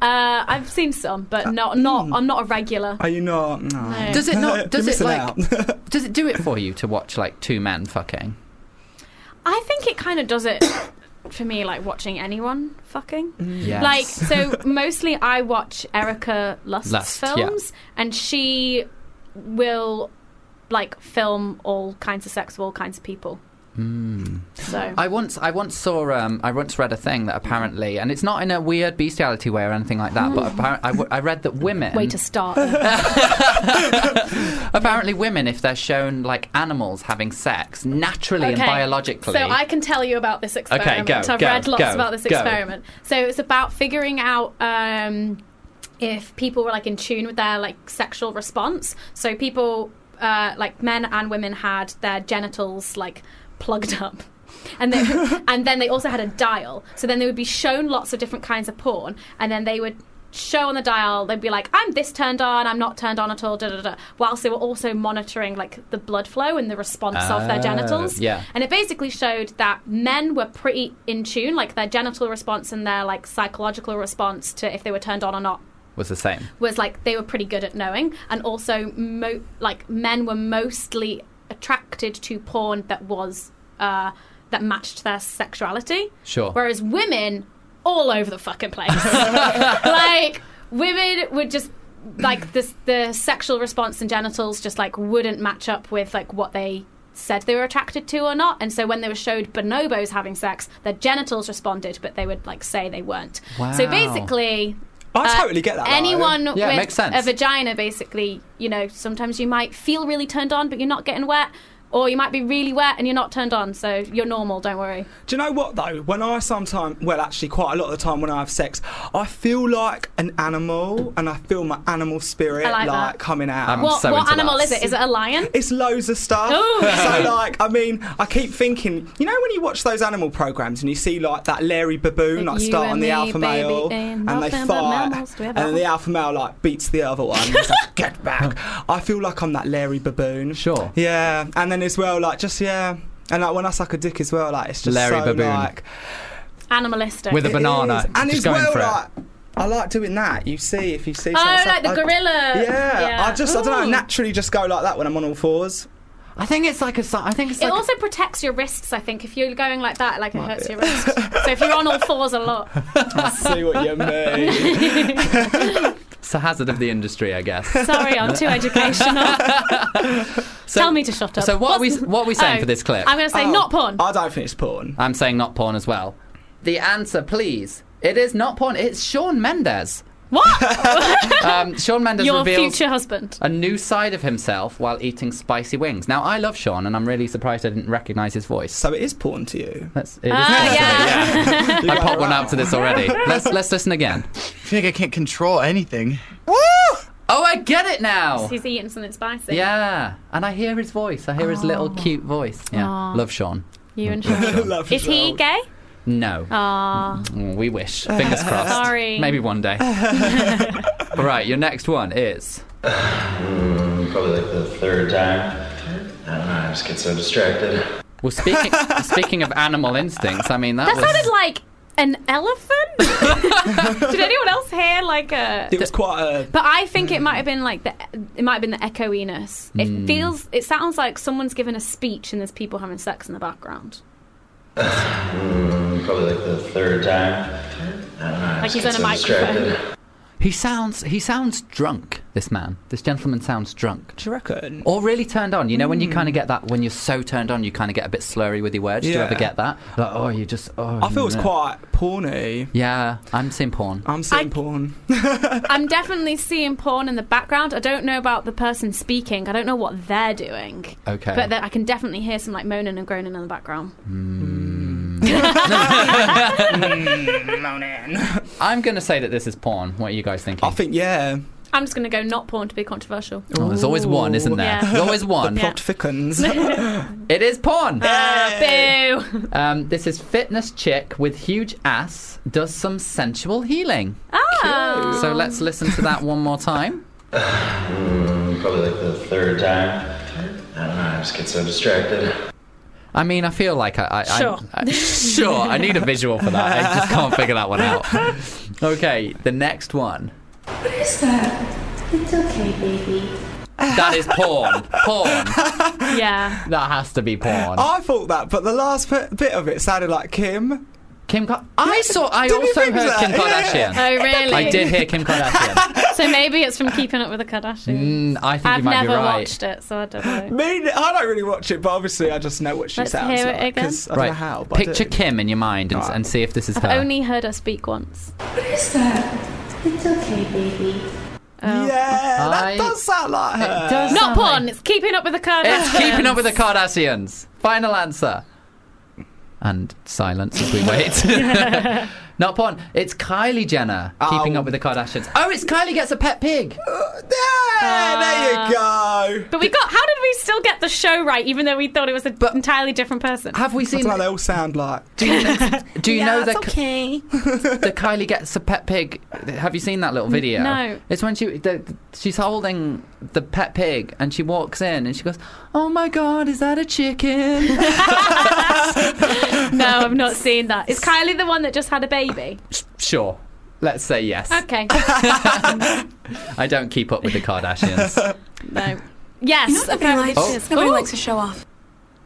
Speaker 5: Uh, I've seen some,
Speaker 9: Uh,
Speaker 5: but not
Speaker 9: hmm.
Speaker 5: not. I'm not a regular.
Speaker 9: Are you not? No.
Speaker 5: No.
Speaker 4: does it
Speaker 9: You're
Speaker 4: not? Does it
Speaker 9: missing
Speaker 4: like?
Speaker 9: out.
Speaker 4: Does it do it for you to watch like two men fucking?
Speaker 5: I think it kind of does it for me, like watching anyone fucking.
Speaker 4: Yeah.
Speaker 5: Like, so mostly I watch Erica Lust's
Speaker 4: Lust, yeah.
Speaker 5: films, and she will like film all kinds of sex with all kinds of people.
Speaker 9: Hmm.
Speaker 5: So
Speaker 4: I once I once saw um, I once read a thing that apparently, and it's not in a weird bestiality way or anything like that,
Speaker 5: Mm.
Speaker 4: but appar- I, w- I read that women
Speaker 5: way to start. Ugh.
Speaker 4: apparently women if they're shown like animals having sex naturally and
Speaker 5: Okay,
Speaker 4: biologically.
Speaker 5: So I can tell you about this experiment.
Speaker 4: go,
Speaker 5: I've
Speaker 4: go,
Speaker 5: read lots
Speaker 4: go,
Speaker 5: about this
Speaker 4: go.
Speaker 5: experiment. So it's about figuring out um, if people were like in tune with their like sexual response. So people, uh, like men and women, had their genitals like plugged up. And then, and then they also had a dial. So then they would be shown lots of different kinds of porn, and then they would show on the dial. They'd be like, "I'm this turned on. I'm not turned on at all." Da da da. Whilst they were also monitoring like the blood flow and the response of their
Speaker 4: Ah,
Speaker 5: genitals.
Speaker 4: yeah.
Speaker 5: And it basically showed that men were pretty in tune, like their genital response and their like psychological response to if they were turned on or not
Speaker 4: was the same.
Speaker 5: was like they were pretty good at knowing, and also mo- like men were mostly attracted to porn that was uh, that matched their sexuality.
Speaker 4: Sure.
Speaker 5: Whereas women, all over the fucking place, like women would just like this the sexual response and genitals just like wouldn't match up with like what they said they were attracted to or not and so when they were showed bonobos having sex their genitals responded but they would like say they weren't so
Speaker 4: Wow.
Speaker 5: basically
Speaker 9: I
Speaker 5: uh,
Speaker 9: totally get that. though.
Speaker 5: Anyone
Speaker 4: Yeah, it
Speaker 5: with
Speaker 4: makes sense.
Speaker 5: a vagina, basically, you know, sometimes you might feel really turned on, but you're not getting wet, or you might be really wet and you're not turned on, so you're normal. Don't worry.
Speaker 9: Do you know what though? When I sometimes, well, actually, quite a lot of the time when I have sex, I feel like an animal, and I feel my animal spirit
Speaker 5: I like
Speaker 9: like,
Speaker 5: that.
Speaker 9: coming out.
Speaker 4: I'm
Speaker 5: what
Speaker 4: so
Speaker 5: what
Speaker 4: into
Speaker 5: animal
Speaker 4: that.
Speaker 5: is it? Is it a lion?
Speaker 9: it's loads of stuff.
Speaker 5: Ooh.
Speaker 9: So like, I mean, I keep thinking, you know, when you watch those animal programs and you see like that Larry baboon like
Speaker 5: you
Speaker 9: start
Speaker 5: and
Speaker 9: on the
Speaker 5: me,
Speaker 9: alpha
Speaker 5: baby,
Speaker 9: male
Speaker 5: ain't
Speaker 9: and they
Speaker 5: nothing but
Speaker 9: fight,
Speaker 5: mammals. Do we have
Speaker 9: and then
Speaker 5: that
Speaker 9: the alpha male like beats the other one. He's like, Get back! I feel like I'm that Larry baboon.
Speaker 4: Sure.
Speaker 9: Yeah, and then as well, like just yeah, and like when I suck a dick as well, like it's just
Speaker 4: Larry
Speaker 9: so,
Speaker 4: baboon.
Speaker 9: like
Speaker 5: Animalistic.
Speaker 4: With a
Speaker 9: it
Speaker 4: banana.
Speaker 9: is. and
Speaker 4: just
Speaker 9: as
Speaker 4: going
Speaker 9: well,
Speaker 4: for it.
Speaker 9: like I like doing that. You see, if you see,
Speaker 5: oh,
Speaker 9: something-
Speaker 5: like the
Speaker 9: I-
Speaker 5: gorilla.
Speaker 9: Yeah, I just I don't know.
Speaker 5: Ooh.
Speaker 9: Naturally, just go like that when I'm on all fours.
Speaker 4: I think it's like a. si- I think it's
Speaker 5: It
Speaker 4: like.
Speaker 5: also protects your wrists, I think. If you're going like that, like it hurts your wrist. So if you're on all fours a lot,
Speaker 9: I see what you mean.
Speaker 4: it's a hazard of the industry, I guess.
Speaker 5: sorry, I'm too educational.
Speaker 4: So-
Speaker 5: Tell me to shut up.
Speaker 4: So what are we
Speaker 5: What's-
Speaker 4: what are we saying
Speaker 5: Oh,
Speaker 4: for this clip?
Speaker 5: I'm going to say
Speaker 9: Oh,
Speaker 5: not porn.
Speaker 9: I don't think it's porn.
Speaker 4: I'm saying not porn as well. The answer, please. It is not porn. It's Sean Mendes.
Speaker 5: what?
Speaker 4: Um, Sean Mendes
Speaker 5: your
Speaker 4: reveals
Speaker 5: future husband.
Speaker 4: a new side of himself while eating spicy wings. Now, I love Sean, and I'm really surprised I didn't recognise his voice.
Speaker 9: So it is porn to you.
Speaker 4: That's, it is
Speaker 5: Ah, yeah.
Speaker 4: I popped one out to this already. Let's let's listen again.
Speaker 10: I feel like I can't control anything.
Speaker 4: Oh, I get it now.
Speaker 5: He's eating something spicy.
Speaker 4: Yeah, and I hear his voice. I hear his little cute voice. Yeah, love Sean.
Speaker 5: You and Sean.
Speaker 9: Love
Speaker 5: Is
Speaker 9: as
Speaker 5: he
Speaker 9: well.
Speaker 5: gay?
Speaker 4: No,
Speaker 5: Ah,
Speaker 4: Mm, we wish. Fingers crossed.
Speaker 5: Sorry.
Speaker 4: Maybe one day. All right, your next one is.
Speaker 11: probably like the third time. I don't know, I just get so distracted.
Speaker 1: Well, speaking speaking of animal instincts, I mean that,
Speaker 5: That
Speaker 1: was
Speaker 5: sounded like an elephant. Did anyone else hear like a?
Speaker 9: It was quite a.
Speaker 5: But I think it might have been like the it might have been the echoiness. It
Speaker 11: Mm.
Speaker 5: feels it sounds like someone's given a speech and there's people having sex in the background.
Speaker 11: Mm, probably like the third time. I don't know, I
Speaker 5: Like
Speaker 11: just
Speaker 5: he's
Speaker 11: get
Speaker 5: on a
Speaker 11: so distracted.
Speaker 5: microphone.
Speaker 1: he sounds he sounds drunk. This man, this gentleman sounds drunk. Hmm.
Speaker 9: Do you reckon?
Speaker 1: Or really turned on. You know when you kind of get that when you're so turned on, you kind of get a bit slurry with your words. Do you
Speaker 9: Yeah.
Speaker 1: ever get that? Like oh, you just oh.
Speaker 9: I feel it's
Speaker 1: no.
Speaker 9: quite porny.
Speaker 1: Yeah, I'm seeing porn.
Speaker 9: I'm seeing porn.
Speaker 5: I'm definitely seeing porn in the background. I don't know about the person speaking. I don't know what they're doing.
Speaker 1: Okay.
Speaker 5: But then I can definitely hear some like moaning and groaning in the background.
Speaker 1: I'm going to say that this is porn. What are you guys thinking? I
Speaker 9: think yeah.
Speaker 5: I'm just going to go not porn to be controversial.
Speaker 1: Oh, there's always one, isn't there?
Speaker 5: Yeah.
Speaker 1: There's always one.
Speaker 5: The plot
Speaker 9: thickens.
Speaker 1: it is porn.
Speaker 5: Ah, boo.
Speaker 1: Um, this is fitness chick with huge ass does some sensual healing.
Speaker 5: Ah.
Speaker 1: So let's listen to that one more time.
Speaker 11: Mm, probably like the third time. I don't know, I just get so distracted.
Speaker 1: I mean, I feel like I, I, I-
Speaker 11: Sure.
Speaker 1: I, sure. I need a visual for that. I just can't figure that one out. Okay, the next one.
Speaker 12: What is that? It's okay, baby.
Speaker 1: That is porn. Porn.
Speaker 5: Yeah.
Speaker 1: That has to be porn.
Speaker 9: I thought that, but the last bit bit of it sounded like Kim.
Speaker 1: Kim, I saw. I also heard Kim Kardashian.
Speaker 5: Oh, really?
Speaker 1: I did hear Kim Kardashian.
Speaker 5: so maybe it's from Keeping Up with the Kardashians.
Speaker 1: Mm, I think
Speaker 5: I've
Speaker 1: you might
Speaker 5: never
Speaker 1: be right.
Speaker 5: watched it, so I don't know.
Speaker 9: Me, I don't really watch it, but obviously I just know what she
Speaker 5: Let's
Speaker 9: sounds
Speaker 5: hear it
Speaker 9: like.
Speaker 5: again.
Speaker 9: 'cause I don't
Speaker 1: right.
Speaker 9: know how, but I
Speaker 1: Picture
Speaker 9: do.
Speaker 1: Kim in your mind and, and see if this is
Speaker 5: I've
Speaker 1: her.
Speaker 5: only heard her speak once.
Speaker 12: What is that? It's okay, baby.
Speaker 9: Yeah,
Speaker 1: that I-
Speaker 9: does sound like
Speaker 1: her. It does
Speaker 5: Not
Speaker 1: sound
Speaker 5: porn. It's keeping up with the Kardashians.
Speaker 1: It's keeping up with the Kardashians. Final answer. And silence as we wait. Not porn. It's Kylie Jenner keeping up with the Kardashians. Oh, it's Kylie gets a pet pig.
Speaker 9: Ah, there you go.
Speaker 5: But we got. How did we still get the show right, even though we thought it was an entirely different person?
Speaker 1: Have we
Speaker 9: That's
Speaker 1: seen?
Speaker 9: what they all sound like.
Speaker 1: Do you
Speaker 5: Yeah,
Speaker 1: know
Speaker 5: it's
Speaker 1: the
Speaker 5: okay?
Speaker 1: the Kylie gets a pet pig? Have you seen that little video?
Speaker 5: no.
Speaker 1: It's when she the, she's holding the pet pig and she walks in and she goes, "Oh my god, is that a chicken?"
Speaker 5: no, I've not seen that. Is Kylie the one that just had a baby?
Speaker 1: sure. Let's say yes.
Speaker 5: Okay.
Speaker 1: I don't keep up with the Kardashians.
Speaker 5: no. Yes.
Speaker 12: You know what nobody
Speaker 5: apparently
Speaker 12: likes?
Speaker 5: she is.
Speaker 12: Nobody
Speaker 5: Ooh.
Speaker 12: likes to show off.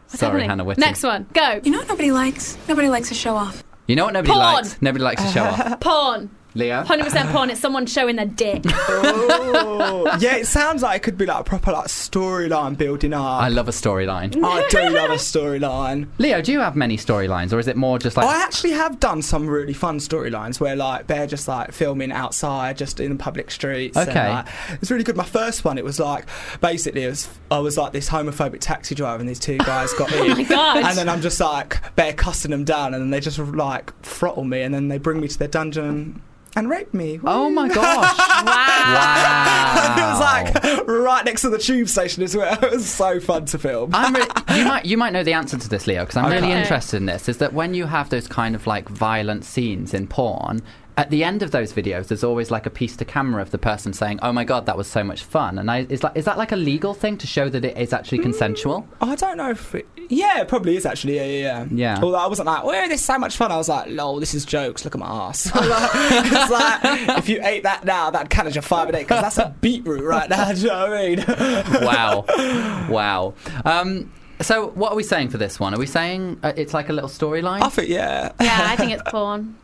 Speaker 1: Sorry, Hannah Whitty.
Speaker 5: Next one. Go.
Speaker 12: You know what nobody likes? Nobody likes to show off.
Speaker 1: You know what nobody
Speaker 5: Porn.
Speaker 1: likes? Nobody likes to show off.
Speaker 5: Porn.
Speaker 1: Leo?
Speaker 5: 100% porn. It's someone showing their dick.
Speaker 9: Oh, yeah, it sounds like it could be like a proper like storyline building up.
Speaker 1: I love a storyline.
Speaker 9: I do love a storyline.
Speaker 1: Leo, do you have many storylines or is it more just like.
Speaker 9: I actually have done some really fun storylines where like they're just like filming outside, just in the public streets. and,
Speaker 1: Okay.
Speaker 9: like, it's really good. My first one, it was like basically, it was, I was like this homophobic taxi driver, and these two guys got me,
Speaker 5: Oh my gosh.
Speaker 9: and then I'm just like they're cussing them down, and then they just like throttle me, and then they bring me to their dungeon and rape me.
Speaker 1: Oh my gosh. wow.
Speaker 9: it was like right next to the tube station as well. It was so fun to film.
Speaker 1: I'm re- you might you might know the answer to this, Leo, because I'm really
Speaker 9: Okay.
Speaker 1: interested in this. Is that when you have those kind of like violent scenes in porn, at the end of those videos, there's always like a piece to camera of the person saying, "Oh my god, that was so much fun." And I, is like is that like a legal thing to show that it is actually consensual?
Speaker 5: Mm.
Speaker 9: I don't know if it, yeah, it probably is actually. Yeah, yeah, yeah.
Speaker 1: Yeah.
Speaker 9: Although I wasn't like, "Where this is so much fun." I was like, "Lol, this is jokes. Look at my ass." it's like if you ate that now, that'd count as your five a day because that's a beetroot right now. Do you know what I mean?
Speaker 1: wow, wow. Um, so what are we saying for this one? Are we saying uh, it's like a little storyline?
Speaker 9: I think yeah.
Speaker 5: yeah, I think it's porn.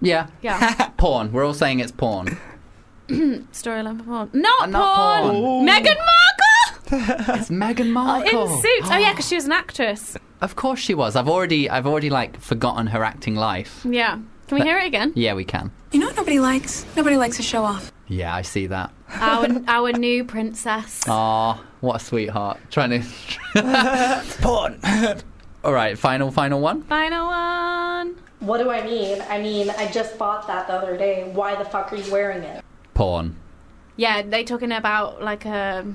Speaker 1: Yeah.
Speaker 5: Yeah.
Speaker 1: porn. We're all saying it's porn.
Speaker 5: Storyline for porn. Not,
Speaker 1: not
Speaker 5: porn.
Speaker 1: porn.
Speaker 5: Meghan Markle!
Speaker 1: It's Meghan Markle.
Speaker 5: Oh, In suits. Oh, yeah, because she was an actress.
Speaker 1: Of course she was. I've already I've already like forgotten her acting life.
Speaker 5: Yeah. Can we hear it again?
Speaker 1: Yeah, we can.
Speaker 12: You know what nobody likes? Nobody likes to show off.
Speaker 1: Yeah, I see that.
Speaker 5: Our, our new princess.
Speaker 1: Aw, what a sweetheart. Trying to
Speaker 9: porn.
Speaker 1: All right, final final one.
Speaker 5: Final one.
Speaker 13: What do I need? I mean, I just bought that the other day. Why the fuck are you wearing it?
Speaker 1: Porn.
Speaker 5: Yeah, they talking about like a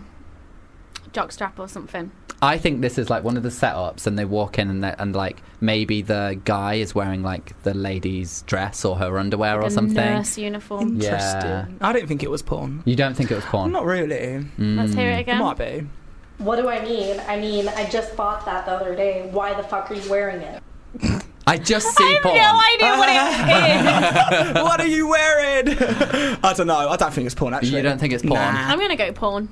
Speaker 5: jockstrap um, or something.
Speaker 1: I think this is like one of the setups, and they walk in and they're- and like maybe the guy is wearing like the lady's dress or her underwear or
Speaker 5: Like a
Speaker 1: something.
Speaker 5: nurse uniform.
Speaker 1: Interesting. Yeah.
Speaker 9: I didn't think it was porn.
Speaker 1: You don't think it was porn?
Speaker 9: Not really.
Speaker 5: Let's hear
Speaker 1: Mm.
Speaker 5: it again.
Speaker 9: It might be.
Speaker 12: What do I mean? I mean, I just bought that the other day. Why the fuck are you wearing it?
Speaker 1: I just see porn.
Speaker 5: No idea what it is.
Speaker 9: what are you wearing? I don't know. I don't think it's porn. Actually,
Speaker 1: You don't think it's porn?
Speaker 5: I'm gonna go porn.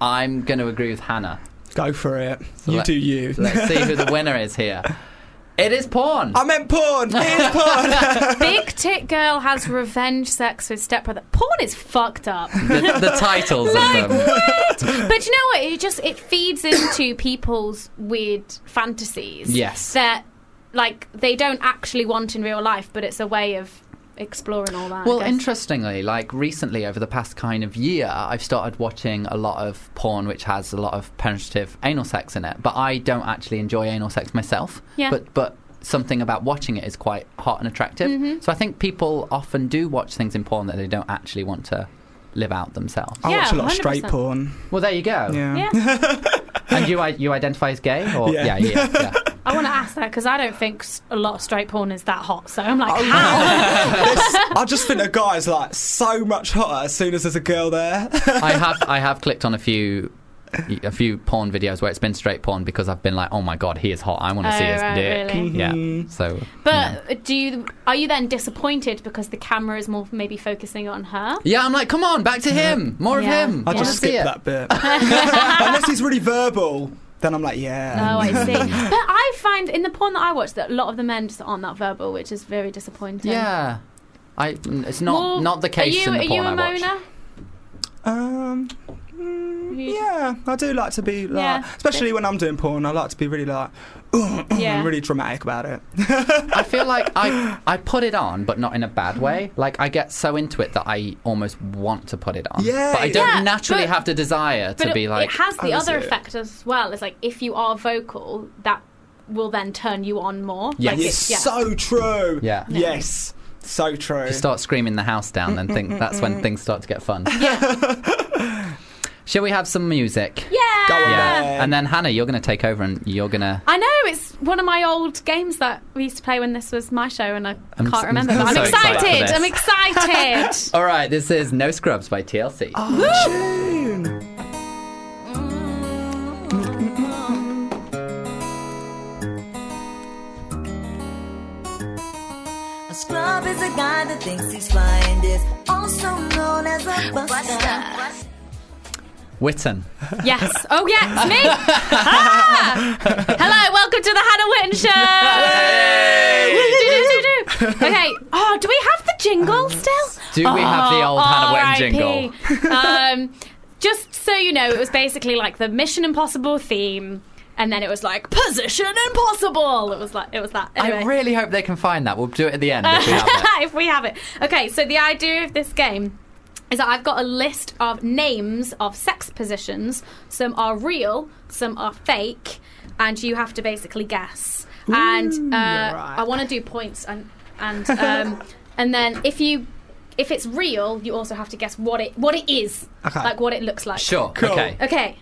Speaker 1: I'm going to agree with Hannah.
Speaker 9: Go for it.
Speaker 1: you do
Speaker 9: you.
Speaker 1: let's see who the winner is here. It is porn.
Speaker 9: I meant porn. It is porn.
Speaker 5: Big tit girl has revenge sex with stepbrother. Porn is fucked up.
Speaker 1: the, the titles
Speaker 5: Like,
Speaker 1: of them.
Speaker 5: what? But you know what? It just it feeds into people's weird fantasies.
Speaker 1: Yes.
Speaker 5: That like they don't actually want in real life, but it's a way of exploring all that. I
Speaker 1: Well,
Speaker 5: guess.
Speaker 1: interestingly, like recently over the past kind of year, I've started watching a lot of porn which has a lot of penetrative anal sex in it. But I don't actually enjoy anal sex myself.
Speaker 5: Yeah.
Speaker 1: But but something about watching it is quite hot and attractive.
Speaker 5: Mhm.
Speaker 1: So I think people often do watch things in porn that they don't actually want to live out themselves.
Speaker 9: I watch a lot of straight
Speaker 5: 100%.
Speaker 9: porn.
Speaker 1: Well, there you go.
Speaker 9: Oh. Yeah.
Speaker 1: and you i- you identify as gay or yeah
Speaker 9: Yeah.
Speaker 1: yeah. yeah.
Speaker 5: I want to ask that because I don't think s- a lot of straight porn is that hot. So I'm like,
Speaker 1: Oh,
Speaker 5: how?
Speaker 9: This- I just think a guy's like so much hotter as soon as there's a girl there.
Speaker 1: I have I have clicked on a few a few porn videos where it's been straight porn because I've been like, oh my god, he is hot. I want to see
Speaker 5: Oh,
Speaker 1: his
Speaker 5: right,
Speaker 1: dick.
Speaker 5: really?
Speaker 1: Yeah. So.
Speaker 5: But uh, do you are you then disappointed because the camera is more maybe focusing on her?
Speaker 1: Yeah, I'm like, come on, back to him, more
Speaker 5: Yeah.
Speaker 1: of him.
Speaker 9: I
Speaker 1: wanna
Speaker 9: just
Speaker 1: see
Speaker 9: skip
Speaker 1: it.
Speaker 9: that bit. Unless he's really verbal, then I'm like, yeah.
Speaker 5: Oh, I see. but I find in the porn that I watch that a lot of the men just aren't that verbal, which is very disappointing.
Speaker 1: Yeah, I. mm, It's not
Speaker 5: Well,
Speaker 1: not the
Speaker 5: Are
Speaker 1: case
Speaker 5: you
Speaker 1: in the
Speaker 5: are you
Speaker 1: porn
Speaker 5: a
Speaker 1: I watch.
Speaker 5: moaner?
Speaker 9: Um. mm, Yeah, I do like to be like,
Speaker 5: Yeah.
Speaker 9: especially when I'm doing porn. I like to be really like,
Speaker 5: Yeah.
Speaker 9: really dramatic about it.
Speaker 1: I feel like I I put it on, but not in a bad way. Like I get so into it that I almost want to put it on.
Speaker 9: Yay.
Speaker 1: but I don't
Speaker 5: Yeah,
Speaker 1: naturally
Speaker 5: but-
Speaker 1: have the desire
Speaker 5: But
Speaker 1: to be
Speaker 5: it,
Speaker 1: like.
Speaker 5: it has the
Speaker 9: I
Speaker 5: other
Speaker 9: see it.
Speaker 5: effect as well. It's like if you are vocal, that will then turn you on more.
Speaker 1: Yes.
Speaker 5: Like
Speaker 9: It's
Speaker 5: it- yeah.
Speaker 9: so true.
Speaker 1: Yeah. Yeah.
Speaker 9: Yes. So true.
Speaker 1: You start screaming the house down, and think that's when things start to get fun. Shall we have some music?
Speaker 5: yeah.
Speaker 9: Go on then.
Speaker 1: And then Hannah, you're going to take over, and you're going to.
Speaker 5: I know it's one of my old games that we used to play when this was my show, and I
Speaker 1: I'm
Speaker 5: can't
Speaker 1: s-
Speaker 5: remember. But I'm
Speaker 1: so excited for
Speaker 5: excited.
Speaker 1: this.
Speaker 5: I'm excited.
Speaker 1: All right, this is No Scrubs by TLC.
Speaker 5: Oh.
Speaker 2: A scrub is a guy that thinks he's flying, is also known as a buster.
Speaker 1: Witten.
Speaker 5: yes. Oh yeah, it's me. Ah! Hello, welcome to the Hannah Witten Show. Do, do, do, do. Okay. Oh, do we have the jingle still?
Speaker 1: Do we have the
Speaker 5: Oh,
Speaker 1: old Hannah Witten jingle?
Speaker 5: RIP. um, just so you know, it was basically like the Mission Impossible theme, and then it was like Position Impossible. It was like it was that. Anyway.
Speaker 1: I really hope they can find that. We'll do it at the end if we have it.
Speaker 5: if we have it. Okay, so the idea of this game is that I've got a list of names of sex positions. Some are real, some are fake, and you have to basically guess. and uh, I want to do points and and um, and then if you if it's real, you also have to guess what it what it is,
Speaker 1: Okay.
Speaker 5: like what it looks like.
Speaker 1: Sure. Okay.
Speaker 5: Okay.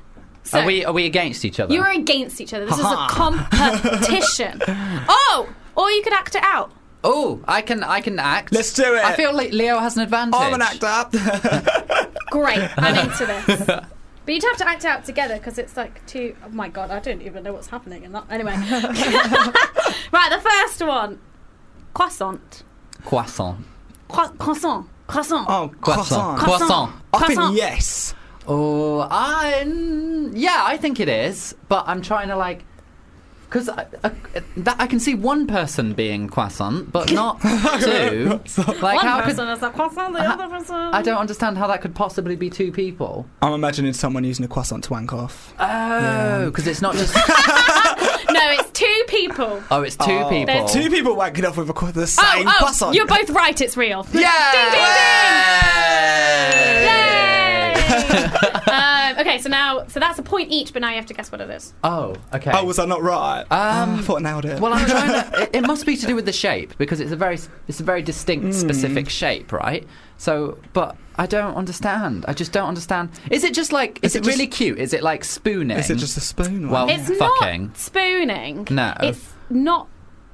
Speaker 5: So
Speaker 1: are we are we against each other?
Speaker 5: you're against each other. This
Speaker 1: Ha-ha.
Speaker 5: is a competition. oh, or you could act it out.
Speaker 1: oh, I can I can act.
Speaker 9: Let's do it.
Speaker 1: I feel like Leo has an advantage.
Speaker 9: I'm an actor.
Speaker 5: Great, I'm into this. But you'd have to act out together because it's like two oh my god, I don't even know what's happening. And that, anyway, right, the first one, croissant,
Speaker 1: Croissant.
Speaker 5: Cro- croissant, croissant.
Speaker 9: oh,
Speaker 1: Croissant.
Speaker 9: croissant.
Speaker 1: Croissant.
Speaker 9: I think
Speaker 5: Croissant.
Speaker 9: yes.
Speaker 1: Oh, I mm, yeah, I think it is, but I'm trying to like. Because I, I, that- I can see one person being croissant, but not two. Like
Speaker 5: One
Speaker 1: how
Speaker 5: person
Speaker 1: could Uh-huh.
Speaker 5: is a croissant, the other person.
Speaker 1: I don't understand how that could possibly be two people.
Speaker 9: I'm imagining someone using a croissant to wank off.
Speaker 1: Oh, because it's not just.
Speaker 5: No, it's two people.
Speaker 1: oh, it's two
Speaker 9: Oh.
Speaker 1: people.
Speaker 9: Two people wanking off with a, cro- the
Speaker 5: Oh,
Speaker 9: same
Speaker 5: oh,
Speaker 9: croissant.
Speaker 5: you're both right. It's real.
Speaker 1: Yeah!
Speaker 5: Ding, ding, ding. Yay! um, okay, so now, so that's a point each, but now you have to guess what it is.
Speaker 1: Oh, okay.
Speaker 9: Oh, was I not right? Ah,
Speaker 1: Um,
Speaker 9: I thought I nailed it.
Speaker 1: Well, I'm trying to. It, it must be to do with the shape because it's a very it's a very distinct,
Speaker 9: Hmm.
Speaker 1: specific shape, right? So, but I don't understand. I just don't understand. Is it just like? Is,
Speaker 9: Is
Speaker 1: it,
Speaker 9: it just-
Speaker 1: really cute? Is it like spooning?
Speaker 9: Is it just a spoon?
Speaker 1: Well,
Speaker 5: it's
Speaker 1: fucking.
Speaker 5: not spooning.
Speaker 1: Oh, No.
Speaker 5: It's not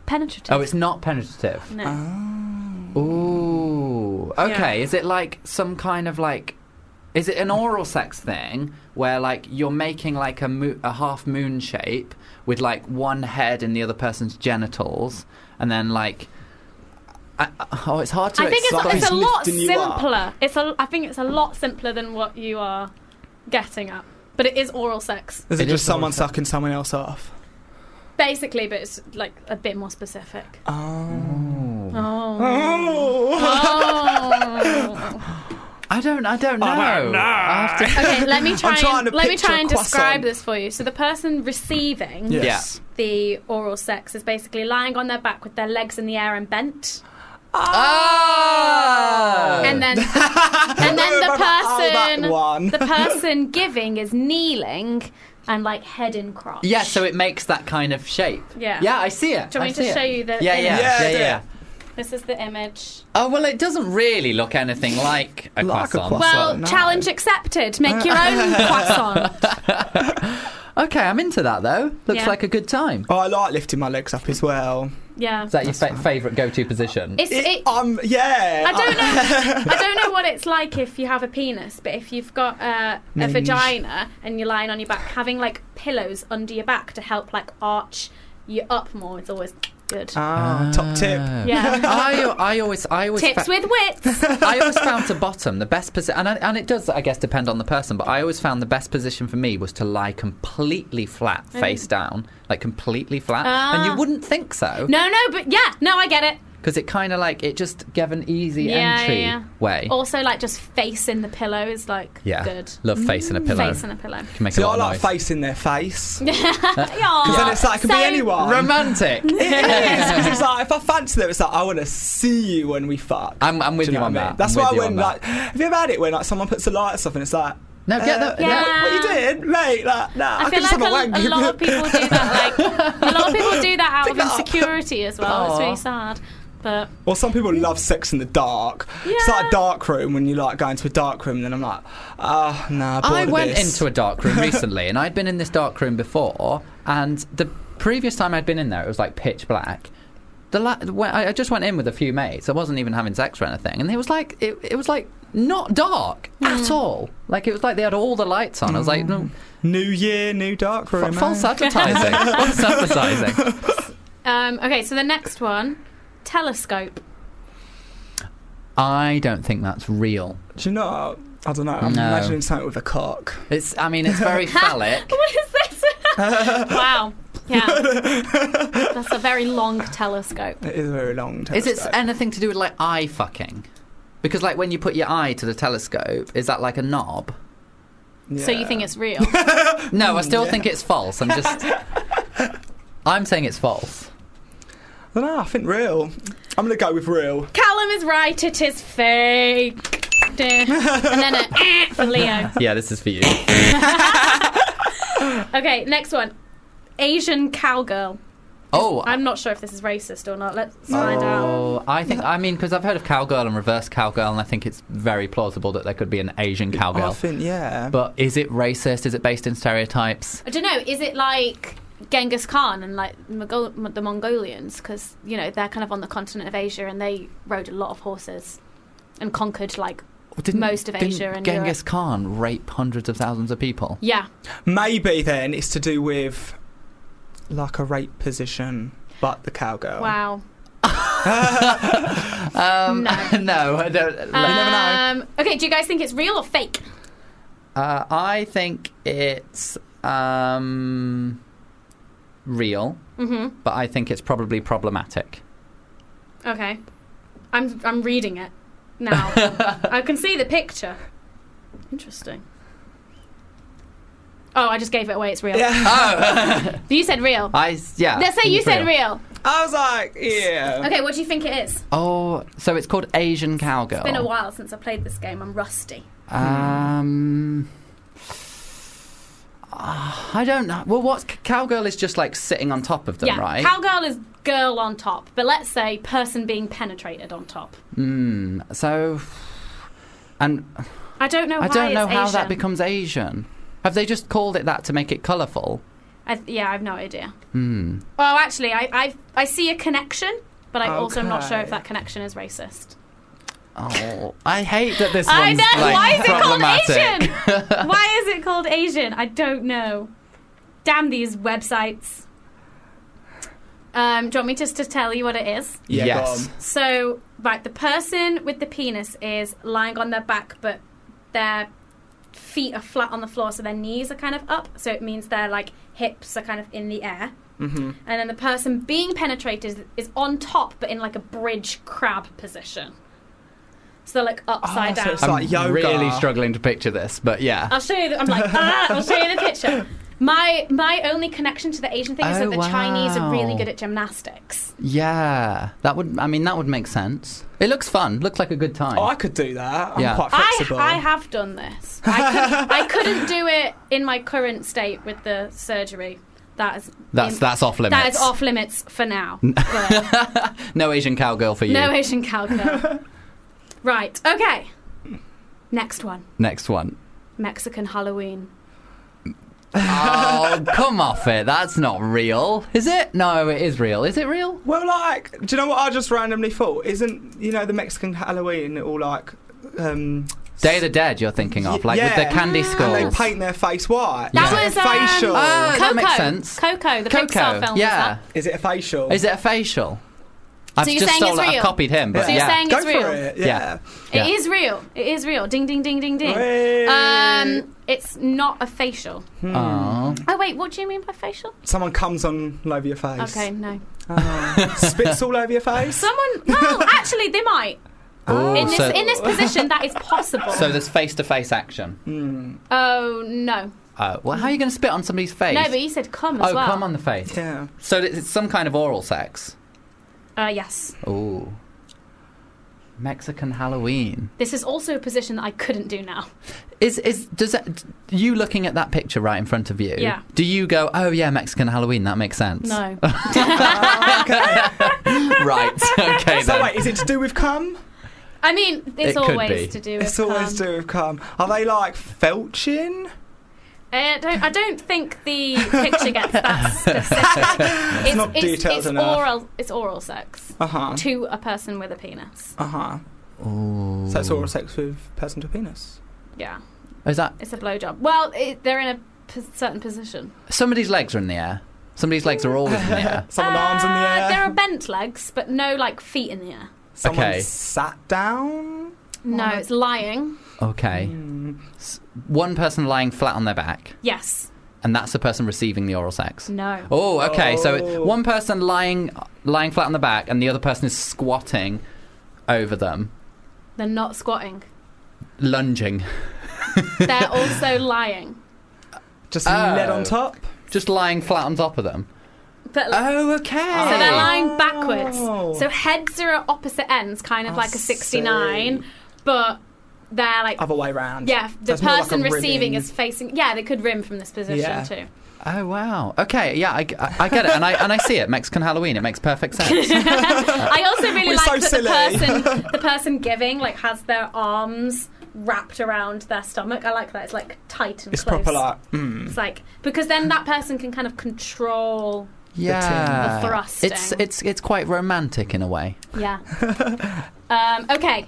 Speaker 5: penetrative.
Speaker 1: Oh, it's not penetrative.
Speaker 5: No.
Speaker 9: Hmm.
Speaker 1: Ooh. Okay.
Speaker 5: Yeah.
Speaker 1: Is it like some kind of like? Is it an oral sex thing where like you're making like a mo- a half moon shape with like one head in the other person's genitals, and then like, I, oh, it's hard to.
Speaker 5: I think it's,
Speaker 1: explain.
Speaker 5: it's a lot simpler. It's a, I think it's a lot simpler than what you are getting at. But it is oral sex,
Speaker 9: Is
Speaker 1: It
Speaker 9: it, just
Speaker 1: is
Speaker 9: someone sucking someone else off?
Speaker 5: basically, but it's like a bit more specific.
Speaker 9: Oh.
Speaker 5: Oh.
Speaker 1: I don't. I don't know.
Speaker 9: I don't know.
Speaker 1: I have to-
Speaker 5: okay, let me try
Speaker 9: I'm trying
Speaker 5: and
Speaker 9: to
Speaker 5: let me try
Speaker 9: picture
Speaker 5: and
Speaker 9: croissant.
Speaker 5: describe this for you. So the person receiving
Speaker 1: Yes.
Speaker 5: the oral sex is basically lying on their back with their legs in the air and bent. Ah!
Speaker 1: Oh.
Speaker 5: And then and then the
Speaker 9: Oh, that
Speaker 5: person
Speaker 9: one.
Speaker 5: the person giving is kneeling and like head in cross.
Speaker 1: Yeah, so it makes that kind of shape.
Speaker 5: Yeah.
Speaker 1: Yeah, I see it.
Speaker 5: Do you
Speaker 1: I
Speaker 5: want me to
Speaker 1: see it.
Speaker 5: show you the
Speaker 1: Yeah, yeah,
Speaker 5: image?
Speaker 1: yeah,
Speaker 5: Yeah,
Speaker 1: yeah.
Speaker 5: do This is the image.
Speaker 1: Oh well, it doesn't really look anything like a croissant.
Speaker 5: Well, challenge accepted. Make your own croissant.
Speaker 1: Okay, I'm into that though. Looks
Speaker 5: Yeah.
Speaker 1: like a good time.
Speaker 9: Oh, I like lifting my legs up as well.
Speaker 5: Yeah.
Speaker 1: Is that your fa- favourite go-to position?
Speaker 5: It's, it,
Speaker 9: Um, yeah.
Speaker 5: I don't know. I don't know what it's like if you have a penis, but if you've got uh, a
Speaker 9: Maybe.
Speaker 5: vagina and you're lying on your back, having like pillows under your back to help like arch you up more is always good.
Speaker 9: Ah, top tip.
Speaker 5: Yeah.
Speaker 1: I, I always, I always
Speaker 5: Tips
Speaker 1: fa-
Speaker 5: with wits.
Speaker 1: I always found to bottom the best position, and, I- and it does, I guess, depend on the person. But I always found the best position for me was to lie completely flat,
Speaker 5: Mm.
Speaker 1: face down, like completely flat,
Speaker 5: Ah.
Speaker 1: and you wouldn't think so
Speaker 5: No, no, but yeah, no, I get it.
Speaker 1: because it kind of like it just gave an easy
Speaker 5: yeah,
Speaker 1: entry
Speaker 5: yeah, yeah.
Speaker 1: way.
Speaker 5: Also, like just facing the pillow is like
Speaker 1: Eh. yeah,
Speaker 5: good.
Speaker 1: love facing a pillow.
Speaker 5: Facing a pillow.
Speaker 1: Can make
Speaker 9: See,
Speaker 1: a
Speaker 9: I
Speaker 1: lot
Speaker 9: like
Speaker 1: of noise.
Speaker 9: facing their face.
Speaker 5: Because
Speaker 9: then it's like, it can be anyone.
Speaker 1: Romantic.
Speaker 9: It is, 'cause it's like, if I fancy them, it's like, I want to see you when we fuck.
Speaker 1: I'm, I'm with
Speaker 9: Do
Speaker 1: you,
Speaker 9: know what
Speaker 1: on
Speaker 9: I mean?
Speaker 1: that.
Speaker 9: That's
Speaker 1: I'm
Speaker 9: why
Speaker 1: with you
Speaker 9: when,
Speaker 1: on that.
Speaker 9: like, have you ever had it when, like, someone puts the lights off and it's like,
Speaker 1: No, get
Speaker 9: uh,
Speaker 1: the-
Speaker 5: yeah.
Speaker 9: what, what you doing, mate? Like, nah, I,
Speaker 5: Um,
Speaker 9: can
Speaker 5: I feel
Speaker 9: just
Speaker 5: like
Speaker 9: have a wank.
Speaker 5: a, a lot of people do that. Like a lot of people do that out
Speaker 9: Pick
Speaker 5: of
Speaker 9: it up.
Speaker 5: insecurity as well. It's
Speaker 9: Aw.
Speaker 5: really sad, but.
Speaker 9: Well, some people love sex in the dark. It's like
Speaker 5: Yeah.
Speaker 9: a dark room when you like go into a dark room, and then I'm like, ah, nah. Bored
Speaker 1: I
Speaker 9: of
Speaker 1: went
Speaker 9: this.
Speaker 1: into a dark room recently, and I'd been in this dark room before. And the previous time I'd been in there, it was like pitch black. The la- when I I just went in with a few mates. I wasn't even having sex or anything, and it was like it, it was like not dark at all. Like it was like they had all the lights on. I was like, no,
Speaker 9: new year, new dark room.
Speaker 1: f- false
Speaker 9: eh?
Speaker 1: advertising, false advertising.
Speaker 5: Um, okay, so the next one, telescope.
Speaker 1: I don't think that's real.
Speaker 9: Do you know? I don't know. I'm
Speaker 1: No.
Speaker 9: imagining something with a cock.
Speaker 1: It's. I mean, it's very phallic.
Speaker 5: What is this? wow. Yeah. That's a very long telescope.
Speaker 9: It is a very long.
Speaker 1: Is it
Speaker 9: telescope.
Speaker 1: anything to do with like eye fucking? Because like when you put your eye to the telescope, is that like a knob?
Speaker 5: So you
Speaker 9: Yeah.
Speaker 5: think it's real?
Speaker 1: No, I still
Speaker 9: yeah.
Speaker 1: think it's false. I'm just. Mm, I'm saying it's false.
Speaker 9: I don't know. I think real. I'm gonna go with real.
Speaker 5: Callum is right. It is fake. Duh. and then a eh for Leo.
Speaker 1: Yeah, this is for you.
Speaker 5: Okay, next one. Asian cowgirl.
Speaker 1: Oh,
Speaker 5: I'm not sure if this is racist or not. Let's find out.
Speaker 1: oh, I think I mean because I've heard of cowgirl and reverse cowgirl, and I think it's very plausible that there could be an Asian
Speaker 9: I
Speaker 1: cowgirl.
Speaker 9: think yeah.
Speaker 1: But is it racist? Is it based in stereotypes?
Speaker 5: I don't know. Is it like Genghis Khan and like Mongol- the Mongolians? Because you know they're kind of on the continent of Asia and they rode a lot of horses and conquered like most of
Speaker 1: didn't
Speaker 5: Asia and
Speaker 1: Genghis
Speaker 5: Europe.
Speaker 1: Khan rape hundreds of thousands of people.
Speaker 5: Yeah,
Speaker 9: Maybe then it's to do with like a rape position, but the cowgirl.
Speaker 5: wow.
Speaker 1: Oh. Um,
Speaker 5: No.
Speaker 1: no, I don't.
Speaker 5: Um, okay, do you guys think it's real or fake?
Speaker 1: Uh, I think it's um, real,
Speaker 5: Mm-hmm.
Speaker 1: but I think it's probably problematic.
Speaker 5: Okay, I'm I'm reading it now. I can see the picture. Interesting. Oh, I just gave it away. It's real.
Speaker 9: Yeah.
Speaker 1: Oh,
Speaker 5: You said real.
Speaker 1: I s- yeah.
Speaker 5: Let's say
Speaker 1: think
Speaker 5: you
Speaker 1: it's
Speaker 5: said real.
Speaker 9: I was like, yeah.
Speaker 5: Okay, what do you think it is?
Speaker 1: Oh, so it's called Asian Cowgirl.
Speaker 5: It's been a while since I played this game. I'm rusty.
Speaker 1: Um, Ah, I don't know. Well, what cowgirl is just like sitting on top of them,
Speaker 5: yeah,
Speaker 1: right?
Speaker 5: cowgirl is girl on top, but let's say person being penetrated on top.
Speaker 1: Mm, so, and
Speaker 5: I don't know.
Speaker 1: I
Speaker 5: why
Speaker 1: don't know
Speaker 5: it's
Speaker 1: how
Speaker 5: Asian.
Speaker 1: that becomes Asian. Have they just called it that to make it colourful?
Speaker 5: I, yeah, I've no idea.
Speaker 1: Hmm.
Speaker 5: Oh, actually, I I, I see a connection, but I also am not sure if
Speaker 1: Okay.
Speaker 5: that connection is racist.
Speaker 1: Oh, I hate that this
Speaker 5: I
Speaker 1: one's
Speaker 5: know.
Speaker 1: like
Speaker 5: Why is it called
Speaker 1: problematic.
Speaker 5: Asian? Why is it called Asian? I don't know. Damn these websites. Um, do you want me just to tell you what it is?
Speaker 1: Yeah, go Yes. on.
Speaker 5: So, right, the person with the penis is lying on their back, but their feet are flat on the floor, so their knees are kind of up. So it means their like hips are kind of in the air.
Speaker 14: Mm-hmm.
Speaker 5: And then the person being penetrated is on top, but in like a bridge crab position. So they're like upside
Speaker 1: Oh, so
Speaker 5: down.
Speaker 1: it's like yoga. really struggling to picture this, but yeah.
Speaker 5: I'll show you. The, I'm like, ah, I'll show you the picture. My my only connection to the Asian thing is
Speaker 1: Oh,
Speaker 5: that the Chinese are really
Speaker 1: wow.
Speaker 5: good at gymnastics.
Speaker 1: Yeah, that would. I mean, that would make sense. It looks fun. Looks like a good time. Oh, I
Speaker 9: could do that.
Speaker 1: I'm yeah.
Speaker 5: I, I have done this. I, could, not do it in my current state with the surgery. That is
Speaker 1: That's- that's off
Speaker 5: That
Speaker 1: limits.
Speaker 5: is off limits for now.
Speaker 1: no Asian cowgirl for you.
Speaker 5: No Asian cowgirl. right. Okay. Next one.
Speaker 1: Next one.
Speaker 5: Mexican Halloween.
Speaker 1: Oh, come off it. That's not real, is it? No, it is real. Is it real?
Speaker 9: Well, like, do you know what I just randomly thought? Isn't you know the Mexican Halloween all like? Um,
Speaker 1: Day of the Dead. You're thinking of like with
Speaker 9: yeah,
Speaker 1: the candy skulls.
Speaker 9: And they paint their face white.
Speaker 1: That
Speaker 9: Is it a
Speaker 1: was, um,
Speaker 9: facial.
Speaker 5: oh.
Speaker 1: Ah, that Coco. makes sense.
Speaker 5: Coco, the Pixar film. was
Speaker 1: yeah.
Speaker 5: that?
Speaker 9: Is it a facial?
Speaker 1: Is it a facial? I've
Speaker 5: So you're
Speaker 1: just
Speaker 5: saying it's
Speaker 1: stolen-
Speaker 5: real?
Speaker 1: I've copied him, but
Speaker 5: So you're
Speaker 1: yeah.
Speaker 5: saying Go it's for real? it,
Speaker 1: yeah.
Speaker 5: It is real. It is real. Ding, ding, ding, ding, ding.
Speaker 9: Hooray.
Speaker 5: Um, it's not a facial.
Speaker 9: Hmm.
Speaker 5: Oh wait, what do you mean by facial?
Speaker 9: Someone comes on all over your face.
Speaker 5: Okay, no.
Speaker 9: Oh. spits all over your face.
Speaker 5: Someone. Well, actually, they might.
Speaker 9: Oh,
Speaker 1: Ooh,
Speaker 5: in this
Speaker 1: so-
Speaker 5: in this position, that is possible.
Speaker 1: So there's face-to-face action.
Speaker 5: oh no,
Speaker 1: Oh, well, how are you going to spit on somebody's face?
Speaker 5: no. But you said come as
Speaker 1: oh,
Speaker 5: well.
Speaker 1: come on the face.
Speaker 9: Yeah.
Speaker 1: So th- it's some kind of oral sex.
Speaker 5: Uh, yes,
Speaker 1: Ooh. Mexican Halloween.
Speaker 5: this is also a position that I couldn't do now.
Speaker 1: Is is does that, you looking at that picture right in front of you?
Speaker 5: Yeah.
Speaker 1: Do you go, oh yeah, Mexican Halloween? That makes sense.
Speaker 5: No.
Speaker 1: right. Okay
Speaker 9: so
Speaker 1: then.
Speaker 9: wait, is it to do with cum?
Speaker 5: I mean, it's always to do with. um,
Speaker 9: It's always
Speaker 5: cum.
Speaker 9: to do with cum. Are they like felching?
Speaker 5: uh, I don't, I don't think the picture gets that specific. it's,
Speaker 9: not detailed
Speaker 5: it's
Speaker 9: enough.
Speaker 5: Oral, it's oral sex
Speaker 9: Uh huh.
Speaker 5: to a person with a penis.
Speaker 9: Uh huh.
Speaker 1: Ooh.
Speaker 9: So it's oral sex with person to penis.
Speaker 5: Yeah,
Speaker 1: Is that
Speaker 5: it's a blowjob. Well, it, they're in a p- certain position.
Speaker 1: somebody's legs are in the air? Somebody's legs are always in the air.
Speaker 9: Someone arms in the
Speaker 5: Uh,
Speaker 9: air.
Speaker 5: there are bent legs, but no like feet in the air.
Speaker 9: Someone
Speaker 1: Okay.
Speaker 9: sat down.
Speaker 5: No, it's lying.
Speaker 1: Okay. S- One person lying flat on their back,
Speaker 5: Yes.
Speaker 1: and that's the person receiving the oral sex.
Speaker 5: No.
Speaker 1: Oh, okay.
Speaker 5: Oh.
Speaker 1: So one person lying lying flat on the back, and the other person is squatting over them,
Speaker 5: They're not squatting.
Speaker 1: lunging.
Speaker 5: They're also lying.
Speaker 9: Just
Speaker 1: Oh.
Speaker 9: lead on top.
Speaker 1: Just lying flat on top of them.
Speaker 5: But
Speaker 1: oh, okay.
Speaker 5: So they're lying backwards. So heads are at opposite ends, kind of
Speaker 9: I
Speaker 5: like a 69, but they're like.
Speaker 9: Other way round.
Speaker 5: Yeah,
Speaker 9: So
Speaker 5: the
Speaker 9: it's more like
Speaker 5: person
Speaker 9: a
Speaker 5: receiving
Speaker 9: ribbing.
Speaker 5: is facing. Yeah, they could rim from this position
Speaker 1: Yeah.
Speaker 5: too.
Speaker 1: Oh wow. Okay. Yeah, I, I, I get it, and I and I see it. Mexican Halloween. It makes perfect sense.
Speaker 5: I also really
Speaker 1: We're
Speaker 5: like
Speaker 1: so
Speaker 5: that
Speaker 1: silly.
Speaker 5: the person, the person giving, like has their arms wrapped around their stomach. I like that. It's like tight and
Speaker 9: It's
Speaker 5: close.
Speaker 9: proper like. Mm.
Speaker 5: It's like because then that person can kind of control.
Speaker 1: yeah.
Speaker 5: The thrusting.
Speaker 1: It's it's it's quite romantic in a way.
Speaker 5: Yeah. um, okay.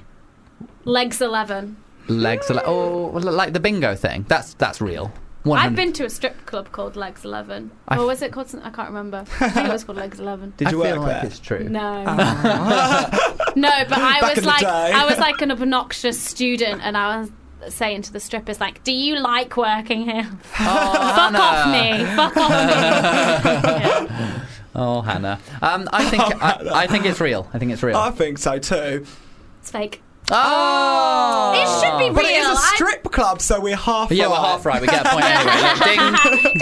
Speaker 5: Legs eleven.
Speaker 1: Legs are like oh, well, like the bingo thing. That's that's real. One
Speaker 5: I've been to a strip club called Legs Eleven.
Speaker 1: I-
Speaker 5: or was it called? some- I can't remember. I think it was called Legs Eleven.
Speaker 1: Did you I feel like it's true.
Speaker 5: No. No, but I
Speaker 1: Ah. Back in
Speaker 5: was
Speaker 1: the
Speaker 5: like,
Speaker 1: day.
Speaker 5: I was like an obnoxious student, and I was saying to the strippers, like, "Do you like working here? Fuck off me! Fuck off
Speaker 1: Oh, Hannah. Um, I think I, I think it's real. I think it's real.
Speaker 9: I think so too.
Speaker 5: It's fake.
Speaker 1: Oh,
Speaker 5: it should be real.
Speaker 9: But it is a
Speaker 5: I-
Speaker 9: strip club, so we're half.
Speaker 1: Yeah, we're
Speaker 9: right.
Speaker 1: half right. We get a point anyway. Ding.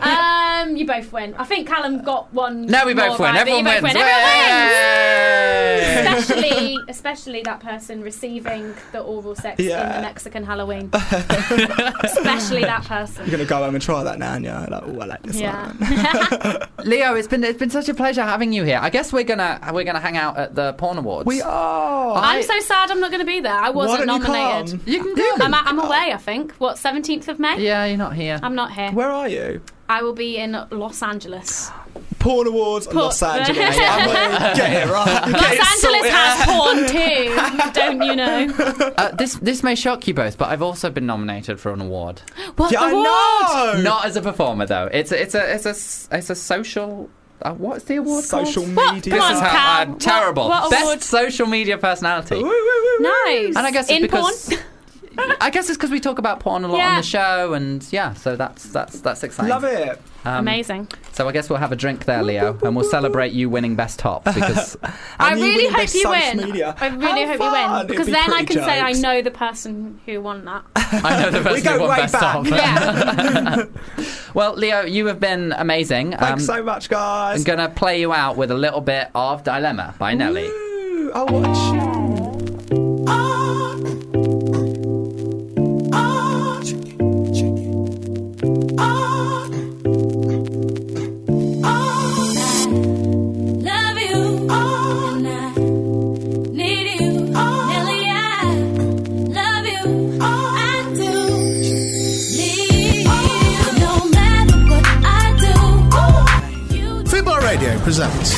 Speaker 5: um, you both win. I think Callum got one.
Speaker 1: No, we
Speaker 5: more
Speaker 1: both win.
Speaker 5: right, but
Speaker 1: Everyone
Speaker 5: you both
Speaker 1: wins.
Speaker 5: Win. Everyone wins. especially especially that person receiving the oral sex in
Speaker 9: Yeah.
Speaker 5: the Mexican Halloween. especially that person.
Speaker 9: You're gonna go home and try that now, and you're like, oh, I like this one.
Speaker 5: yeah.
Speaker 1: Leo, it's been it's been such a pleasure having you here. I guess we're gonna we're gonna hang out at the porn awards. We
Speaker 9: are.
Speaker 5: I'm so sad I'm not going to be there. I wasn't
Speaker 1: don't you
Speaker 5: nominated.
Speaker 1: come? You can go.
Speaker 5: I'm, I'm away, I think. What, 17th of May?
Speaker 1: Yeah, you're not here.
Speaker 5: I'm not here.
Speaker 9: Where are you?
Speaker 5: I will be in Los Angeles.
Speaker 9: Porn Awards,
Speaker 5: Porn-
Speaker 9: Los Angeles. I'm like, get it right.
Speaker 5: Los
Speaker 9: Get it
Speaker 5: Angeles
Speaker 9: sorted.
Speaker 5: has porn too, don't you know?
Speaker 1: Uh, this this may shock you both, but I've also been nominated for an award.
Speaker 5: What
Speaker 9: Yeah, I
Speaker 5: award?
Speaker 9: know.
Speaker 1: Not as a performer though. It's a, it's a it's a s- it's a social. Uh, what's the award
Speaker 9: Social
Speaker 1: called?
Speaker 9: What? media.
Speaker 1: This
Speaker 9: Come
Speaker 1: is
Speaker 9: on,
Speaker 1: how
Speaker 9: Cal.
Speaker 1: I'm terrible.
Speaker 9: What- what
Speaker 1: Best
Speaker 9: award?
Speaker 1: social media personality.
Speaker 5: Nice.
Speaker 1: And I guess it's
Speaker 5: in
Speaker 1: because-
Speaker 5: porn.
Speaker 1: I guess it's because we talk about porn a lot on
Speaker 5: Yeah.
Speaker 1: the show, and yeah, so that's that's that's exciting.
Speaker 9: Love it.
Speaker 1: Um,
Speaker 5: Amazing.
Speaker 1: So I guess we'll have a drink there, Leo, and we'll celebrate you winning best top because
Speaker 5: I
Speaker 9: And you
Speaker 5: really
Speaker 9: win
Speaker 5: hope
Speaker 9: best
Speaker 5: you
Speaker 9: social
Speaker 5: win.
Speaker 9: media.
Speaker 5: I really
Speaker 9: How
Speaker 5: hope you
Speaker 9: fun.
Speaker 5: win
Speaker 9: It'd
Speaker 5: because
Speaker 9: be
Speaker 5: then I
Speaker 9: pretty
Speaker 5: can say I
Speaker 9: jokes.
Speaker 5: know the person who won that.
Speaker 1: I know the
Speaker 9: We
Speaker 1: person
Speaker 9: go
Speaker 1: who won
Speaker 9: way
Speaker 1: best
Speaker 9: back.
Speaker 1: top. well, Leo, you have been amazing. Um,
Speaker 7: Um,
Speaker 9: Thanks so much, guys.
Speaker 1: I'm gonna play you out with a little bit of Dilemma by Nelly.
Speaker 9: Ooh, I'll watch.
Speaker 12: Love you, and I need you, Nelly. I love you, I do need you. No matter what I
Speaker 15: Football Radio presents.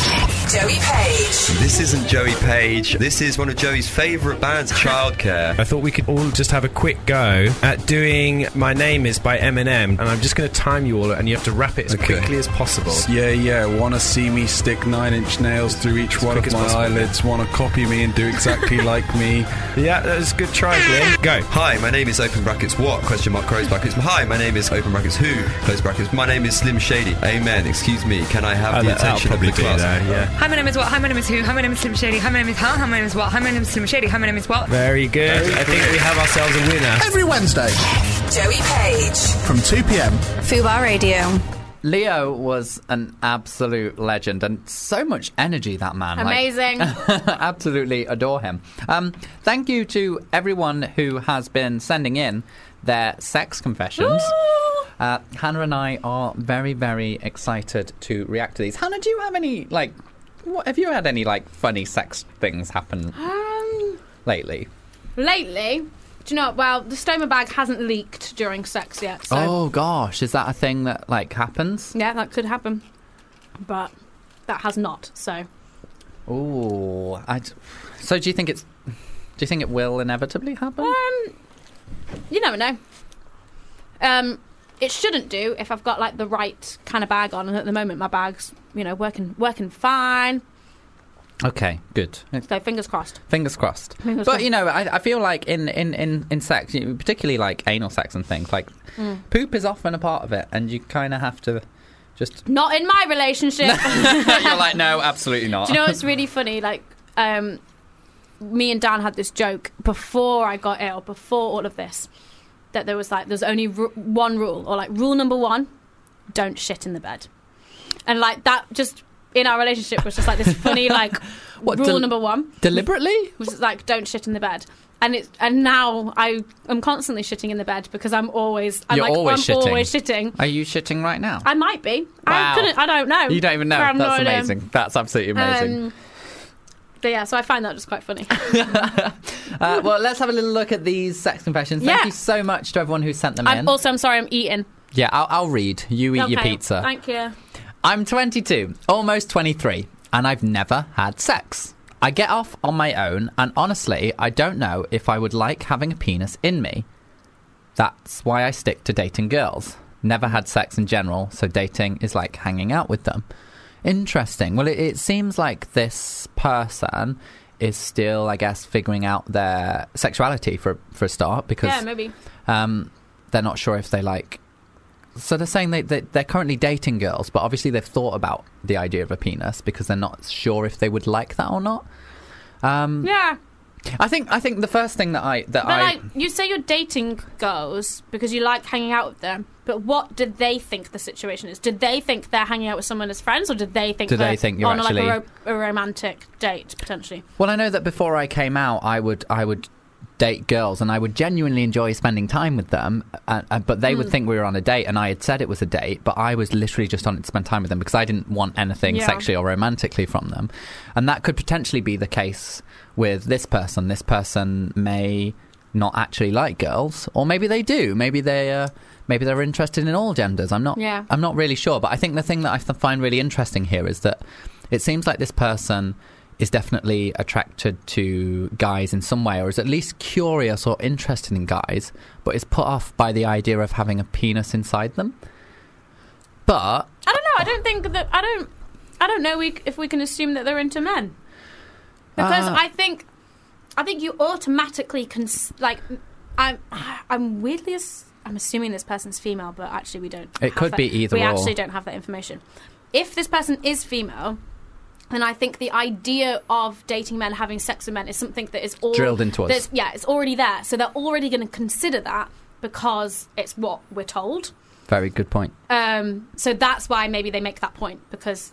Speaker 2: Joey Page.
Speaker 16: This isn't Joey Page. This is one of Joey's favourite bands, Childcare.
Speaker 4: I thought we could all just have a quick go at doing My Name Is by Eminem, and I'm just going to time you all, and you have to wrap it as quickly as possible.
Speaker 7: Yeah, yeah. Want to see me stick nine inch nails through each one
Speaker 4: quick as
Speaker 7: of my
Speaker 4: possible.
Speaker 7: eyelids? Want to copy me and do exactly like me?
Speaker 4: Yeah, that was a good try, Glenn. Go.
Speaker 16: Hi, my name is open brackets what question mark close brackets. Hi, my name is open brackets who close brackets. My name is Slim Shady. Amen. Excuse me. Can I have
Speaker 4: Oh,
Speaker 16: the
Speaker 4: that- that'll
Speaker 16: attention of the
Speaker 4: probably do
Speaker 16: class?
Speaker 4: that, yeah.
Speaker 17: Hi, my name is what? Hi, my name is who? Hi, my name is Slim Shady. Hi, my name is how? Hi, my name is what? Hi, my name is Slim Shady. Hi, my name is what?
Speaker 4: Very good. I think we have ourselves a winner.
Speaker 15: Every Wednesday
Speaker 2: Joey Page.
Speaker 15: from 2 pm.
Speaker 2: Fubar Radio.
Speaker 1: Leo was an absolute legend and so much energy that man. like-
Speaker 5: Amazing.
Speaker 1: absolutely adore him. Um, thank you to everyone who has been sending in their sex confessions. Uh, Hannah and I are very, very excited to react to these. Hannah, do you have any like? What, have you had any like funny sex things happen
Speaker 5: Um,
Speaker 1: lately?
Speaker 5: lately, do you know? Well, the stoma bag hasn't leaked during sex yet, so
Speaker 1: oh gosh, is that a thing that like happens?
Speaker 5: yeah, that could happen, but that has not. So
Speaker 1: Ooh, I d so do you think it's? Do you think it will inevitably happen?
Speaker 5: Um, you never know. Um, it shouldn't do if I've got like the right kind of bag on, and at the moment my bag's you know working working fine.
Speaker 1: Okay, good.
Speaker 5: So fingers crossed.
Speaker 1: Fingers crossed.
Speaker 5: Fingers
Speaker 1: but
Speaker 5: crossed.
Speaker 1: you know, I, I feel like in, in, in, in sex, you- particularly like anal sex and things, like poop is often a part of it, and you kind of have to just.
Speaker 5: Not in my relationship.
Speaker 1: You're like, no, absolutely not.
Speaker 5: Do you know what's really funny? Like, um, me and Dan had this joke before I got ill, before all of this, that there was like, there's only ru- one rule, or like rule number one, don't shit in the bed, and like that just in our relationship was just like this funny like
Speaker 1: What,
Speaker 5: rule
Speaker 1: del-
Speaker 5: number one
Speaker 1: Deliberately?
Speaker 5: was just like don't shit in the bed. And it's and now I am constantly shitting in the bed because I'm always I'm
Speaker 1: You're
Speaker 5: like
Speaker 1: always
Speaker 5: I'm
Speaker 1: shitting.
Speaker 5: always shitting.
Speaker 1: Are you shitting right now?
Speaker 5: I might be.
Speaker 1: Wow.
Speaker 5: I couldn't. I don't know.
Speaker 1: You don't even know.
Speaker 5: I have no
Speaker 1: That's
Speaker 5: idea.
Speaker 1: amazing. That's absolutely amazing.
Speaker 5: Um, but yeah, so I find that just quite funny.
Speaker 1: Uh, well, let's have a little look at these sex confessions. Thank
Speaker 5: Yeah.
Speaker 1: you so much to everyone who sent them in.
Speaker 5: I'm also, I'm sorry, I'm eating.
Speaker 1: yeah, I'll, I'll read. You eat your
Speaker 5: Okay,
Speaker 1: pizza.
Speaker 5: Thank you.
Speaker 1: I'm 22, almost 23, and I've never had sex. I get off on my own, and honestly, I don't know if I would like having a penis in me. That's why I stick to dating girls. Never had sex in general, so dating is like hanging out with them. Interesting. Well, it, it seems like this person is still, I guess, figuring out their sexuality for for a start because
Speaker 5: Yeah, maybe.
Speaker 1: um, they're not sure if they like. So they're saying they, they they're currently dating girls, but obviously they've thought about the idea of a penis because they're not sure if they would like that or not. Um,
Speaker 5: Yeah.
Speaker 1: I think I think the first thing that I that
Speaker 5: But
Speaker 1: I
Speaker 5: like you say, you're dating girls because you like hanging out with them. But what do they think the situation is? Do they think they're hanging out with someone as friends, or do they think
Speaker 1: Do they
Speaker 5: they're
Speaker 1: think you're
Speaker 5: on
Speaker 1: actually-
Speaker 5: like a, ro- a romantic date potentially?
Speaker 1: Well, I know that before I came out, I would I would date girls, and I would genuinely enjoy spending time with them. Uh, uh, but they would
Speaker 5: Mm.
Speaker 1: think we were on a date, and I had said it was a date, but I was literally just on it to spend time with them because I didn't want anything
Speaker 5: Yeah.
Speaker 1: sexually or romantically from them, and that could potentially be the case with this person. This person may not actually like girls, or maybe they do. Maybe they. Uh, Maybe they're interested in all genders. I'm not.
Speaker 5: Yeah.
Speaker 1: I'm not really sure, but I think the thing that I th- find really interesting here is that it seems like this person is definitely attracted to guys in some way, or is at least curious or interested in guys, but is put off by the idea of having a penis inside them. But
Speaker 5: I don't know. I don't think that. I don't. I don't know we, if we can assume that they're into men because
Speaker 1: Uh.
Speaker 5: I think, I think you automatically cons- like. I'm. I'm weirdly. As- I'm assuming this person's female, but actually we don't.
Speaker 1: It
Speaker 5: have
Speaker 1: could
Speaker 5: that-
Speaker 1: be either
Speaker 5: We
Speaker 1: or.
Speaker 5: actually don't have that information. If this person is female. then I think the idea of dating men, having sex with men, is something that is all
Speaker 1: Drilled into us.
Speaker 5: that's- Yeah, it's already there. So they're already going to consider that because it's what we're told.
Speaker 1: very good point.
Speaker 5: Um, so that's why maybe they make that point because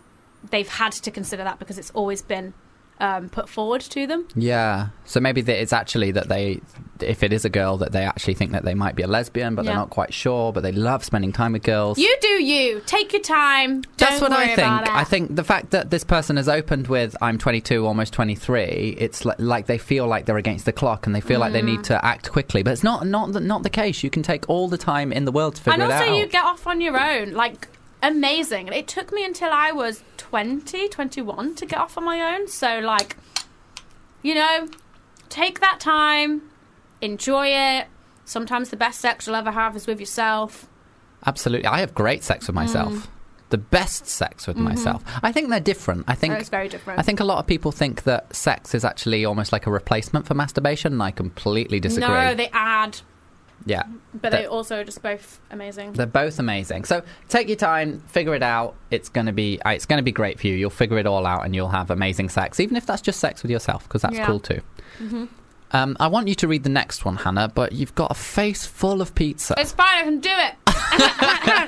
Speaker 5: they've had to consider that because it's always been um, put forward to them.
Speaker 1: Mm. Yeah. So maybe that it's actually that they, if it is a girl, that they actually think that they might be a lesbian, but
Speaker 5: Yeah.
Speaker 1: they're not quite sure. But they love spending time with girls.
Speaker 5: You do you. Take your time. Don't
Speaker 1: That's what
Speaker 5: worry
Speaker 1: I think.
Speaker 5: About it.
Speaker 1: I think the fact that this person has opened with "I'm 22, almost 23," it's like, like they feel like they're against the clock and they feel like they need
Speaker 5: Mm.
Speaker 1: to act quickly. But it's not not the, not the case. You can take all the time in the world to
Speaker 5: and
Speaker 1: figure it
Speaker 5: also,
Speaker 1: out.
Speaker 5: you get off on your own. Like, amazing. It took me until I was 20, 21 to get off on my own. So, like, you know, take that time, enjoy it. Sometimes the best sex you'll ever have is with yourself.
Speaker 1: Absolutely, I have great sex with myself.
Speaker 5: Mm.
Speaker 1: The best sex with
Speaker 5: Mhm.
Speaker 1: myself. I think they're different. I think
Speaker 5: Oh, it's very different.
Speaker 1: I think a lot of people think that sex is actually almost like a replacement for masturbation, and I completely disagree.
Speaker 5: No, they add,
Speaker 1: yeah,
Speaker 5: but
Speaker 1: That-
Speaker 5: they also are just both amazing.
Speaker 1: They're both amazing. So take your time, figure it out. It's gonna be uh, it's gonna be great for you. You'll figure it all out, and you'll have amazing sex, even if that's just sex with yourself, because that's
Speaker 5: Yeah.
Speaker 1: cool too.
Speaker 5: hmm
Speaker 1: Um, I want you to read the next one, Hannah, but you've got a face full of pizza.
Speaker 5: It's fine, I can do it.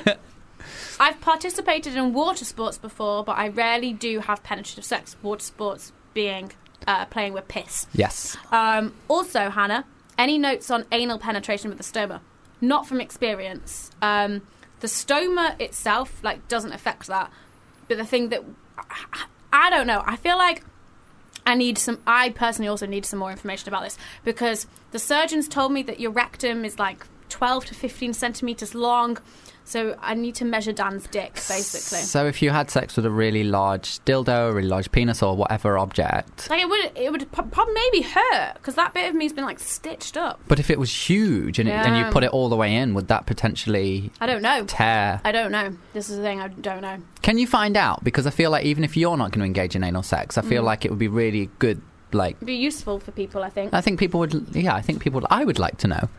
Speaker 5: I've participated in water sports before, but I rarely do have penetrative sex. Water sports being uh, playing with piss.
Speaker 1: yes.
Speaker 5: Um, also, Hannah, any notes on anal penetration with the stoma? Not from experience. Um, the stoma itself, like, doesn't affect that. But the thing that I don't know, I feel like I need some. I personally also need some more information about this because the surgeons told me that your rectum is like 12 to 15 centimeters long. So I need to measure Dan's dick, basically.
Speaker 1: So if you had sex with a really large dildo, a really large penis, or whatever object,
Speaker 5: like it would, it would pro- pro- maybe hurt because that bit of me's been like stitched up.
Speaker 1: but if it was huge and, it, and you
Speaker 5: Yeah.
Speaker 1: put it all the way in, would that potentially
Speaker 5: I don't know.
Speaker 1: tear?
Speaker 5: I don't know. This is the thing. I don't know.
Speaker 1: Can you find out? Because I feel like even if you're not going to engage in anal sex, I feel
Speaker 5: Mm.
Speaker 1: like it would be really good, like.
Speaker 5: It'd be useful for people, I think.
Speaker 1: I think people would. Yeah, I think people. Would, I would like to know.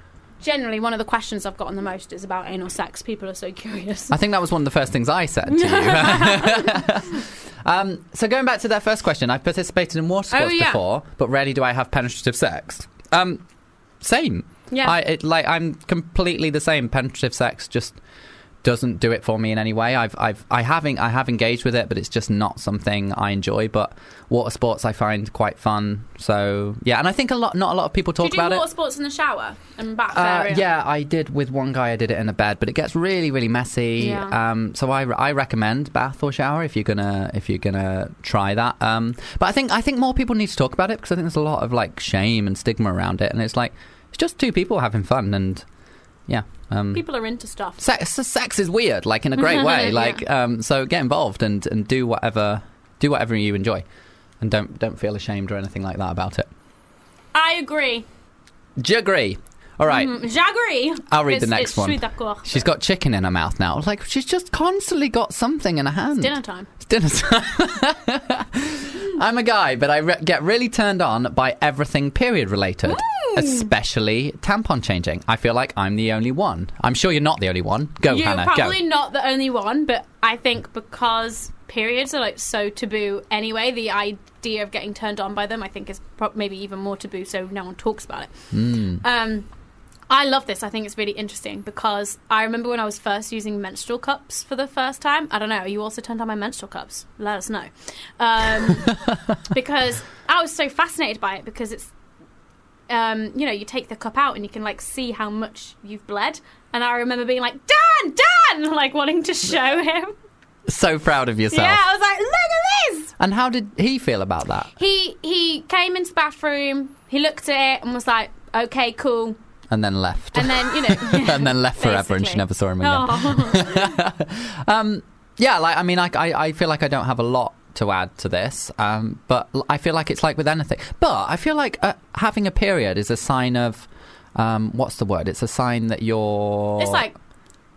Speaker 5: Generally, one of the questions I've gotten the most is about anal sex. People are so curious.
Speaker 1: I think that was one of the first things I said to you. um, so going back to that first question, I've participated in water
Speaker 5: Oh,
Speaker 1: sports
Speaker 5: yeah.
Speaker 1: before, but rarely do I have penetrative sex. Um, same.
Speaker 5: Yeah.
Speaker 1: I it, like I'm completely the same. Penetrative sex just doesn't do it for me in any way. I've I've I having I have engaged with it, but it's just not something I enjoy. But water sports I find quite fun. So yeah, and I think a lot not a lot of people
Speaker 5: Do you
Speaker 1: talk
Speaker 5: do
Speaker 1: about
Speaker 5: water
Speaker 1: it.
Speaker 5: sports in the shower and back
Speaker 1: Uh,
Speaker 5: area?
Speaker 1: yeah, I did with one guy. I did it in a bed, but it gets really, really messy.
Speaker 5: Yeah.
Speaker 1: Um, so I, I recommend bath or shower if you're gonna if you're gonna try that. Um, but I think I think more people need to talk about it because I think there's a lot of like shame and stigma around it, and it's like it's just two people having fun, and yeah, um,
Speaker 5: People are into stuff.
Speaker 1: sex sex is weird, like in a great way.
Speaker 5: Yeah.
Speaker 1: Like um, so, get involved and and do whatever do whatever you enjoy, and don't don't feel ashamed or anything like that about it.
Speaker 5: I agree.
Speaker 1: Do you agree? All right.
Speaker 5: Mm, j'agree.
Speaker 1: I'll read
Speaker 5: It's-
Speaker 1: the next
Speaker 5: it's
Speaker 1: one.
Speaker 5: suis d'accord.
Speaker 1: She's got chicken in her mouth now. Like she's just constantly got something in her hand.
Speaker 5: Dinner time.
Speaker 1: It's dinner time. I'm a guy, but I re- get really turned on by everything period related, especially tampon changing. I feel like I'm the only one. I'm sure you're not the only one. Go,
Speaker 5: You're
Speaker 1: Hannah.
Speaker 5: probably
Speaker 1: go.
Speaker 5: not the only one, but I think because periods are like so taboo anyway. The idea of getting turned on by them, I think, is pro- maybe even more taboo. So no one talks about it.
Speaker 1: Hmm.
Speaker 5: Um, I love this. I think it's really interesting because I remember when I was first using menstrual cups for the first time. I don't know. You also turned on my menstrual cups. Let us know. Um, because I was so fascinated by it because it's, um, you know, you take the cup out and you can like see how much you've bled. And I remember being like, Dan, Dan, like wanting to show him.
Speaker 1: So proud of yourself.
Speaker 5: Yeah, I was like, look at this.
Speaker 1: And how did he feel about that?
Speaker 5: He he came into the bathroom. He looked at it and was like, okay, cool.
Speaker 1: And then left.
Speaker 5: And then you know,
Speaker 1: and then left forever and she
Speaker 5: basically.
Speaker 1: never saw him again.
Speaker 5: Oh.
Speaker 1: Um, yeah, like I mean, like I, I feel like I don't have a lot to add to this, um, but l- I feel like it's like with anything. But I feel like uh, having a period is a sign of um, what's the word? It's a sign that you're.
Speaker 5: Oh, It's like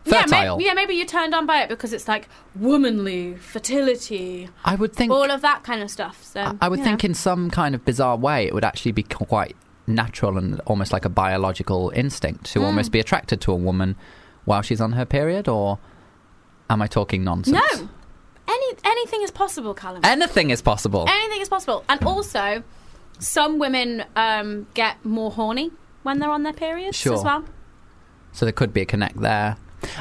Speaker 5: Yeah,
Speaker 1: fertile.
Speaker 5: may- yeah, maybe you're turned on by it because it's like womanly fertility,
Speaker 1: I would think.
Speaker 5: all of that kind of stuff. So
Speaker 1: I would
Speaker 5: you
Speaker 1: think
Speaker 5: know.
Speaker 1: in some kind of bizarre way it would actually be qu- quite natural and almost like a biological instinct to
Speaker 5: Mm.
Speaker 1: almost be attracted to a woman while she's on her period. Or am I talking nonsense?
Speaker 5: no, any anything is possible, Callum.
Speaker 1: Anything is possible.
Speaker 5: Anything is possible, and also some women um, get more horny when they're on their periods
Speaker 1: Sure.
Speaker 5: as well.
Speaker 1: So there could be a connect there.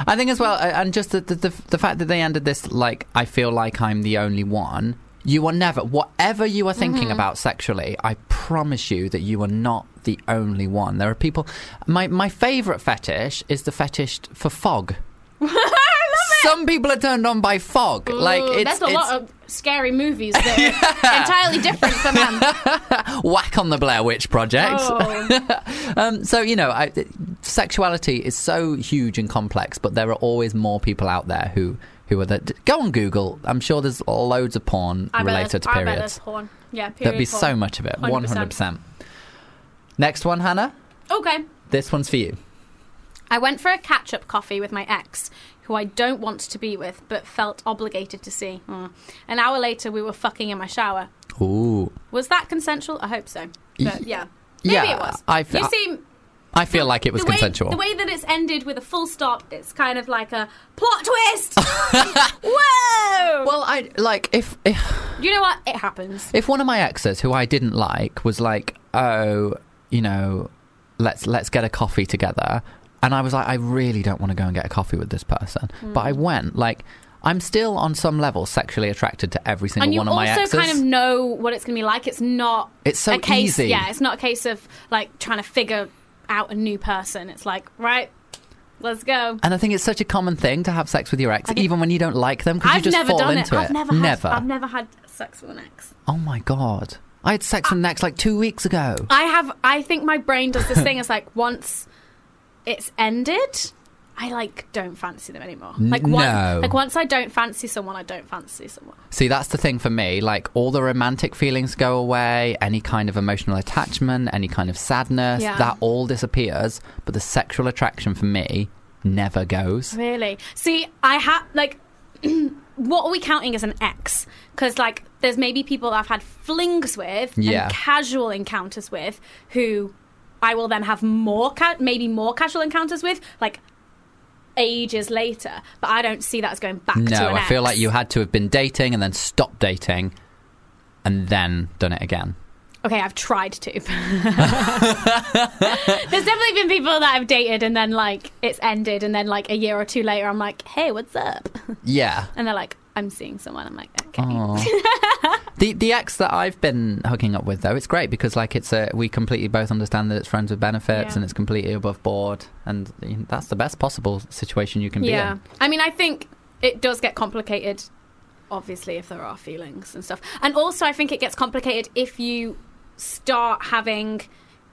Speaker 1: I think as well, a- and just the, the, the, the fact that they ended this like, I feel like I'm the only one. You are never, whatever you are thinking
Speaker 5: Mhm.
Speaker 1: about sexually, I promise you that you are not the only one. There are people. My, my favourite fetish is the fetish for fog. Some people are turned on by fog. like
Speaker 5: Ooh,
Speaker 1: it's,
Speaker 5: there's a lot of scary movies that are entirely different from them.
Speaker 1: it's whack on the Blair Witch Project.
Speaker 5: Oh.
Speaker 1: Um, so you know, I, th- sexuality is so huge and complex, but there are always more people out there who who are that. Go on Google. I'm sure there's loads of porn
Speaker 5: I bet
Speaker 1: related
Speaker 5: there's-
Speaker 1: to
Speaker 5: I bet there's
Speaker 1: periods.
Speaker 5: porn. Yeah, period
Speaker 1: There'd be
Speaker 5: porn.
Speaker 1: so much of it. One hundred percent. Next one, Hannah.
Speaker 5: Okay.
Speaker 1: This one's for you.
Speaker 5: I went for a catch up coffee with my ex, who I don't want to be with, but felt obligated to see. Mm. An hour later, we were fucking in my shower.
Speaker 1: Ooh.
Speaker 5: Was that consensual? I hope so. But yeah. Maybe
Speaker 1: yeah,
Speaker 5: it was.
Speaker 1: I fe-
Speaker 5: you seem
Speaker 1: I feel like it was
Speaker 5: the way,
Speaker 1: consensual.
Speaker 5: The way that it's ended with a full stop, it's kind of like a plot twist. Whoa!
Speaker 1: Well, I like if, if
Speaker 5: you know what it happens.
Speaker 1: If one of my exes who I didn't like was like, "Oh, you know, let's let's get a coffee together." And I was like, "I really don't want to go and get a coffee with this person." But
Speaker 5: Hmm.
Speaker 1: I went. Like I'm still on some level sexually attracted to every single
Speaker 5: and you
Speaker 1: one of my
Speaker 5: also
Speaker 1: exes.
Speaker 5: kind of know what it's going to be like. It's not.
Speaker 1: It's so
Speaker 5: a case,
Speaker 1: easy.
Speaker 5: Yeah, it's not a case of like trying to figure out a new person. It's like right, let's go.
Speaker 1: and I think it's such a common thing to have sex with your ex,
Speaker 5: I think-
Speaker 1: even when you don't like them, because you
Speaker 5: I've
Speaker 1: just
Speaker 5: never
Speaker 1: fall
Speaker 5: done
Speaker 1: into
Speaker 5: it.
Speaker 1: it.
Speaker 5: I've never, Had, I've never had sex with an ex.
Speaker 1: Oh my god! I had sex with an ex like two weeks ago.
Speaker 5: I have. I think my brain does this thing. It's like once it's ended, I like don't fancy them anymore.
Speaker 1: N-
Speaker 5: Like once,
Speaker 1: no.
Speaker 5: like once I don't fancy someone, I don't fancy someone.
Speaker 1: See, that's the thing for me. Like, all the romantic feelings go away, any kind of emotional attachment, any kind of sadness,
Speaker 5: Yeah.
Speaker 1: that all disappears. But the sexual attraction for me never goes.
Speaker 5: Really? See, I have like. what are we counting as an ex? Because like, there's maybe people I've had flings with
Speaker 1: Yeah.
Speaker 5: and casual encounters with who I will then have more, ca- maybe more casual encounters with, like ages later. But I don't see that as going back to
Speaker 1: no,
Speaker 5: an
Speaker 1: I feel
Speaker 5: ex.
Speaker 1: like you had to have been dating and then stopped dating and then done it again.
Speaker 5: Okay, I've tried to. There's definitely been people that I've dated and then like it's ended, and then like a year or two later, I'm like, hey, what's up?
Speaker 1: Yeah.
Speaker 5: And they're like, I'm seeing someone. I'm like, okay.
Speaker 1: Aw. the the ex that I've been hooking up with though, it's great because like it's a we completely both understand that it's friends with benefits
Speaker 5: Yeah.
Speaker 1: and it's completely above board and you know, that's the best possible situation you can be
Speaker 5: yeah.
Speaker 1: in.
Speaker 5: I mean, I think it does get complicated, obviously, if there are feelings and stuff. And also, I think it gets complicated if you start having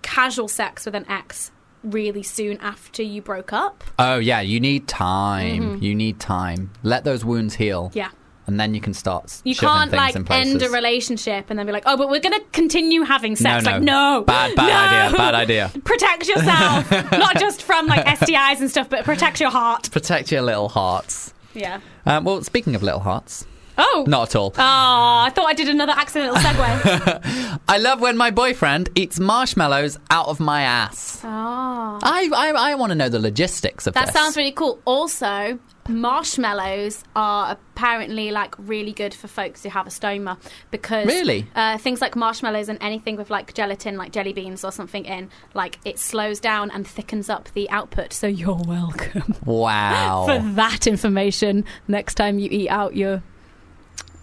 Speaker 5: casual sex with an ex really soon after you broke up.
Speaker 1: Oh yeah, you need time.
Speaker 5: Mhm.
Speaker 1: You need time. Let those wounds heal.
Speaker 5: Yeah.
Speaker 1: and then you can start. s-
Speaker 5: You
Speaker 1: shoving
Speaker 5: can't
Speaker 1: things
Speaker 5: like
Speaker 1: in places.
Speaker 5: end a relationship and then be like, oh, but we're going to continue having sex.
Speaker 1: No, no.
Speaker 5: Like, no.
Speaker 1: Bad, bad
Speaker 5: no.
Speaker 1: idea. Bad idea.
Speaker 5: Protect yourself, not just from like STIs and stuff, but protect your heart.
Speaker 1: Protect your little hearts.
Speaker 5: Yeah.
Speaker 1: Um, well, speaking of little hearts,
Speaker 5: Oh.
Speaker 1: not at all.
Speaker 5: Oh, I thought I did another accidental segue.
Speaker 1: I love when my boyfriend eats marshmallows out of my ass.
Speaker 5: oh.
Speaker 1: I I, I want to know the logistics of
Speaker 5: That
Speaker 1: this.
Speaker 5: sounds really cool. Also, marshmallows are apparently like really good for folks who have a stoma because
Speaker 1: Really?
Speaker 5: uh, things like marshmallows and anything with like gelatin, like jelly beans or something in, like it slows down and thickens up the output. So you're welcome for
Speaker 1: Wow.
Speaker 5: that information next time you eat out your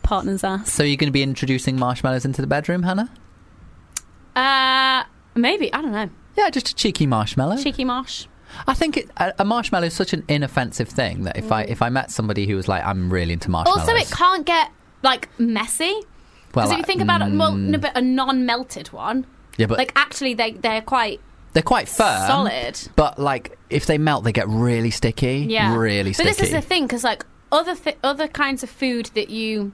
Speaker 5: partner's ass.
Speaker 1: so you're going to be introducing marshmallows into the bedroom, Hannah?
Speaker 5: Uh, maybe I don't know.
Speaker 1: Yeah, just a cheeky marshmallow.
Speaker 5: Cheeky marsh.
Speaker 1: I think it, a, a marshmallow is such an inoffensive thing that if I if I met somebody who was like, I'm really into marshmallows.
Speaker 5: Mm. Also, it can't get like messy.
Speaker 1: Well,
Speaker 5: Because if
Speaker 1: I-
Speaker 5: you think about it, well,
Speaker 1: mm.
Speaker 5: no, but a non-melted one.
Speaker 1: Yeah, but-
Speaker 5: like actually, they they're quite
Speaker 1: They're quite firm,
Speaker 5: solid.
Speaker 1: but like if they melt, they get really sticky.
Speaker 5: Yeah,
Speaker 1: really
Speaker 5: But
Speaker 1: sticky.
Speaker 5: this is the thing because like other th- other kinds of food that you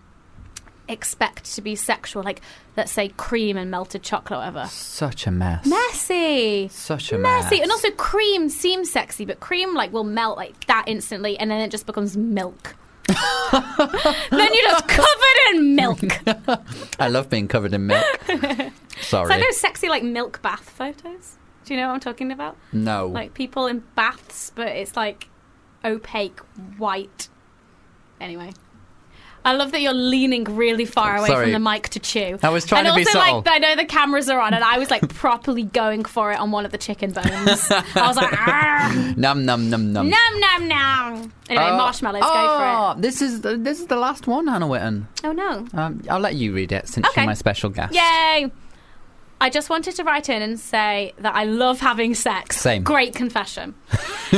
Speaker 5: expect to be sexual, like let's say cream and melted chocolate, or whatever.
Speaker 1: Such a mess.
Speaker 5: Messy.
Speaker 1: Such a mess.
Speaker 5: Messy. And also cream seems sexy, but cream like will melt like that instantly and then it just becomes milk. then you're just covered in milk.
Speaker 1: I love being covered in milk. Sorry.
Speaker 5: It's like those sexy like milk bath photos. Do you know what I'm talking about?
Speaker 1: no.
Speaker 5: Like people in baths, but it's like opaque white. Anyway. I love that you're leaning really far away
Speaker 1: Sorry.
Speaker 5: from the mic to chew.
Speaker 1: I was trying to
Speaker 5: and
Speaker 1: be
Speaker 5: also,
Speaker 1: subtle.
Speaker 5: like, I know the cameras are on, and I was like properly going for it on one of the chicken bones. I was like, "Argh."
Speaker 1: num num num num.
Speaker 5: nom nom nom. Anyway,
Speaker 1: Oh,
Speaker 5: marshmallows.
Speaker 1: oh,
Speaker 5: go for it.
Speaker 1: This is the, this is the last one, Hannah Witten.
Speaker 5: Oh no!
Speaker 1: Um, I'll let you read it since
Speaker 5: Okay.
Speaker 1: you're my special guest.
Speaker 5: Yay! I just wanted to write in and say that I love having sex.
Speaker 1: Same.
Speaker 5: Great confession.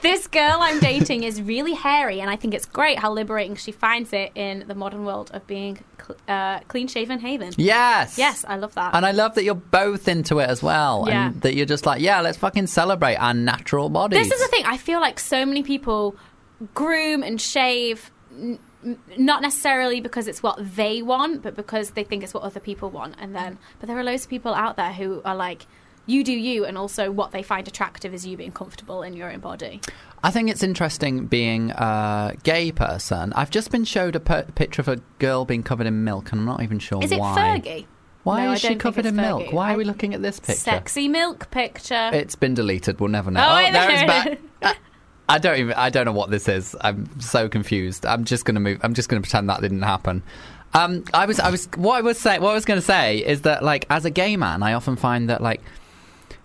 Speaker 5: this girl I'm dating is really hairy, and I think it's great how liberating she finds it in the modern world of being cl- uh, clean shaven haven.
Speaker 1: Yes.
Speaker 5: Yes, I love that.
Speaker 1: And I love that you're both into it as well,
Speaker 5: Yeah.
Speaker 1: and that you're just like, yeah, let's fucking celebrate our natural bodies.
Speaker 5: This is the thing. I feel like so many people groom and shave, n- n- not necessarily because it's what they want, but because they think it's what other people want. And then, but there are loads of people out there who are like, you do you, and also what they find attractive is you being comfortable in your own body.
Speaker 1: I think it's interesting being a gay person. I've just been showed a per- picture of a girl being covered in milk, and I'm not even sure
Speaker 5: Is it
Speaker 1: why.
Speaker 5: Fergie?
Speaker 1: Why
Speaker 5: No, I
Speaker 1: is she
Speaker 5: don't think
Speaker 1: covered
Speaker 5: it's
Speaker 1: in milk?
Speaker 5: Fergie.
Speaker 1: Why are
Speaker 5: I-
Speaker 1: we looking at this picture?
Speaker 5: Sexy milk picture.
Speaker 1: It's been deleted. We'll never know.
Speaker 5: Oh, wait,
Speaker 1: there
Speaker 5: there
Speaker 1: it's
Speaker 5: it
Speaker 1: back. I don't even. I don't know what this is. I'm so confused. I'm just gonna move. I'm just gonna pretend that didn't happen. Um, I was. I was. What I was saying. What I was gonna say is that, like, as a gay man, I often find that, like,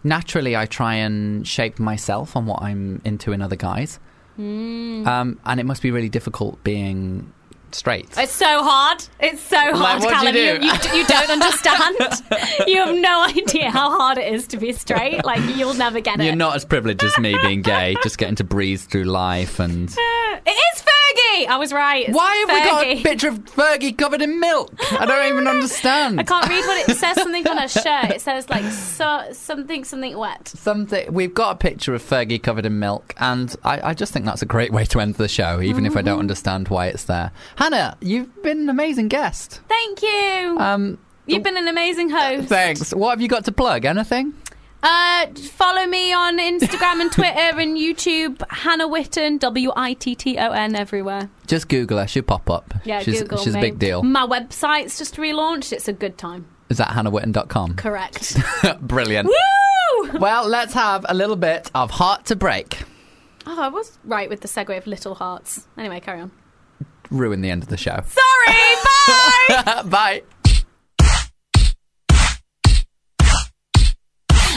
Speaker 1: naturally, I try and shape myself on what I'm into in other guys.
Speaker 5: Mm.
Speaker 1: Um, and it must be really difficult being straight.
Speaker 5: It's so hard. It's so
Speaker 1: Like,
Speaker 5: hard,
Speaker 1: what do you
Speaker 5: Callum.
Speaker 1: do?
Speaker 5: You, you, you don't understand. you have no idea how hard it is to be straight. Like you'll never get
Speaker 1: You're
Speaker 5: it.
Speaker 1: not as privileged as me being gay, just getting to breeze through life and.
Speaker 5: Uh, it is Fergie. I was right. It's
Speaker 1: Why have we got
Speaker 5: Fergie.
Speaker 1: a picture of Fergie covered in milk? I don't even understand.
Speaker 5: I can't read what it says. Something on her shirt. It says like so, something, something wet.
Speaker 1: Something we've got a picture of Fergie covered in milk, and I, I just think that's a great way to end the show, even if I
Speaker 5: Mm-hmm.
Speaker 1: don't understand why it's there. Hannah, you've been an amazing guest.
Speaker 5: Thank you.
Speaker 1: Um,
Speaker 5: You've been an amazing host.
Speaker 1: Thanks. What have you got to plug? Anything?
Speaker 5: Uh, follow me on Instagram and Twitter and YouTube. Hannah Witten. W I T T O N everywhere.
Speaker 1: Just Google her; she'll pop up.
Speaker 5: Yeah,
Speaker 1: she's,
Speaker 5: Google
Speaker 1: She's
Speaker 5: me.
Speaker 1: a
Speaker 5: Mm.
Speaker 1: big deal.
Speaker 5: My website's just relaunched. It's a good time.
Speaker 1: Is that hannahwitten.com?
Speaker 5: Correct.
Speaker 1: Brilliant.
Speaker 5: Woo!
Speaker 1: Well, let's have a little bit of Heart to Break.
Speaker 5: Oh, I was right with the segue of Little Hearts. Anyway, carry on.
Speaker 1: Ruin the end of the show.
Speaker 5: Sorry, bye!
Speaker 1: Bye.